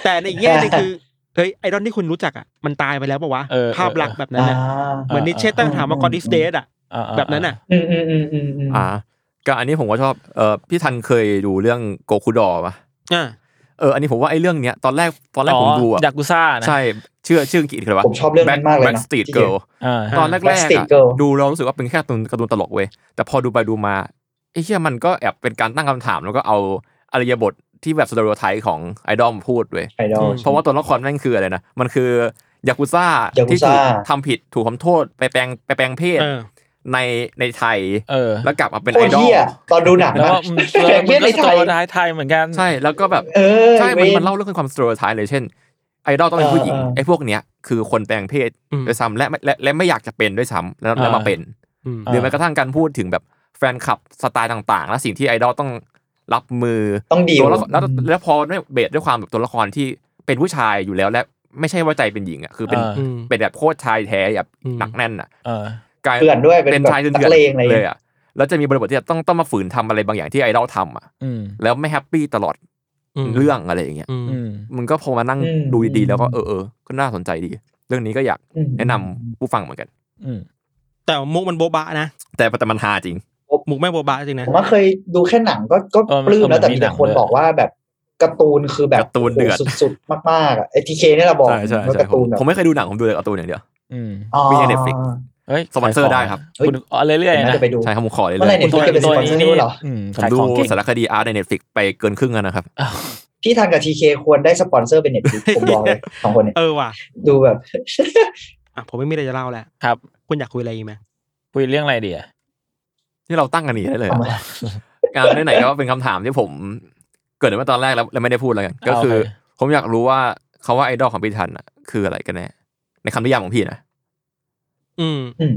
S3: แต่ในอีกแง่หนึงคือเฮ้ยไอดอลที่คุณรู้จักอ่ะมันตายไปแล้วปะวะ
S1: เออเออ
S3: ภาพลักษณ์แบบนั้น
S5: อ่า
S3: น่ะเหมือนนิเชตตั้งถามว่า God is dead อ่ะ
S1: อ่า
S3: แบบนั้นอ่ะ
S5: อืมอืมอืมอืมอืม
S4: อ่าก็อันนี้ผมก็ชอบเออพี่ทันเคยดูเรื่องโกคุดอป่ะ
S3: อ่า
S4: เอออันนี้ผมว่าไอ้เรื่องเนี้ยตอนแรกตอนแรกผมดูอ่ะ
S1: ยากุซ่านะ
S4: ใช่ชื่อชื่ออังกฤษคืออะไรวะ
S5: ผมชอบเรื่องนั้นมากเลยนะ
S4: Back Street Girl
S1: อ่า
S4: ตอนแรกๆ
S5: Backstreet
S4: อะ
S5: Girl
S4: ดูเรารู้สึกว่าเป็นแค่การ์ตูนการ์ตูนตลกเว้ยแต่พอดูไปดูมาไอ้เหี้ยมันก็แอบเป็นการตั้งคำถามแล้วก็เอาอารยบทที่แบบสโตรไทป์ของไอดอลมาพูดเว้ย
S5: ไอดอล
S4: เพราะว่าตัวละครนั่นคืออะไรนะมันคือยากุซ่า
S5: Yakuza
S4: ที่ถูกทำผิดถูกทำโทษไปแปลงไปแปลงเพศ
S3: เออ
S4: ในในไทย
S1: เออ
S4: แล้วกลับมาเป็น
S5: โค
S4: ไอ
S5: ตร
S4: ดอล
S5: เฮียตอนดูหนัง
S1: แล้ว
S5: นะ
S1: ก็
S5: แข่งเพื่อนในไทย
S1: ท้ายไทยเหมือนกัน
S4: ใช่แล้วก็แบบ
S5: เออ
S4: ใช่มัน
S5: เว้ย
S4: มันเล่าเรื่องความสโตรไทป์เลยเช่น ไอดอลต้องเป็นผู้หญิง
S5: เออเออ
S4: ไอ้พวกเนี้ยคือคนแปลงเพศ
S3: อืม
S4: ด้วยซ้ำและไม่และและไม่อยากจะเป็นด้วยซ้ำแล้วแล้วมาเป็น
S3: อืม
S1: อ่า
S4: หรือแม้กระทั่งการพูดถึงแบบแฟนคลับสไตล์ต่างๆ และสิ่งที่ไอดอลต้องรับมือ
S5: ต้องดีล
S4: ตัวละครแล้ว
S5: อืม
S4: แล้วพอด้วยเบสด้วยความแบบตัวละครที่เป็นผู้ชายอยู่แล้วและไม่ใช่ว่าใจเป็นหญิงอ่ะคือเป็น
S1: เออ
S3: อืม
S4: เป็นแบบโคตรชายแท้แบบ
S3: อืม
S4: หนักแน่นอ่ะ
S1: เออก
S4: ลาย
S5: เถื่อนด้วยเป็น
S4: เป็น
S5: แบบ
S4: ชายเถื่
S5: นักเลง
S4: อน
S5: อะไรอย่าง
S4: เล
S5: เงี้ย
S4: ยอ่ะแล้วจะมีบริบทที่ต้องต้องมาฝืนทำอะไรบางอย่างที่ไอดอลทำอ่ะ
S1: อืม
S4: แล้วไม่แฮปปี้ตลอด
S3: อืม
S4: เรื่องอะไรอย่างเงี้ย
S3: อืม
S1: อืม
S4: มันก็พอมานั่ง
S5: อืม
S4: ดูดีๆ
S5: อืม
S4: แล้วก็เออเออก็น่าสนใจดี เรื่องนี้ก็อยาก
S5: อืม
S4: แนะนำผู้ฟังเหมือนกัน
S1: อืม
S3: แต่มุกมันโบบะนะ
S4: แต่แต่มันฮาจริง
S3: มุกไม่โบบะจริงนะ
S5: ผมว่าเคยดูแค่หนังก็ก็
S1: เออมัน
S5: ปลื้มแล้วแต่
S1: มันมี
S5: มีแต่คน
S1: หนังด้วย
S5: บอกว่าแบบการ์ตูนคือแบบ
S4: การ์ตูนเดือด
S5: โโหสุดๆมากๆอ่ะไอทีเคนี่ยเราบอก
S4: ใช่ใช่
S5: ว่า
S4: ใช่
S5: การ์
S4: ผม
S5: ตูนแบบ
S4: ผมไม่เคยดูหนังผมดูแต่การ์ตูนอย่างเดียว
S1: อืม
S5: อ๋อ
S4: มีใน Netflix
S1: เฮ้ย
S4: สปอนเซอร์ได้ครับ
S5: เฮ้ย
S1: คุณเอาเรื่อย
S5: ผ
S1: ๆ
S5: มน่า
S1: นะ
S5: จะไปดู
S4: ใช่ครับผมขอเลย
S5: เมื่อไหร่
S4: เลย
S5: เนี่ย คุณจะเป็นสปอนเซอร์ด้วยเหรอ
S1: ม
S4: ผม
S1: ขาย
S4: ดู
S1: ของเก่ง
S4: สารคดีอาร์ตในเน็ตฟลิกไปเกินครึ่งแล้วนะครับ
S5: พี่ทันกับทีเคควรได้สปอนเซอร์เป็นเน็ตฟลิกผมบอกเลยสองคนเนี่ย
S3: เออว่ะ
S5: ดูแบบ
S3: อ่ะผมไม่มีอะไรจะเล่าแล้ว
S1: ครับ
S3: คุณอยากคุยอะไรอีกไหม
S1: คุยเรื่องอะไรดีอะ
S4: ที่เราตั้งกันนี่ได้เลย
S5: เอามา
S4: งานไหนๆก็เป็นคำถามที่ผมเกิดมาตอนแรกแล้วแล้วไม่ได้พูดแล้วกันก็คือ ผมอยากรู้ว่าคาว่าไอดอลของพี่ทันอ่ะคืออะไรกันแน่ในคำนิยามของพี่นะ
S3: อืม
S5: อืม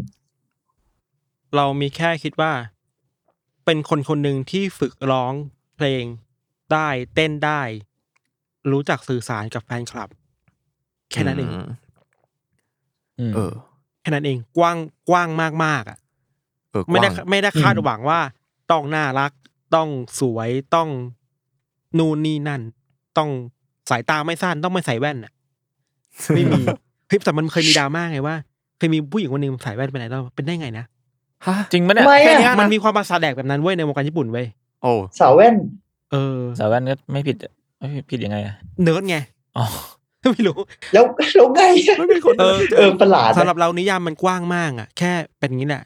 S3: เรามีแค่คิดว่า เป็นคนคนหนึ่งที่ฝึกร้องเพลงได้เต้นได้ รู้จักสื่อสารกับแฟนคลับ แค่นั้นเอง
S4: ม
S1: อืม
S4: เออ
S3: แค่นั้นเองกว้างกว้างมากมากๆอ่ะ
S4: เออกว้าง
S3: ไม่ได้ไม่ได้คาด
S5: อืม
S3: หวังว่า ต้องน่ารัก ต้องสวยต้องนู่นนี่นั่น ต้องสายตาไม่สั้นต้องไม่ใส่แว่นอ่ะ ไม่มีเฮ้ยแต่มันเคยมีดราม่าไงว่าเคยมีผู้หญิงคนหนึ่งใส่แว่นเป็นไอดอลเป็นได้ไงนะ
S4: ฮะ
S1: จริงปะเนี่ย
S5: ไม่อะ
S1: แค่เนี้ย
S3: มันมีความภาษาทแดกแบบนั้นเว้ยในวงการญี่ปุ่นเว้ย
S4: โอ้
S5: สาวแว่น
S3: เออ
S1: สาวแว่นก็ไม่ผิดอะไม่ผิดผิดยังไงอะ
S3: เนิร์ดไง
S1: อ๋อ
S3: ไม่รู้
S5: แล้วแล้วไง
S4: ไม่เป็นคน
S3: เออ
S5: เออประหลาด
S3: สำหรับเรานิยามมันกว้างมากอ่ะ แค่เป็นอย่างนี้แหละ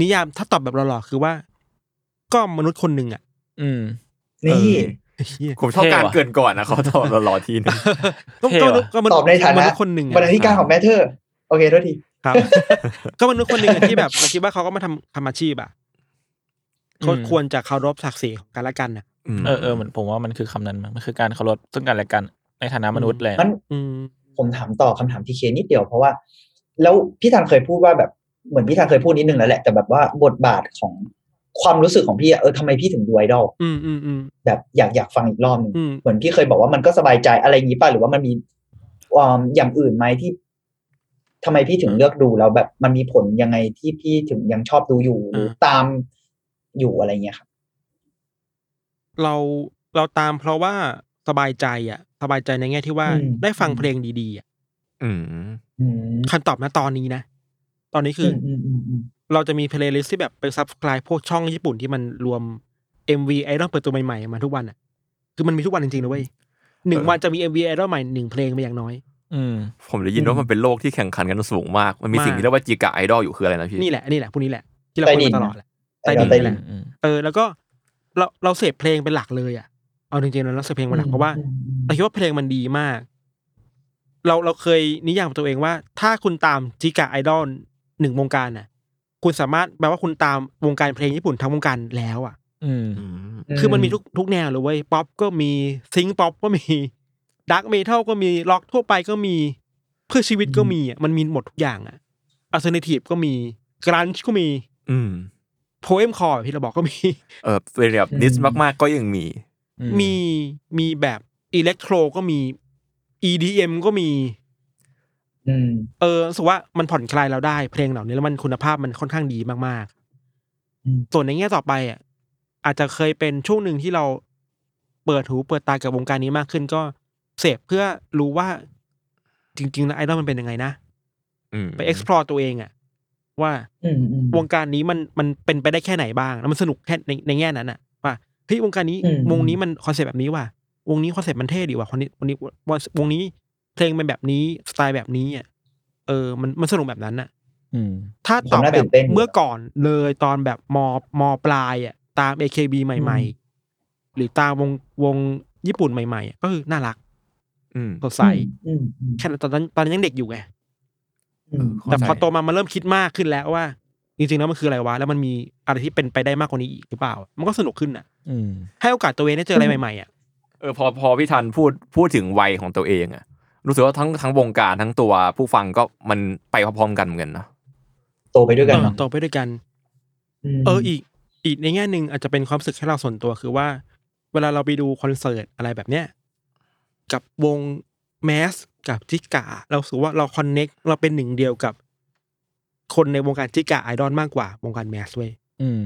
S3: นิยามถ้าตอบแบบหล่อๆคือว่า ก็มนุษย์คนหนึ่งอ่ะ
S1: อืม
S5: นี่
S3: เหี้ย
S4: ผมชอบการ
S1: เท่ว่ะ
S4: เกินก่อนนะขอตอบรอทีนึง
S3: ก็
S1: เท่
S3: ก็
S1: ว่ะ
S3: ก็มษย์
S5: ตอบในฐา
S3: ม
S5: นะ
S3: ษย์คนหนึ่ง
S5: บรรณา
S3: อ่ะ
S5: ธิการของแมทเธอร์ โอเคโทษที
S3: ครับ ก็มนุษย์คนหนึ่งอะที่แบบเราคิดว่าเขาก็มาทำทำอาชีพอ่ะเขา
S1: อืม
S3: ควรจะเคารพศักดิ์ศรีของกันและกันน่ะ
S1: เออเออเหมือนผมว่ามันคือคำนั้นมั้งมันคือการเคารพซึ่งกันและกันในฐานะมนุษย์แหละ
S5: มัน
S3: อืม
S5: ผมถามต่อคำถามทีเคนิดเดียวเพราะว่า แล้วพี่ธันเคยพูดว่าแบบ เหมือนพี่ทาเคยพูดนิดนึงแล้วแหละ แต่แบบว่าบทบาทของความรู้สึกของพี่อะเออทำไมพี่ถึงดูไอดอล
S3: อืมอืมอืม
S5: แบบอยากอยากฟังอีกรอบหนึ่ง
S3: อืม
S5: เหมือนพี่เคยบอกว่ามันก็สบายใจอะไรอย่างนี้ป่ะหรือว่ามันมีอ่าอย่างอื่นไหมที่ทำไมพี่ถึงเลือกดูแล้วแบบมันมีผลยังไงที่พี่ถึงยังชอบดูอยู่หรือตามอยู่อะไรเงี้ยครับ
S3: เราเราตามเพราะว่าสบายใจอ่ะ สบายใจในแง่ที่ว่า
S5: อืม
S3: ได้ฟังเพลงดีๆอะ
S4: อืม
S5: อืม
S3: คำตอบนะตอนนี้นะ ตอนนี้คือ
S5: อื
S3: อ
S5: มอืมอืมอืม
S3: เราจะมีเพลย์ลิสที่แบบไปซับสไคร b ์พวกช่องญี่ปุ่นที่มันรวม MV ไอดอลเปิดตัวใหม่ๆ มาทุกวันอ่ะ คือมันมีทุกวันจริงๆนะเว้ยหนึ่ง
S4: เออ
S3: วันจะมี MV ไอดอลใหม่หนึ่งเพลงมาอย่างน้อย
S1: อืม
S4: ผมได้ยินว่ามันเป็นโลกที่แข่งขันกันสูงมาก มันมี
S3: มาก
S4: สิ่งที่เรียกว่าจิกะไอดอลอยู่คืออะไรนะพี่
S3: นี่แหละนี่แหละพวกนี้แหละ ที่เราคุยมาตลอดแหละ
S5: ไอ
S3: ใต้
S5: ด
S3: ดิ
S5: อ
S3: นี่
S5: น ลใต้
S3: แห
S5: ดิ
S3: ละ
S5: น
S1: อืม
S3: เออแล้วก็เราเราเสพเพลงเป็นหลักเลยอ่ะเอาจริงๆแล้วเราเสพเพลงเป็นหลักเพราะว่า
S5: อืมอืม
S3: เราคิดว่าเพลงมันดีมาก เราเราเคยนิยามตัวเองว่า ถ้าคุณตามจิกะไอดอลหนึ่งวงการน่ะ คุณสามารถแปลว่าคุณตามวงการเพลงญี่ปุ่นทั้งวงการแล้วอ่ะ
S1: อืม
S4: อืม
S3: คือมันมีทุกทุกแนวเลยเว้ย ป๊อปก็มีซิงป๊อปก็มีดักเมทัลก็มีล็อกทั่วไปก็มี เพื่อชีวิตก็มีอ่ะมันมีหมดทุกอย่างอ่ะอัลเทอร์เนทีฟก็มีกรันช์ก็มี
S4: อืม
S3: โพเอมคอร์ที่เราบอกก็มี
S4: เออเป็นแบบนิสมากๆก็ยังมี
S3: มีมีแบบอิเล็กโทรก็มี EDM ก็มี
S5: อืม
S3: เออรู้สึกว่ามันผ่อนคลายเราได้เพลงเหล่านี้แล้วมันคุณภาพมันค่อนข้างดีมากๆ ส่วนในแง่ต่อไปอ่ะอาจจะเคยเป็นช่วงหนึ่งที่เราเปิดหูเปิดตากับวงการนี้มากขึ้นก็เสพเพื่อรู้ว่าจริงๆแล้วไอดอลมันเป็นยังไงนะ
S4: อืม
S3: ไป explore ตัวเองอ่ะว่า
S5: อืมอืม
S3: วงการนี้มันมันเป็นไปได้แค่ไหนบ้างแล้วมันสนุกแค่ในในแง่นั้นอ่ะว่าเฮ้ยวงการนี้
S5: อืม
S3: วงนี้มันคอนเซปต์แบบนี้ว่ะวงนี้คอนเซปต์มันเท่ดีว่ะคนนี้วงนี้วงนี้เพลงเป็นแบบนี้สไตล์แบบนี้อ่ะเออมันมันสนุกแบบนั้นอ่ะ
S1: อืม
S3: ถ้าตอบ
S5: ควา
S3: แบ
S5: มน่าตื่
S3: บ
S5: นเต้นอยู่
S3: เมื่อก่อนเลยตอนแบบมมปลายอ่ะตาม AKB ใหม่ ๆ หรือตามวงวงญี่ปุ่นใหม่ๆอ่ะก็คือน่ารัก
S4: อืม
S3: สดใส
S5: อืมอืม
S3: แค่นั้นตอนนั้นตอนนั้นยังเด็กอยู่ไง
S5: อืม
S4: เข้าใจ
S3: แต่พอโตมามันเริ่มคิดมากขึ้นแล้วว่า จริงๆแล้วมันคืออะไรวะแล้วมันมีอะไรที่เป็นไปได้มากกว่านี้อีกหรือเปล่า มันก็สนุกขึ้นอ่ะ
S1: อืม
S3: ให้โอกาสตัวเองได้เจออะไรใหม่ๆอ่ะ
S4: เออพอพอพี่ทันพูดพูดถึงวัยของตัวเองอะรู้สึกว่าทั้งทั้งวงการทั้งตัวผู้ฟังก็มันไปพร้อมๆกันเหมือนกันเนอะ
S5: โตไปด้วยกันเนาะ
S3: เออโตไปด้วยกัน
S5: ม
S3: เอออีกอีกในแง่หนึ่งอาจจะเป็นความรู้สึกให้เราส่วนตัวคือว่า เวลาเราไปดูคอนเสิร์ตอะไรแบบเนี้ยกับวงแมสกับจิกาเรารู้สึกว่าเราคอนเน็กเราเป็นหนึ่งเดียวกับ คนในวงการจิกาไอดอลมากกว่าวงการแมสเว้ย
S1: อืม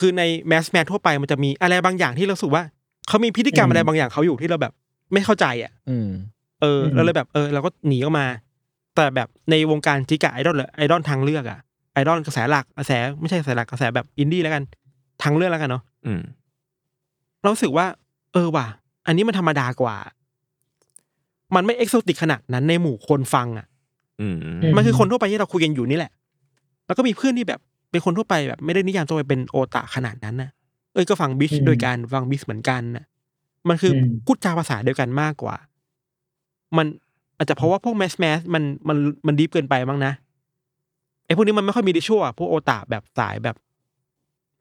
S3: คือในแมสแมสทั่วไปมันจะมีอะไรบางอย่างที่เรารู้สึกว่าเขามีพฤติกรรมอะไรบางอย่างเขาอยู่ที่เราแบบ ไม่เข้าใจอ่ะ
S1: อืม
S3: เออเราเลยแบบเออเราก็หนีออกมา แต่แบบในวงการจิกะไอดอลหรือไอดอลทางเลือกอะไอดอลกระแสหลักกระแสไม่ใช่กระแสหลักกระแสแบบอินดี้แล้วกันทางเลือกแล้วกันเนาะ
S4: อืม
S3: เรารู้สึกว่า เออว่ะ อันนี้มันธรรมดากว่า มันไม่เอกโซติกขนาดนั้นในหมู่คนฟังอะ
S4: อืม
S3: มันคือคนทั่วไปที่เราคุยกันอยู่นี่แหละ แล้วก็มีเพื่อนที่แบบเป็นคนทั่วไปแบบไม่ได้นิยามตัวเองเป็นโอตะขนาดนั้นนะเอ้ยก็ฟังบิชโดยการฟังบิชเหมือนกันนะมันคืออ
S5: ม
S3: พูดจาภาษาเดียวกันมากกว่า มันอาจจะเพราะว่าพวกแมสแมสมันมันมันดีฟเกินไปมั้งนะไอ้พวกนี้มันไม่ค่อยมีดิชัวพวกโอตาแบบสายแบบ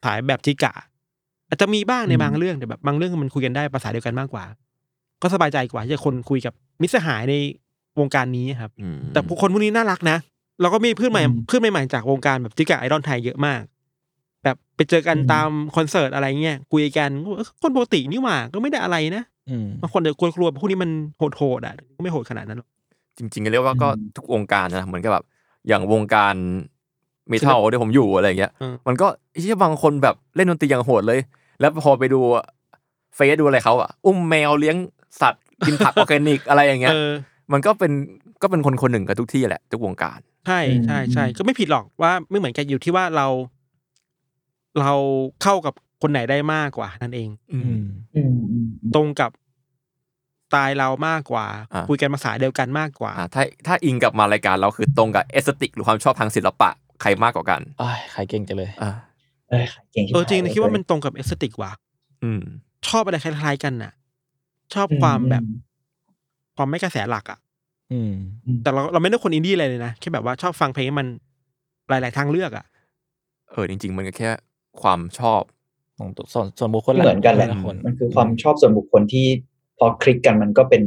S3: สายแบบจิกะ อาจจะมีบ้างใน
S5: อืม
S3: บางเรื่องแต่แบบบางเรื่องมันคุยกันได้ภาษาเดียวกันมากกว่า ก็สบายใจกว่าที่จะคนคุยกับมิตรสหายในวงการนี้ครับ
S4: อืม
S3: แต่ผู้คนพวกนี้น่ารักนะเราก็มีเพื่อนใหม่
S5: อืม
S3: เพื่อนใหม่ๆจากวงการแบบจิกะไอดอลไทยเยอะมาก แบบไปเจอกัน
S5: อืม
S3: ตามคอนเสิร์ตอะไรเงี้ยคุยกันก็เออคนปกตินี่หว่าก็ไม่ได้อะไรนะ
S1: อืม
S3: บางคนเดี๋ยวกลัวๆพวกนี้มันโหดๆอ่ะก็ไม่โหดขนาดนั้นหรอก
S4: จริงๆเรียกว่าก็
S5: อืม
S4: ทุกวงการนะเหมือนกับแบบ อย่างวงการเมทัลที่ผมอยู่อะไรอย่างเงี้ย
S3: อืม
S4: มันก็ที่บางคนแบบเล่นดนตรีอย่างโหดเลย แล้วพอไปดูเฟซดูอะไรเขาอะอุ้มแมวเลี้ยงสัตว์กินผัก ออร์แกนิกอะไรอย่างเงี้ย
S3: เออ
S4: มันก็เป็นก็เป็นคนคนหนึ่งกับทุกที่แหละ ทุกวงการ
S3: ใช่
S5: อืม
S3: ใช่ใช่
S5: อืม
S3: ก็ไม่ผิดหรอกว่าไม่เหมือนกันอยู่ที่ว่าเรา เราเข้ากับคนไหนได้มากกว่านั่นเอง
S1: อืม
S5: อืมอืมอืม
S3: ตรงกับสไตล์เรามากกว่า
S4: อ่ะ
S3: คุยกันภาษาเดียวกันมากกว่า
S4: อ่าถ้าถ้าอิงกลับมารายการเราคือตรงกับเอสติก หรือความชอบทางศิลปะใครมากกว่ากัน
S1: อ้ายขายเก่งจังเลย
S4: อ่า
S5: เอ้ยเก่งชิบ
S3: เออ
S5: หย
S3: จริง
S5: เล
S3: นะ
S5: ย
S3: คิดว่ามัน
S5: เ
S3: ตรงกับเอสติกว่ะ
S4: อืม
S3: ชอบอะไรคล้ายๆกันน่ะ ชอบ
S5: ว้ย
S3: ความแบบ
S5: อืม
S3: ความไม่กระแสหลักอ่ะ
S1: อืม
S3: แต่เราเราไม่ได้คนอินดี้อะไรเลยนะแค่แบบว่าชอบฟังเพลงให้มันหลาย ๆ ทางเลือกอ่ะ
S4: เออจริง ๆ มันก็แค่ความชอบ
S1: ของตัวส่วนส่วนบุคคล
S5: เหมือนกันแหละ
S1: คน
S5: มันคือความชอบส่วนบุคคลที่พอคลิกกันมันก็เป็น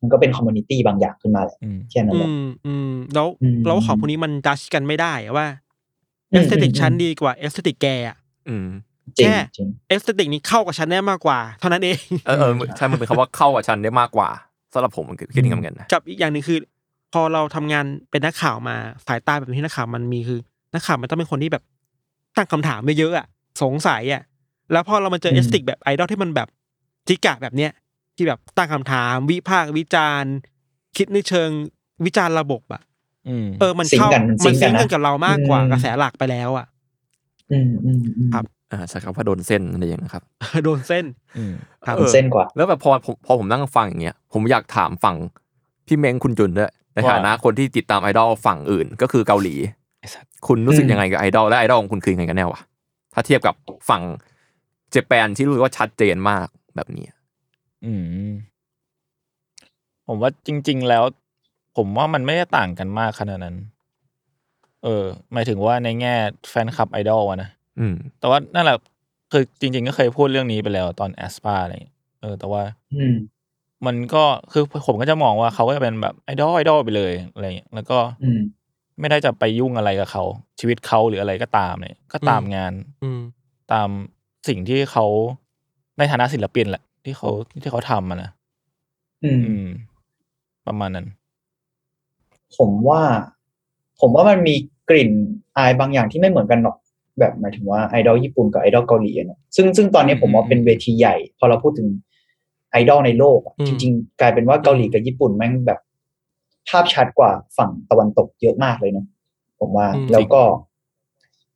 S5: มันก็เป็นคอมมูนิตี้บางอย่างขึ้นมาแหละ
S1: อืม
S5: แค่นั้น
S3: อื
S5: แหละ
S3: มอืมแล้ว
S5: อืม
S3: แล้วของพวกนี้มันดัชกันไม่ได้อะว่าเอ
S5: อืม
S3: สเตติก
S5: อืม
S3: ชั้นดีกว่าเอสเตติกแกอะ
S4: อืม
S5: จริงจริง
S3: เอสเตติกนี้เข้ากับชั้นได้มากกว่า เท่านั้นเอง
S4: เออเออใช่มันเป็นคำว่าเข้ากับฉันได้มากกว่าสำหรับผมมันคือคิดอย่างนั้นเหมือนกันนะ
S3: กับอีกอย่างหนึ่งคือ พอเราทำงานเป็นนักข่าวมาสายตาแบบที่นักข่าวมันมีคือนักข่าวมันต้องเป็นคนที่แบบตั้งคำถามเยอะๆอ่ะสงสัยอ่ะแล้วพอเรามาเจอ
S5: อืม
S3: เอสติกแบบไอดอลที่มันแบบจิกะแบบเนี้ยที่แบบตั้งคำถามวิพากษ์วิจารณ์ คิดในเชิงวิจารณ์ระบบอ่ะ
S1: อืม
S3: เออมัน
S5: ซิงก์
S3: เข้า
S5: กัน
S3: มั
S5: มัน
S3: น
S5: ซิ
S3: ซิ
S5: ง
S3: ง
S5: ก์
S3: ก์กัน
S5: กันนะ
S3: กับเรามากกว่า
S5: อืม
S3: กระแสหลักไปแล้วอ่ะ
S5: อืมอืมอืม
S3: ครับ
S4: อ่าใช่ครับว่าโดนเส้นอะไรอย่างนะครับ
S3: โดนเส้น
S1: อืม
S3: ครับ
S4: ออ
S5: เส้นกว่า
S4: แล้วแบบพอผมพอผมนั่งฟังอย่างเงี้ยผมอยากถามฝั่งพี่เม้งคุณจุนด้วยใน
S1: ว่า
S4: ฐานะคนที่ติดตามไอดอลฝั่งอื่น ก็คือเกาหลี
S1: ไอ้สัส
S4: คุณรู้สึก
S5: อืม
S4: ยังไงกับไอดอลและไอดอลของคุณคือยังไงกันแน่วะถ้าเทียบกับฝั่งเจแปนที่รู้สึกว่าชัดเจนมากแบบนี้
S1: อืม ผมว่าจริง ๆ แล้ว ผมว่ามันไม่ได้ต่างกันมากขนาดนั้น เออ หมายถึงว่าในแง่แฟนคลับไอดอลอะนะ
S4: อืม
S1: แต่ว่านั่นแหละคือจริง ๆ ก็เคยพูดเรื่องนี้ไปแล้วตอนแอสปาอะไรอย่างเงี้ยเออ แต่ว่า
S5: อืม
S1: มันก็คือผมก็จะมองว่าเขาก็จะเป็นแบบไอดอลไอดอลไปเลยอะไรอย่างเงี้ยแล้วก็
S5: อืม
S1: ไม่ได้จะไปยุ่งอะไรกับเขา ชีวิตเขาหรืออะไรก็ตามเนี่ย ก็ตาม
S3: อืม
S1: งาน
S3: อืม
S1: ตามสิ่งที่เขาในฐานะศิลปินแหละ ที่เขาที่เขาทำอะนะ
S5: อืม
S1: อืม ประมาณนั้น
S5: ผมว่า ผมว่ามันมีกลิ่นอายบางอย่างที่ไม่เหมือนกันหรอก แบบหมายถึงว่าไอดอลญี่ปุ่นกับไอดอลเกาหลีอะเนอะซึ่งซึ่งตอนนี้ผมว่าเป็นเวทีใหญ่ พอเราพูดถึงไอดอลในโลกอะ
S3: อืม
S5: จริง ๆ กลายเป็นว่าเกาหลีกับญี่ปุ่นแม่งแบบ ภาพชัดกว่าฝั่งตะวันตกเยอะมากเลยเนาะผมว่า
S3: อืม
S5: แล้วก็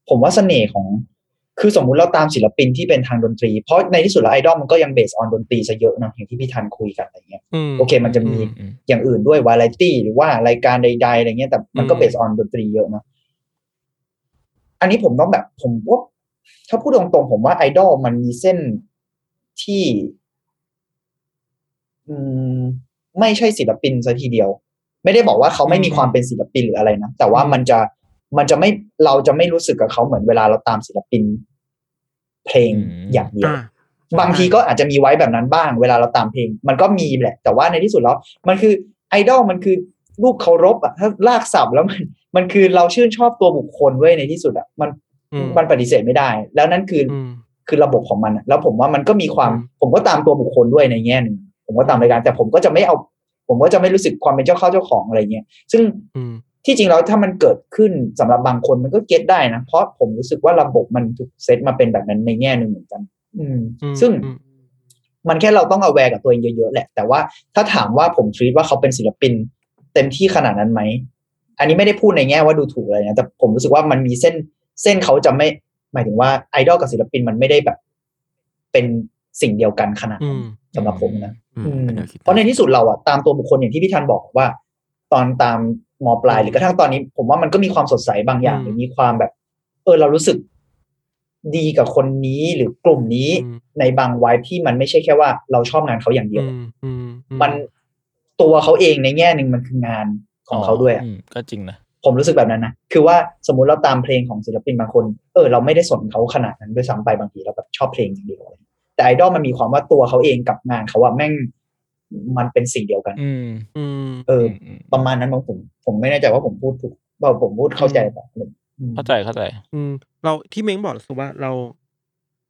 S5: ผมว่าเสน่ห์ของ คือสมมุติเราตามศิลปินที่เป็นทางดนตรี เพราะในที่สุดแล้วไอดอลมันก็ยังเบสออนดนตรีซะเยอะเนอะอย่างที่พี่ทันคุยกันอะไรเงี้ย
S3: อืม
S5: โอเค มันจะมี
S1: อืมอืม
S5: อย่างอื่นด้วยวาไรตี้หรือว่ารายการใด ๆ อะไรเงี้ย แต่มันก็
S3: อืม
S5: เบสออนดนตรีเยอะเนอะอันนี้ผมต้องแบบ ผมว่าถ้าพูดตรงๆ ผมว่าไอดอลมันมีเส้นที่ อืม ไม่ใช่ศิลปินซะทีเดียว ไม่ได้บอกว่าเขาไม่มีความเป็นศิลปินหรืออะไรนะ แต่ว่ามันจะมันจะไม่เราจะไม่รู้สึกกับเขาเหมือนเวลาเราตามศิลปิน เพลง
S1: อืม
S5: อย่างเดียว
S3: อ่า
S5: บางทีก็อาจจะมีไว้แบบนั้นบ้าง เวลาเราตามเพลง มันก็มีแหละ แต่ว่าในที่สุดแล้ว มันคือไอดอลมันคือรูปเคารพอะถ้าลากศัพท์แล้วมัน มันคือเราชื่นชอบตัวบุคคลเว้ยในที่สุดอะมัน
S3: อืม
S5: มันปฏิเสธไม่ได้ แล้วนั่นคืออ
S3: อืม
S5: คือระบบของมันอะแล้วผมว่ามันก็มีความ
S3: อืม
S5: ผมก็ตามตัวบุคคลด้วยในแง่หนึงผมก็ตามรายการ แต่ผมก็จะไม่เอา ผมก็จะไม่รู้สึกความเป็นเจ้าเข้าเจ้าของอะไรเงี้ยซึ่ง
S3: อืม
S5: ที่จริงแล้วถ้ามันเกิดขึ้นสำหรับบางคนมันก็เก็ตได้นะ เพราะผมรู้สึกว่าระบบมันถูกเซตมาเป็นแบบนั้นในแง่หนึ่งเหมือนกัน อืม
S3: อืม
S5: ซึ่ง
S3: อืม
S5: มันแค่เราต้องเอาแวร์กับตัวเองเยอะๆแหละ แต่ว่าถ้าถามว่าผมคิดว่าเขาเป็นศิลปิน เต็มที่ขนาดนั้นไหม อันนี้ไม่ได้พูดในแง่ว่าดูถูกอะไรนะแต่ผมรู้สึกว่ามันมีเส้นเส้นเขาจะไม่ หมายถึงว่าไอดอลกับศิลปินมันไม่ได้แบบ เป็นสิ่งเดียวกันขนาด
S3: อื
S5: นั้น
S3: ม
S5: สำหรับผมนะ
S4: อืม
S5: อืม
S4: เป็นแนวคิด
S5: เพราะในที่สุดเราอะตามตัวบุคคลอย่างที่พี่ธันบอกว่า ตอนตามมปลายหรือกระทั่งตอนนี้ ผมว่ามันก็มีความสดใสบางอย่าง
S3: อืม
S5: หรือมีความแบบ เออเรารู้สึกดีกับคนนี้หรือกลุ่มนี้ ในบางวัยที่มันไม่ใช่แค่ว่าเราชอบงานเขาอย่างเดี
S3: อื
S5: ยว
S3: มอืมอื
S5: มันตัวเขาเองในแง่หนึ่งมันคืองานของเขาด้วยอะ
S1: มก็จริงนะ
S5: ผมรู้สึกแบบนั้นนะ คือว่าสมมุติเราตามเพลงของศิลปินบางคน เออ เราไม่ได้สนเขาขนาดนั้นด้วยซ้ำไปบางทีเราแบบชอบเพลงอย่างเดียวอะไรอย่างเงี้ยแต่ไอดอลมันมีความว่าตัวเขาเองกับงานเขาว่าแม่งมันเป็นสิ่งเดียวกัน
S1: อืม
S3: อืม
S5: เออ
S1: มม
S5: ประมาณนั้นมั้งผม ผมไม่แน่ใจว่าผมพูดถูกว่าผมพูดเข้าใจแบบหนึ่งอืม
S1: เข้าใจเข้าใจ
S3: อืม เราที่เม้งบอกคือว่าเรา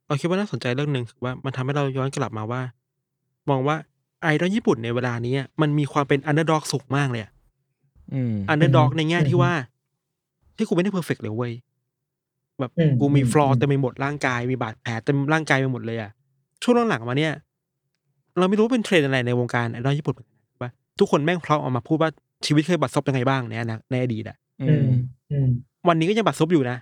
S3: เราคิดว่าน่าสนใจเรื่องหนึ่งคือว่ามันทำให้เราย้อนกลับมาว่า มองว่าไอดอลญี่ปุ่นในเวลานี้มันมีความเป็นอันเดอร์ด็อกสูงมากเลย
S1: อืม
S3: อันเดอร์ด็อกในแง่ที่ว่า ที่กูไม่ได้เพอร์เฟกต์เลยเว้ยแบบกูมีฟลอร์เต็มไปหมดร่างกายมีบาดแผลเต็มร่างกายไปหมดเลยอะช่วงหลังๆมาเนี่ย เราไม่รู้ว่าเป็นเทรนด์อะไรในวงการไอดอลญี่ปุ่นเหมือนกันว่าทุกคนแม่งพร้อมออกมาพูดว่าชีวิตเคยบัดซบยังไงบ้างในอนาในอดีตอะ
S1: อื
S5: อื
S1: ม
S5: มอืม
S3: วันนี้ก็ยังบัดซบอยู่นะ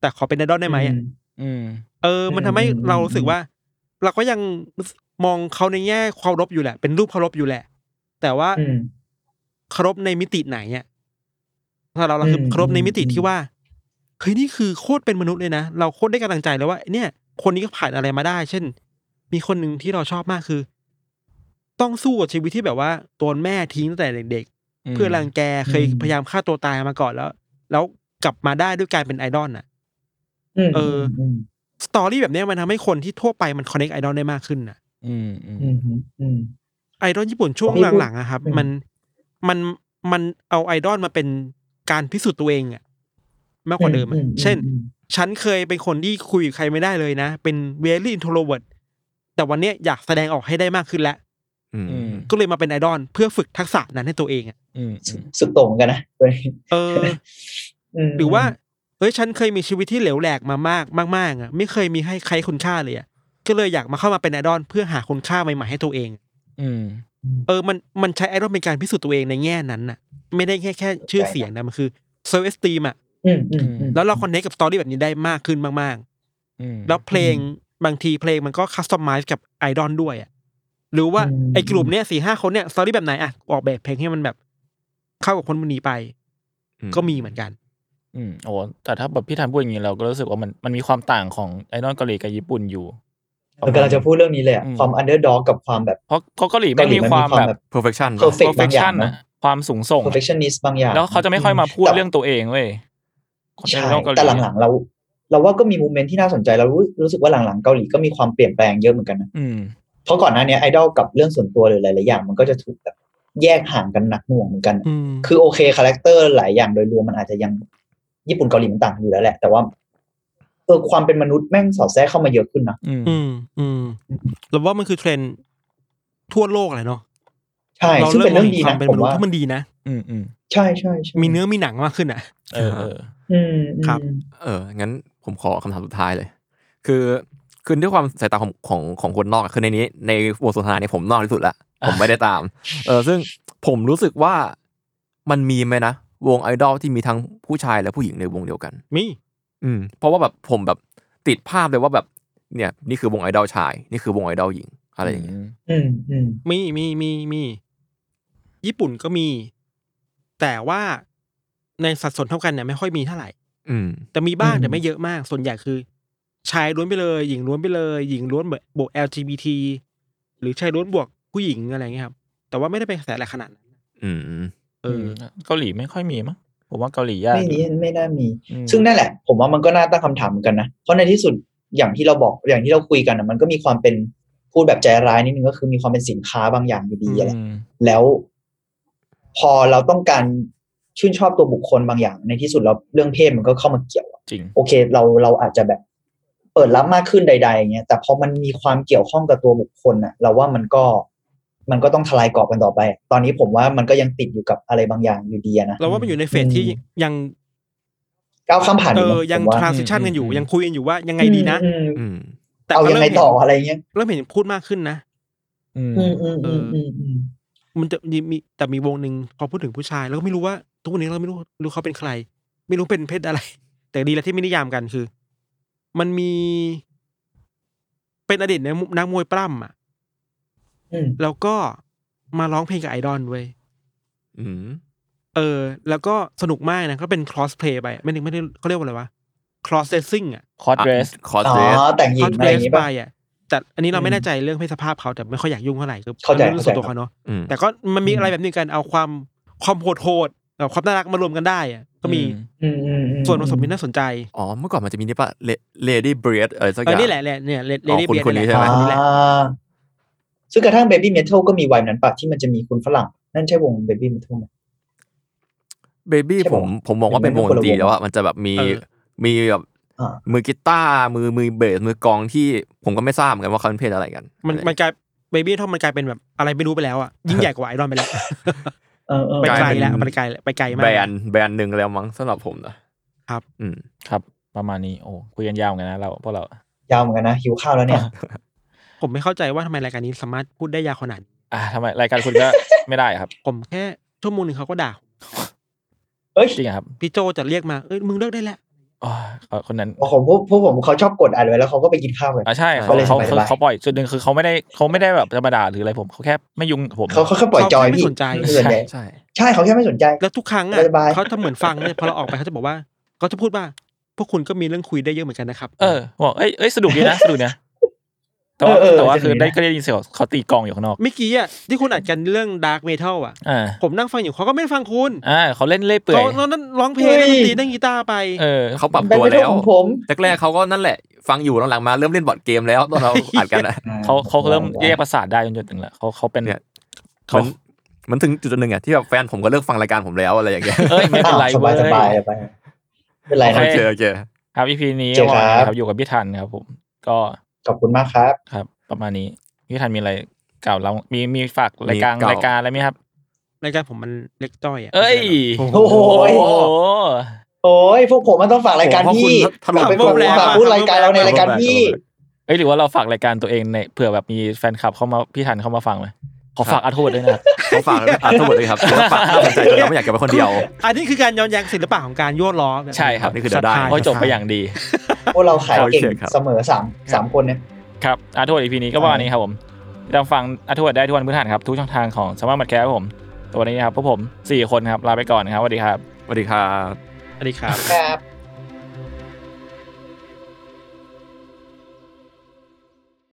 S3: แต่ขอเป็นไอดอลได้ไหมอะ
S1: อืม
S3: เออ มันทำให้
S5: อืม
S3: เรารู้สึ
S5: อื
S3: ก
S5: ม
S3: ว่า เราก็ยังมองเขาในแง่เคารพอยู่แหละ เป็นรูปเคารพอยู่แหละ แต่ว่า
S5: อืม
S3: เคารพในมิติไหนเนี่ยถ้าเราเราคือ
S5: ม
S3: เคารพในมิติ
S5: อืม
S3: ที่ว่าเฮ้ยนี่คือโคตรเป็นมนุษย์เลยนะเราโคตรได้กำลังใจเลยว่าเนี่ย คนนี้ก็ผ่านอะไรมาได้ เช่น มีคนหนึ่งที่เราชอบมากคือ ต้องสู้กับชีวิตที่แบบว่าโดนแม่ทิ้งตั้งแต่เด็ก ๆ เพื่อรังแกเคย
S5: อืม
S3: พยายามฆ่าตัวตายมาก่อนแล้ว แล้วกลับมาได้ด้วยการเป็นไอดอลน่ะ
S5: อืม
S3: เออ
S5: ม
S3: สตอรี่แบบเนี้ยมันทำให้คนที่ทั่วไปมันคอนเน c t ไอดอลได้มากขึ้นน่ะ
S1: อืมอืม
S5: อืมอืม
S3: ไอดอลญี่ปุ่นช่วง
S5: ผมไม่รู้
S3: หลังๆอะครับ
S5: อืม
S3: มันมันมันเอาไอดอลมาเป็นการพิสูจน์ตัวเองอะมากกว่าเดิมอะ
S5: อื
S3: เช่น
S5: อืม
S3: ฉันเคยเป็นคนที่คุยกับใครไม่ได้เลยนะ เป็นเวลี่อินโทรเวิร์ดแต่วันเนี้ยอยากแสดงออกให้ได้มากขึ้นแล้ว
S4: อืม
S1: อืม
S3: ก็เลยมาเป็นไอดอลเพื่อฝึกทักษะนั้นให้ตัวเองอะ
S1: อืมอืม
S5: สุดโต่งกันนะเว้ย
S3: เออ
S5: ม
S3: หรือว่าเอ้ยฉันเคยมีชีวิตที่เหลวแหลกมามากมากๆอ่ะไม่เคยมีให้ใครคุณค่าเลยอ่ะก็เลยอยากมาเข้ามาเป็นไอดอลเพื่อหาคุณค่าใหม่ๆให้ตัวเอง
S1: อืม
S3: เออมันมันใช้ไอดอลเป็นการพิสูจน์ตัวเองในแง่นั้นน่ะ ไม่ได้แค่แค่ชื่อเสียงนะมันคือเซอร์เอสตีมอ่ะ
S5: อืมอืมอืม
S3: แล้วเราคอนเนคกับสตอรี่แบบนี้ได้มากขึ้นมาก
S1: อืม
S3: ๆ แล้วเพลงบางทีเพลงมันก็คัสตอมไมซ์กับไอดอลด้วยอ่ะหรือว่า
S5: อืม
S3: ไอ้กลุ่มเนี้ยสี่ห้าคนเนี้ยสตอรี่แบบไหนอ่ะออกแบบเพลงให้มันแบบ เข้ากับคนมันหนีไป ก็มีเหมือนกัน
S1: อืมโอ้แต่ถ้าแบบพี่ธันพูดอย่างนี้เราก็รู้สึกว่ามันมันมีความต่างของไอดอลเกาหลีกับญี่ปุ่นอยู่
S5: เออกำลังจะพูดเรื่องนี้เลยอะ
S1: อืม
S5: ความอันเดอร์ด็อกกับความแบบ
S1: เพราะเขาะเกาหลีไม่มีความแบบ
S4: perfection
S5: เพอร์เฟ
S1: perfection
S5: กบางอย่าง
S1: อะ
S5: เนาะ
S1: ความสูงส่งอะ
S5: perfectionist บางอย่าง
S1: แล้วเขาจะไม่ค่อยมาพูด
S5: แต่
S1: เรื่องตัวเองเว้ยคน
S5: ใช่
S1: ไอดอลเกาหลี
S5: แต่หลังๆเรา เราว่าก็มีมูเมนต์ที่น่าสนใจเรารู้รู้สึกว่าหลังๆเกาหลีก็มีความเปลี่ยนแปลงเยอะเหมือนกันนะ
S1: อืม
S5: เพราะก่อนหน้าเนี้ไอดอลกับเรื่องส่วนตัวหรือหลายๆอย่าง มันก็จะถูกแบบแยกห่างกันหนักหน่วงเหมือนกัน
S3: อืม
S5: คือโอเคคาแรคเตอร์หลายอย่างโดยรวมมันอาจจะยังญี่ปุ่นเกาหลีมันต่างกันอยู่แล้วแหละ แต่ว่าเออความเป็นมนุษย์แม่งสอดแทรกเข้ามาเยอะขึ้นนะ
S1: อืม
S3: อืมอืมเราว่ามันคือเทรนด์ทั่วโลกแหละเนาะ
S5: ใช่
S3: เรา
S5: ซึ่ง
S3: เริ่
S5: เป็
S3: มมอ
S5: นเรื่
S3: ง
S5: อ
S3: เห็
S5: งดี
S3: นความ
S5: นะ
S3: เป็น
S5: ผม
S3: นุษย์
S5: ว่า
S3: ที่มันดีนะ
S1: อืมอืม
S5: ใช่ใช่ใช่
S3: มีเนื้อมีหนังมากขึ้นอ่ะ
S1: เออเออ
S5: อืมอืม
S3: ครับ
S4: เออ งั้นผมขอคำถามสุดท้ายเลย คือคือด้วยความสายตาของของของคนนอกอะคือในนี้ในวงสนทนาเนี่ยผมนอกที่สุดละ ผมไม่ได้ตาม เออ ซึ่งผมรู้สึกว่ามันมีไหมนะ วงไอดอลที่มีทั้งผู้ชายและผู้หญิงในวงเดียวกัน
S3: มี
S4: อืม เพราะว่าแบบผมแบบติดภาพเลยว่าแบบเนี่ย นี่คือวงไอดอลชาย นี่คือวงไอดอลหญิง อะไรอย่างเงี้ย
S5: อืมอืม
S3: มีมีมีมีญี่ปุ่นก็มี แต่ว่าในสัดส่วนเท่ากันเนี่ยไม่ค่อยมีเท่าไหร่
S4: อืม
S3: แต่มีบ้างแต่ไม่เยอะมาก ส่วนใหญ่คือ ชายล้วนไปเลย หญิงล้วนไปเลย หญิงล้วนแบบบวก LGBT หรือชายล้วนบวกผู้หญิงอะไรเงี้ยครับ แต่ว่าไม่ได้เป็นกระแสหลักขนาดนั้น
S4: อืม
S3: เอออ
S1: เกาหลีไม่ค่อยมีมั้งผมว่าเกาหลียากอ
S5: ไม่
S1: ยู่
S5: นี้ไม่น่ามี
S1: อืม
S5: ซึ่งนั่นแหละ ผมว่ามันก็น่าตั้งคำถามเหมือนกันนะ เพราะในที่สุดอย่างที่เราบอกอย่างที่เราคุยกันนะมันก็มีความเป็นพูดแบบใจร้ายนิดนึงก็คือมีความเป็นสินค้าบางอย่างอยู่ดีอะไร
S1: อืม
S5: แล้วพอเราต้องการชื่นชอบตัวบุคคลบางอย่าง ในที่สุดเราเรื่องเพศมันก็เข้ามาเกี่ยวอะ
S1: จริง
S5: โอเค เราเราอาจจะแบบเปิดรับมากขึ้นใด ๆ อย่างเงี้ยแต่พอมันมีความเกี่ยวข้องกับตัวบุคคลน่ะ เราว่ามันก็มันก็ต้องทลายกรอบกันต่อไป ตอนนี้ผมว่ามันก็ยังติดอยู่กับอะไรบางอย่างอยู่ดีอะนะ
S3: เราว่ามันอยู่ในเฟส
S5: อืม
S3: ที่ยัง
S5: ก้าวข้ามผ่าน
S3: เอ
S5: อยู่นะ
S3: อยัง
S5: ผมว่
S3: ทรานซิชัน
S1: อืม
S3: กันอยู่
S1: อืม
S3: ยังคุยกันอยู่ว่ายังไงดีนะ
S5: อืม
S4: อืม
S3: แต่
S5: เอา
S3: ก็
S5: ยังไง
S3: เริ่มเห็น
S5: ต่ออะไรเงี้ย
S3: เริ่มเห็นพูดมากขึ้นนะ
S1: อืม
S5: อืมอืมอืมอืมอืม
S3: มันจะมีมีแต่มีวงหนึ่งพอพูดถึงผู้ชาย แล้วก็ไม่รู้ว่าทุกวันนี้เราไม่รู้รู้เขาเป็นใคร ไม่รู้เป็นเพศอะไร แต่ดีแล้วที่ไม่นิยามกันคือ มันมี เป็นอดีตนักมนักมวยปล้ำอ่ะ
S5: อืม
S3: แล้วก็มาร้องเพลงกับไอดอลเว้ย
S4: อืม
S3: เออ แล้วก็สนุกมากนะก็เป็น cross play ไปไม่ได้ไม่ได้เขาเรียกว่าอะไรวะ cross dressing อ่ะ
S1: คอร์ดเรส
S4: คอร์ด
S5: อ๋อ
S4: เรส
S5: แต่งหญิง
S3: cross
S5: อะไรอย่าง
S3: dress
S5: งี้
S3: ไป
S5: ป่ะ
S3: อ่ะแต่อันนี้เรา
S5: อืม
S3: ไม่แน่ใจเรื่องเพศสภาพเขาแต่ไม่ค่อยอยากยุ่งเท่าไหร่คือ
S5: เข้าใจ
S3: มันเป็นเรื่องส่วนตัว
S5: เข้า
S3: เขา
S5: ใจ
S3: เนาะ
S4: อืม
S3: แต่ก็มันมีอะไร
S5: อืม
S3: แบบนี้กันเอาความความโหดโหดๆกับความน่ารักมารวมกันได้อะก็มี
S5: อืมอืมอืม
S3: ส่วนผสมที่น่าสนใจ
S4: อ๋อ เมื่อก่อนมันจะมีนี่ปะเลดี้เบรดอะไรสักอ
S3: เออย่าง นี่แหละแหละเนี่ยเลดี้
S4: อ๋อค
S3: เบี
S4: น
S3: ยร์
S4: คนนี้
S3: แหละ
S4: ใช่ไหม
S3: คนนี้แหละ
S5: อ่าซึ่งกระทั่ง Baby Metal ก็มีไวน์นั้นป่ะ ที่มันจะมีคุณฝรั่ง นั่นใช่วง Baby Metal ไหม
S4: เบบี้
S5: ใช่ปะ
S4: ผมผมมองว่า
S5: เป็
S4: เป็น
S5: น
S4: วงด
S5: คน
S4: น
S5: ละ
S4: ตรี
S5: วง
S4: แล้วอะมันจะแบบมีมีแบบ
S5: อ่า
S4: มือกีตาร์มือมือเบสมือกลองที่ผมก็ไม่ทราบเหมือนกันว่าเขาเป็นเพศอะไรกัน
S3: มันมันกลายเบบี้ทอมมันกลายเป็นแบบอะไรไม่รู้ไปแล้วอ่ะยิ่งใหญ่กว่าไอรอนไปแล้ว
S5: เออเออ
S3: ไปไกลแล้วไปไกลแล้วไปไกลมาก
S4: แบรนด์แบรนด์หนึ่งแล้วมั้งสำหรับผมนะครับ อืม
S1: ครับ ประมาณนี้ โอ้คุยกันยาวเหมือนกันนะเราพวกเรา
S5: ยาวเหมือนกันนะ หิวข้าวแล้วเนี่ย
S3: ผมไม่เข้าใจว่าทำไมรายการนี้สามารถพูดได้ยาวขนาดนี้
S1: อ่ะทำไมรายการคุณ ก็ ไม่ได้ครับ
S3: ผมแค่ชั่วโมงหนึ่งเขาก็ด่า
S5: เอ้ย
S1: จริงอะครับ
S3: พี่โจจะเรียกมาเอ้ยมึงเลิกได้แล้ว
S1: อ๋อคนนั้น
S5: ผมพวกพวกผมเขาชอบกดอัดไว้แล้วเขาก็ไปกินข้าวกัน
S1: อ่ะใช่
S4: เขา
S1: เขา
S4: เลย
S1: เขา
S5: สบายๆ
S1: เขาปล่อยจุดหนึ่งคือเขาไม่ได้เขาไม่ได้แบบจะมาด่าหรืออะไรผมเขาแค่ไม่ยุ่งผม
S5: เขาเขาแค่ปล่อยจอยพี่
S3: เขาแค่ไม่สนใจ
S5: ส่วนใหญ่
S4: ใช่
S5: ใช่เขาแค่ไม่สนใจ
S3: แล้วทุกครั้งอ่ะ
S5: สบาย
S3: เขาทำเหมือนฟังเนี่ยพอเราออกไปเขาจะบอกว่าเขาจะพูดว่า พวกคุณก็มีเรื่องคุยได้เยอะเหมือนกันนะครับ
S1: เออบอกเอ้ยเอ้ยสนุกดีนะสนุกนะแต่ว่า
S5: เออเออ
S1: แต่ว่า
S5: จะมี
S1: คือได้
S5: นะ
S1: ก็ได้ยินเสียงเขาตีกลองอยู่ข้างนอก
S3: เมื่อกี้อ่ะที่คุณอัดกันเรื่องดาร์กเมทัลอ่ะ
S1: อ่า
S3: ผมนั่งฟังอยู่เขาก็ไม่ฟังคุณ
S1: อ่าเขาเล่นเล่อยเปื่อ
S3: เขา
S1: ย
S3: ตอนนั้นร้องเพลง
S5: เฮ้
S3: เล่นด
S5: ย
S3: นตรีเล่นกีตาร์ไป
S1: เออ
S4: เขาปรับ
S5: เป็น
S4: ตัว
S5: ไปได้
S4: แล้ว
S5: ของผม
S4: แรกๆเขาก็นั่นแหละ ฟังอยู่หลั งๆมาเริ่มเล่นบอร์ดเกมแล้วตอนเรา อัดกันอะ
S1: เขาเขาเริ่มแยกประสาทได้จนจุดหนึ่งแล้วเขาเขาเป็น
S4: เนี่ย เหมือนเหมันถึงจุดหนึ่งอะที่แบบแฟนผมก็เลิกฟังรายการผมแล้วอะไรอย่างเงี้ย
S1: เอ้ยไม่เป็นไร
S5: สบายสบาย
S1: เว้
S5: ไปไม่เป็นไร
S1: โอ
S5: นะ
S4: โอ
S1: เค
S4: เคโอเค
S1: ครับ EP นี้
S5: เจอครับ
S1: นะครับอยู่กับพี่ทันครับ ผม ก็
S5: ขอบคุณมากครับ
S1: ครับ ประมาณนี้พี่ทันมีอะไรกล่าวเรามีมีฝากรายการ
S4: มีกล่าว
S1: รายการอะไรไหมครับ
S3: รายการผมมันเล็กต้อยอะ
S1: เอ้ย
S3: โอ้โห
S5: โอ้โห โอ้ยพวกผมมันต้องฝากรายการ
S4: ผมว่า
S5: พี่
S4: คุณถล่ม
S5: ไปบอก
S3: แรง
S5: ฝาก
S3: มาก
S5: พูดรายการเราในรายการพี่
S1: เอ้ยหรือว่าเราฝากรายการตัวเองในเผื่อแบบมีแฟนคลับเข้ามาพี่ทันเข้ามาฟังไหมขอฝากอาโทษด้วยนะครับ
S4: ขอฝากอาร์ตเวิร์ดเลยครับศิลปะน่าสนใจเราไม่อยากเก็บไว้คนเดียว
S3: อันนี้คือการย้อนแย้งศิลปะของการยั่วล้อ
S1: ใช่ครับ
S4: นี่คือเดี๋ยวได้
S3: ศรัทธ
S1: เพราะจบไปอย่างดี
S5: พวกเราขายเก่ง
S4: โอเคครับ
S5: เสมอสามสามคนเนี่ย
S1: ครับอาร์ทวดอีพีนี้ก็ประมาณนี้ครับผมติดตามฟังอาร์ทวดได้ทุกวันพฤหัสครับทุกช่องทางของสมาร์ทมัดแคร์ครับผมตัวนนี้ครับพวกผมสี่คนครับลาไปก่อนครับสวัสดีครับ
S4: สวัสดีครับ
S3: สวัสดีครับ
S5: ครับ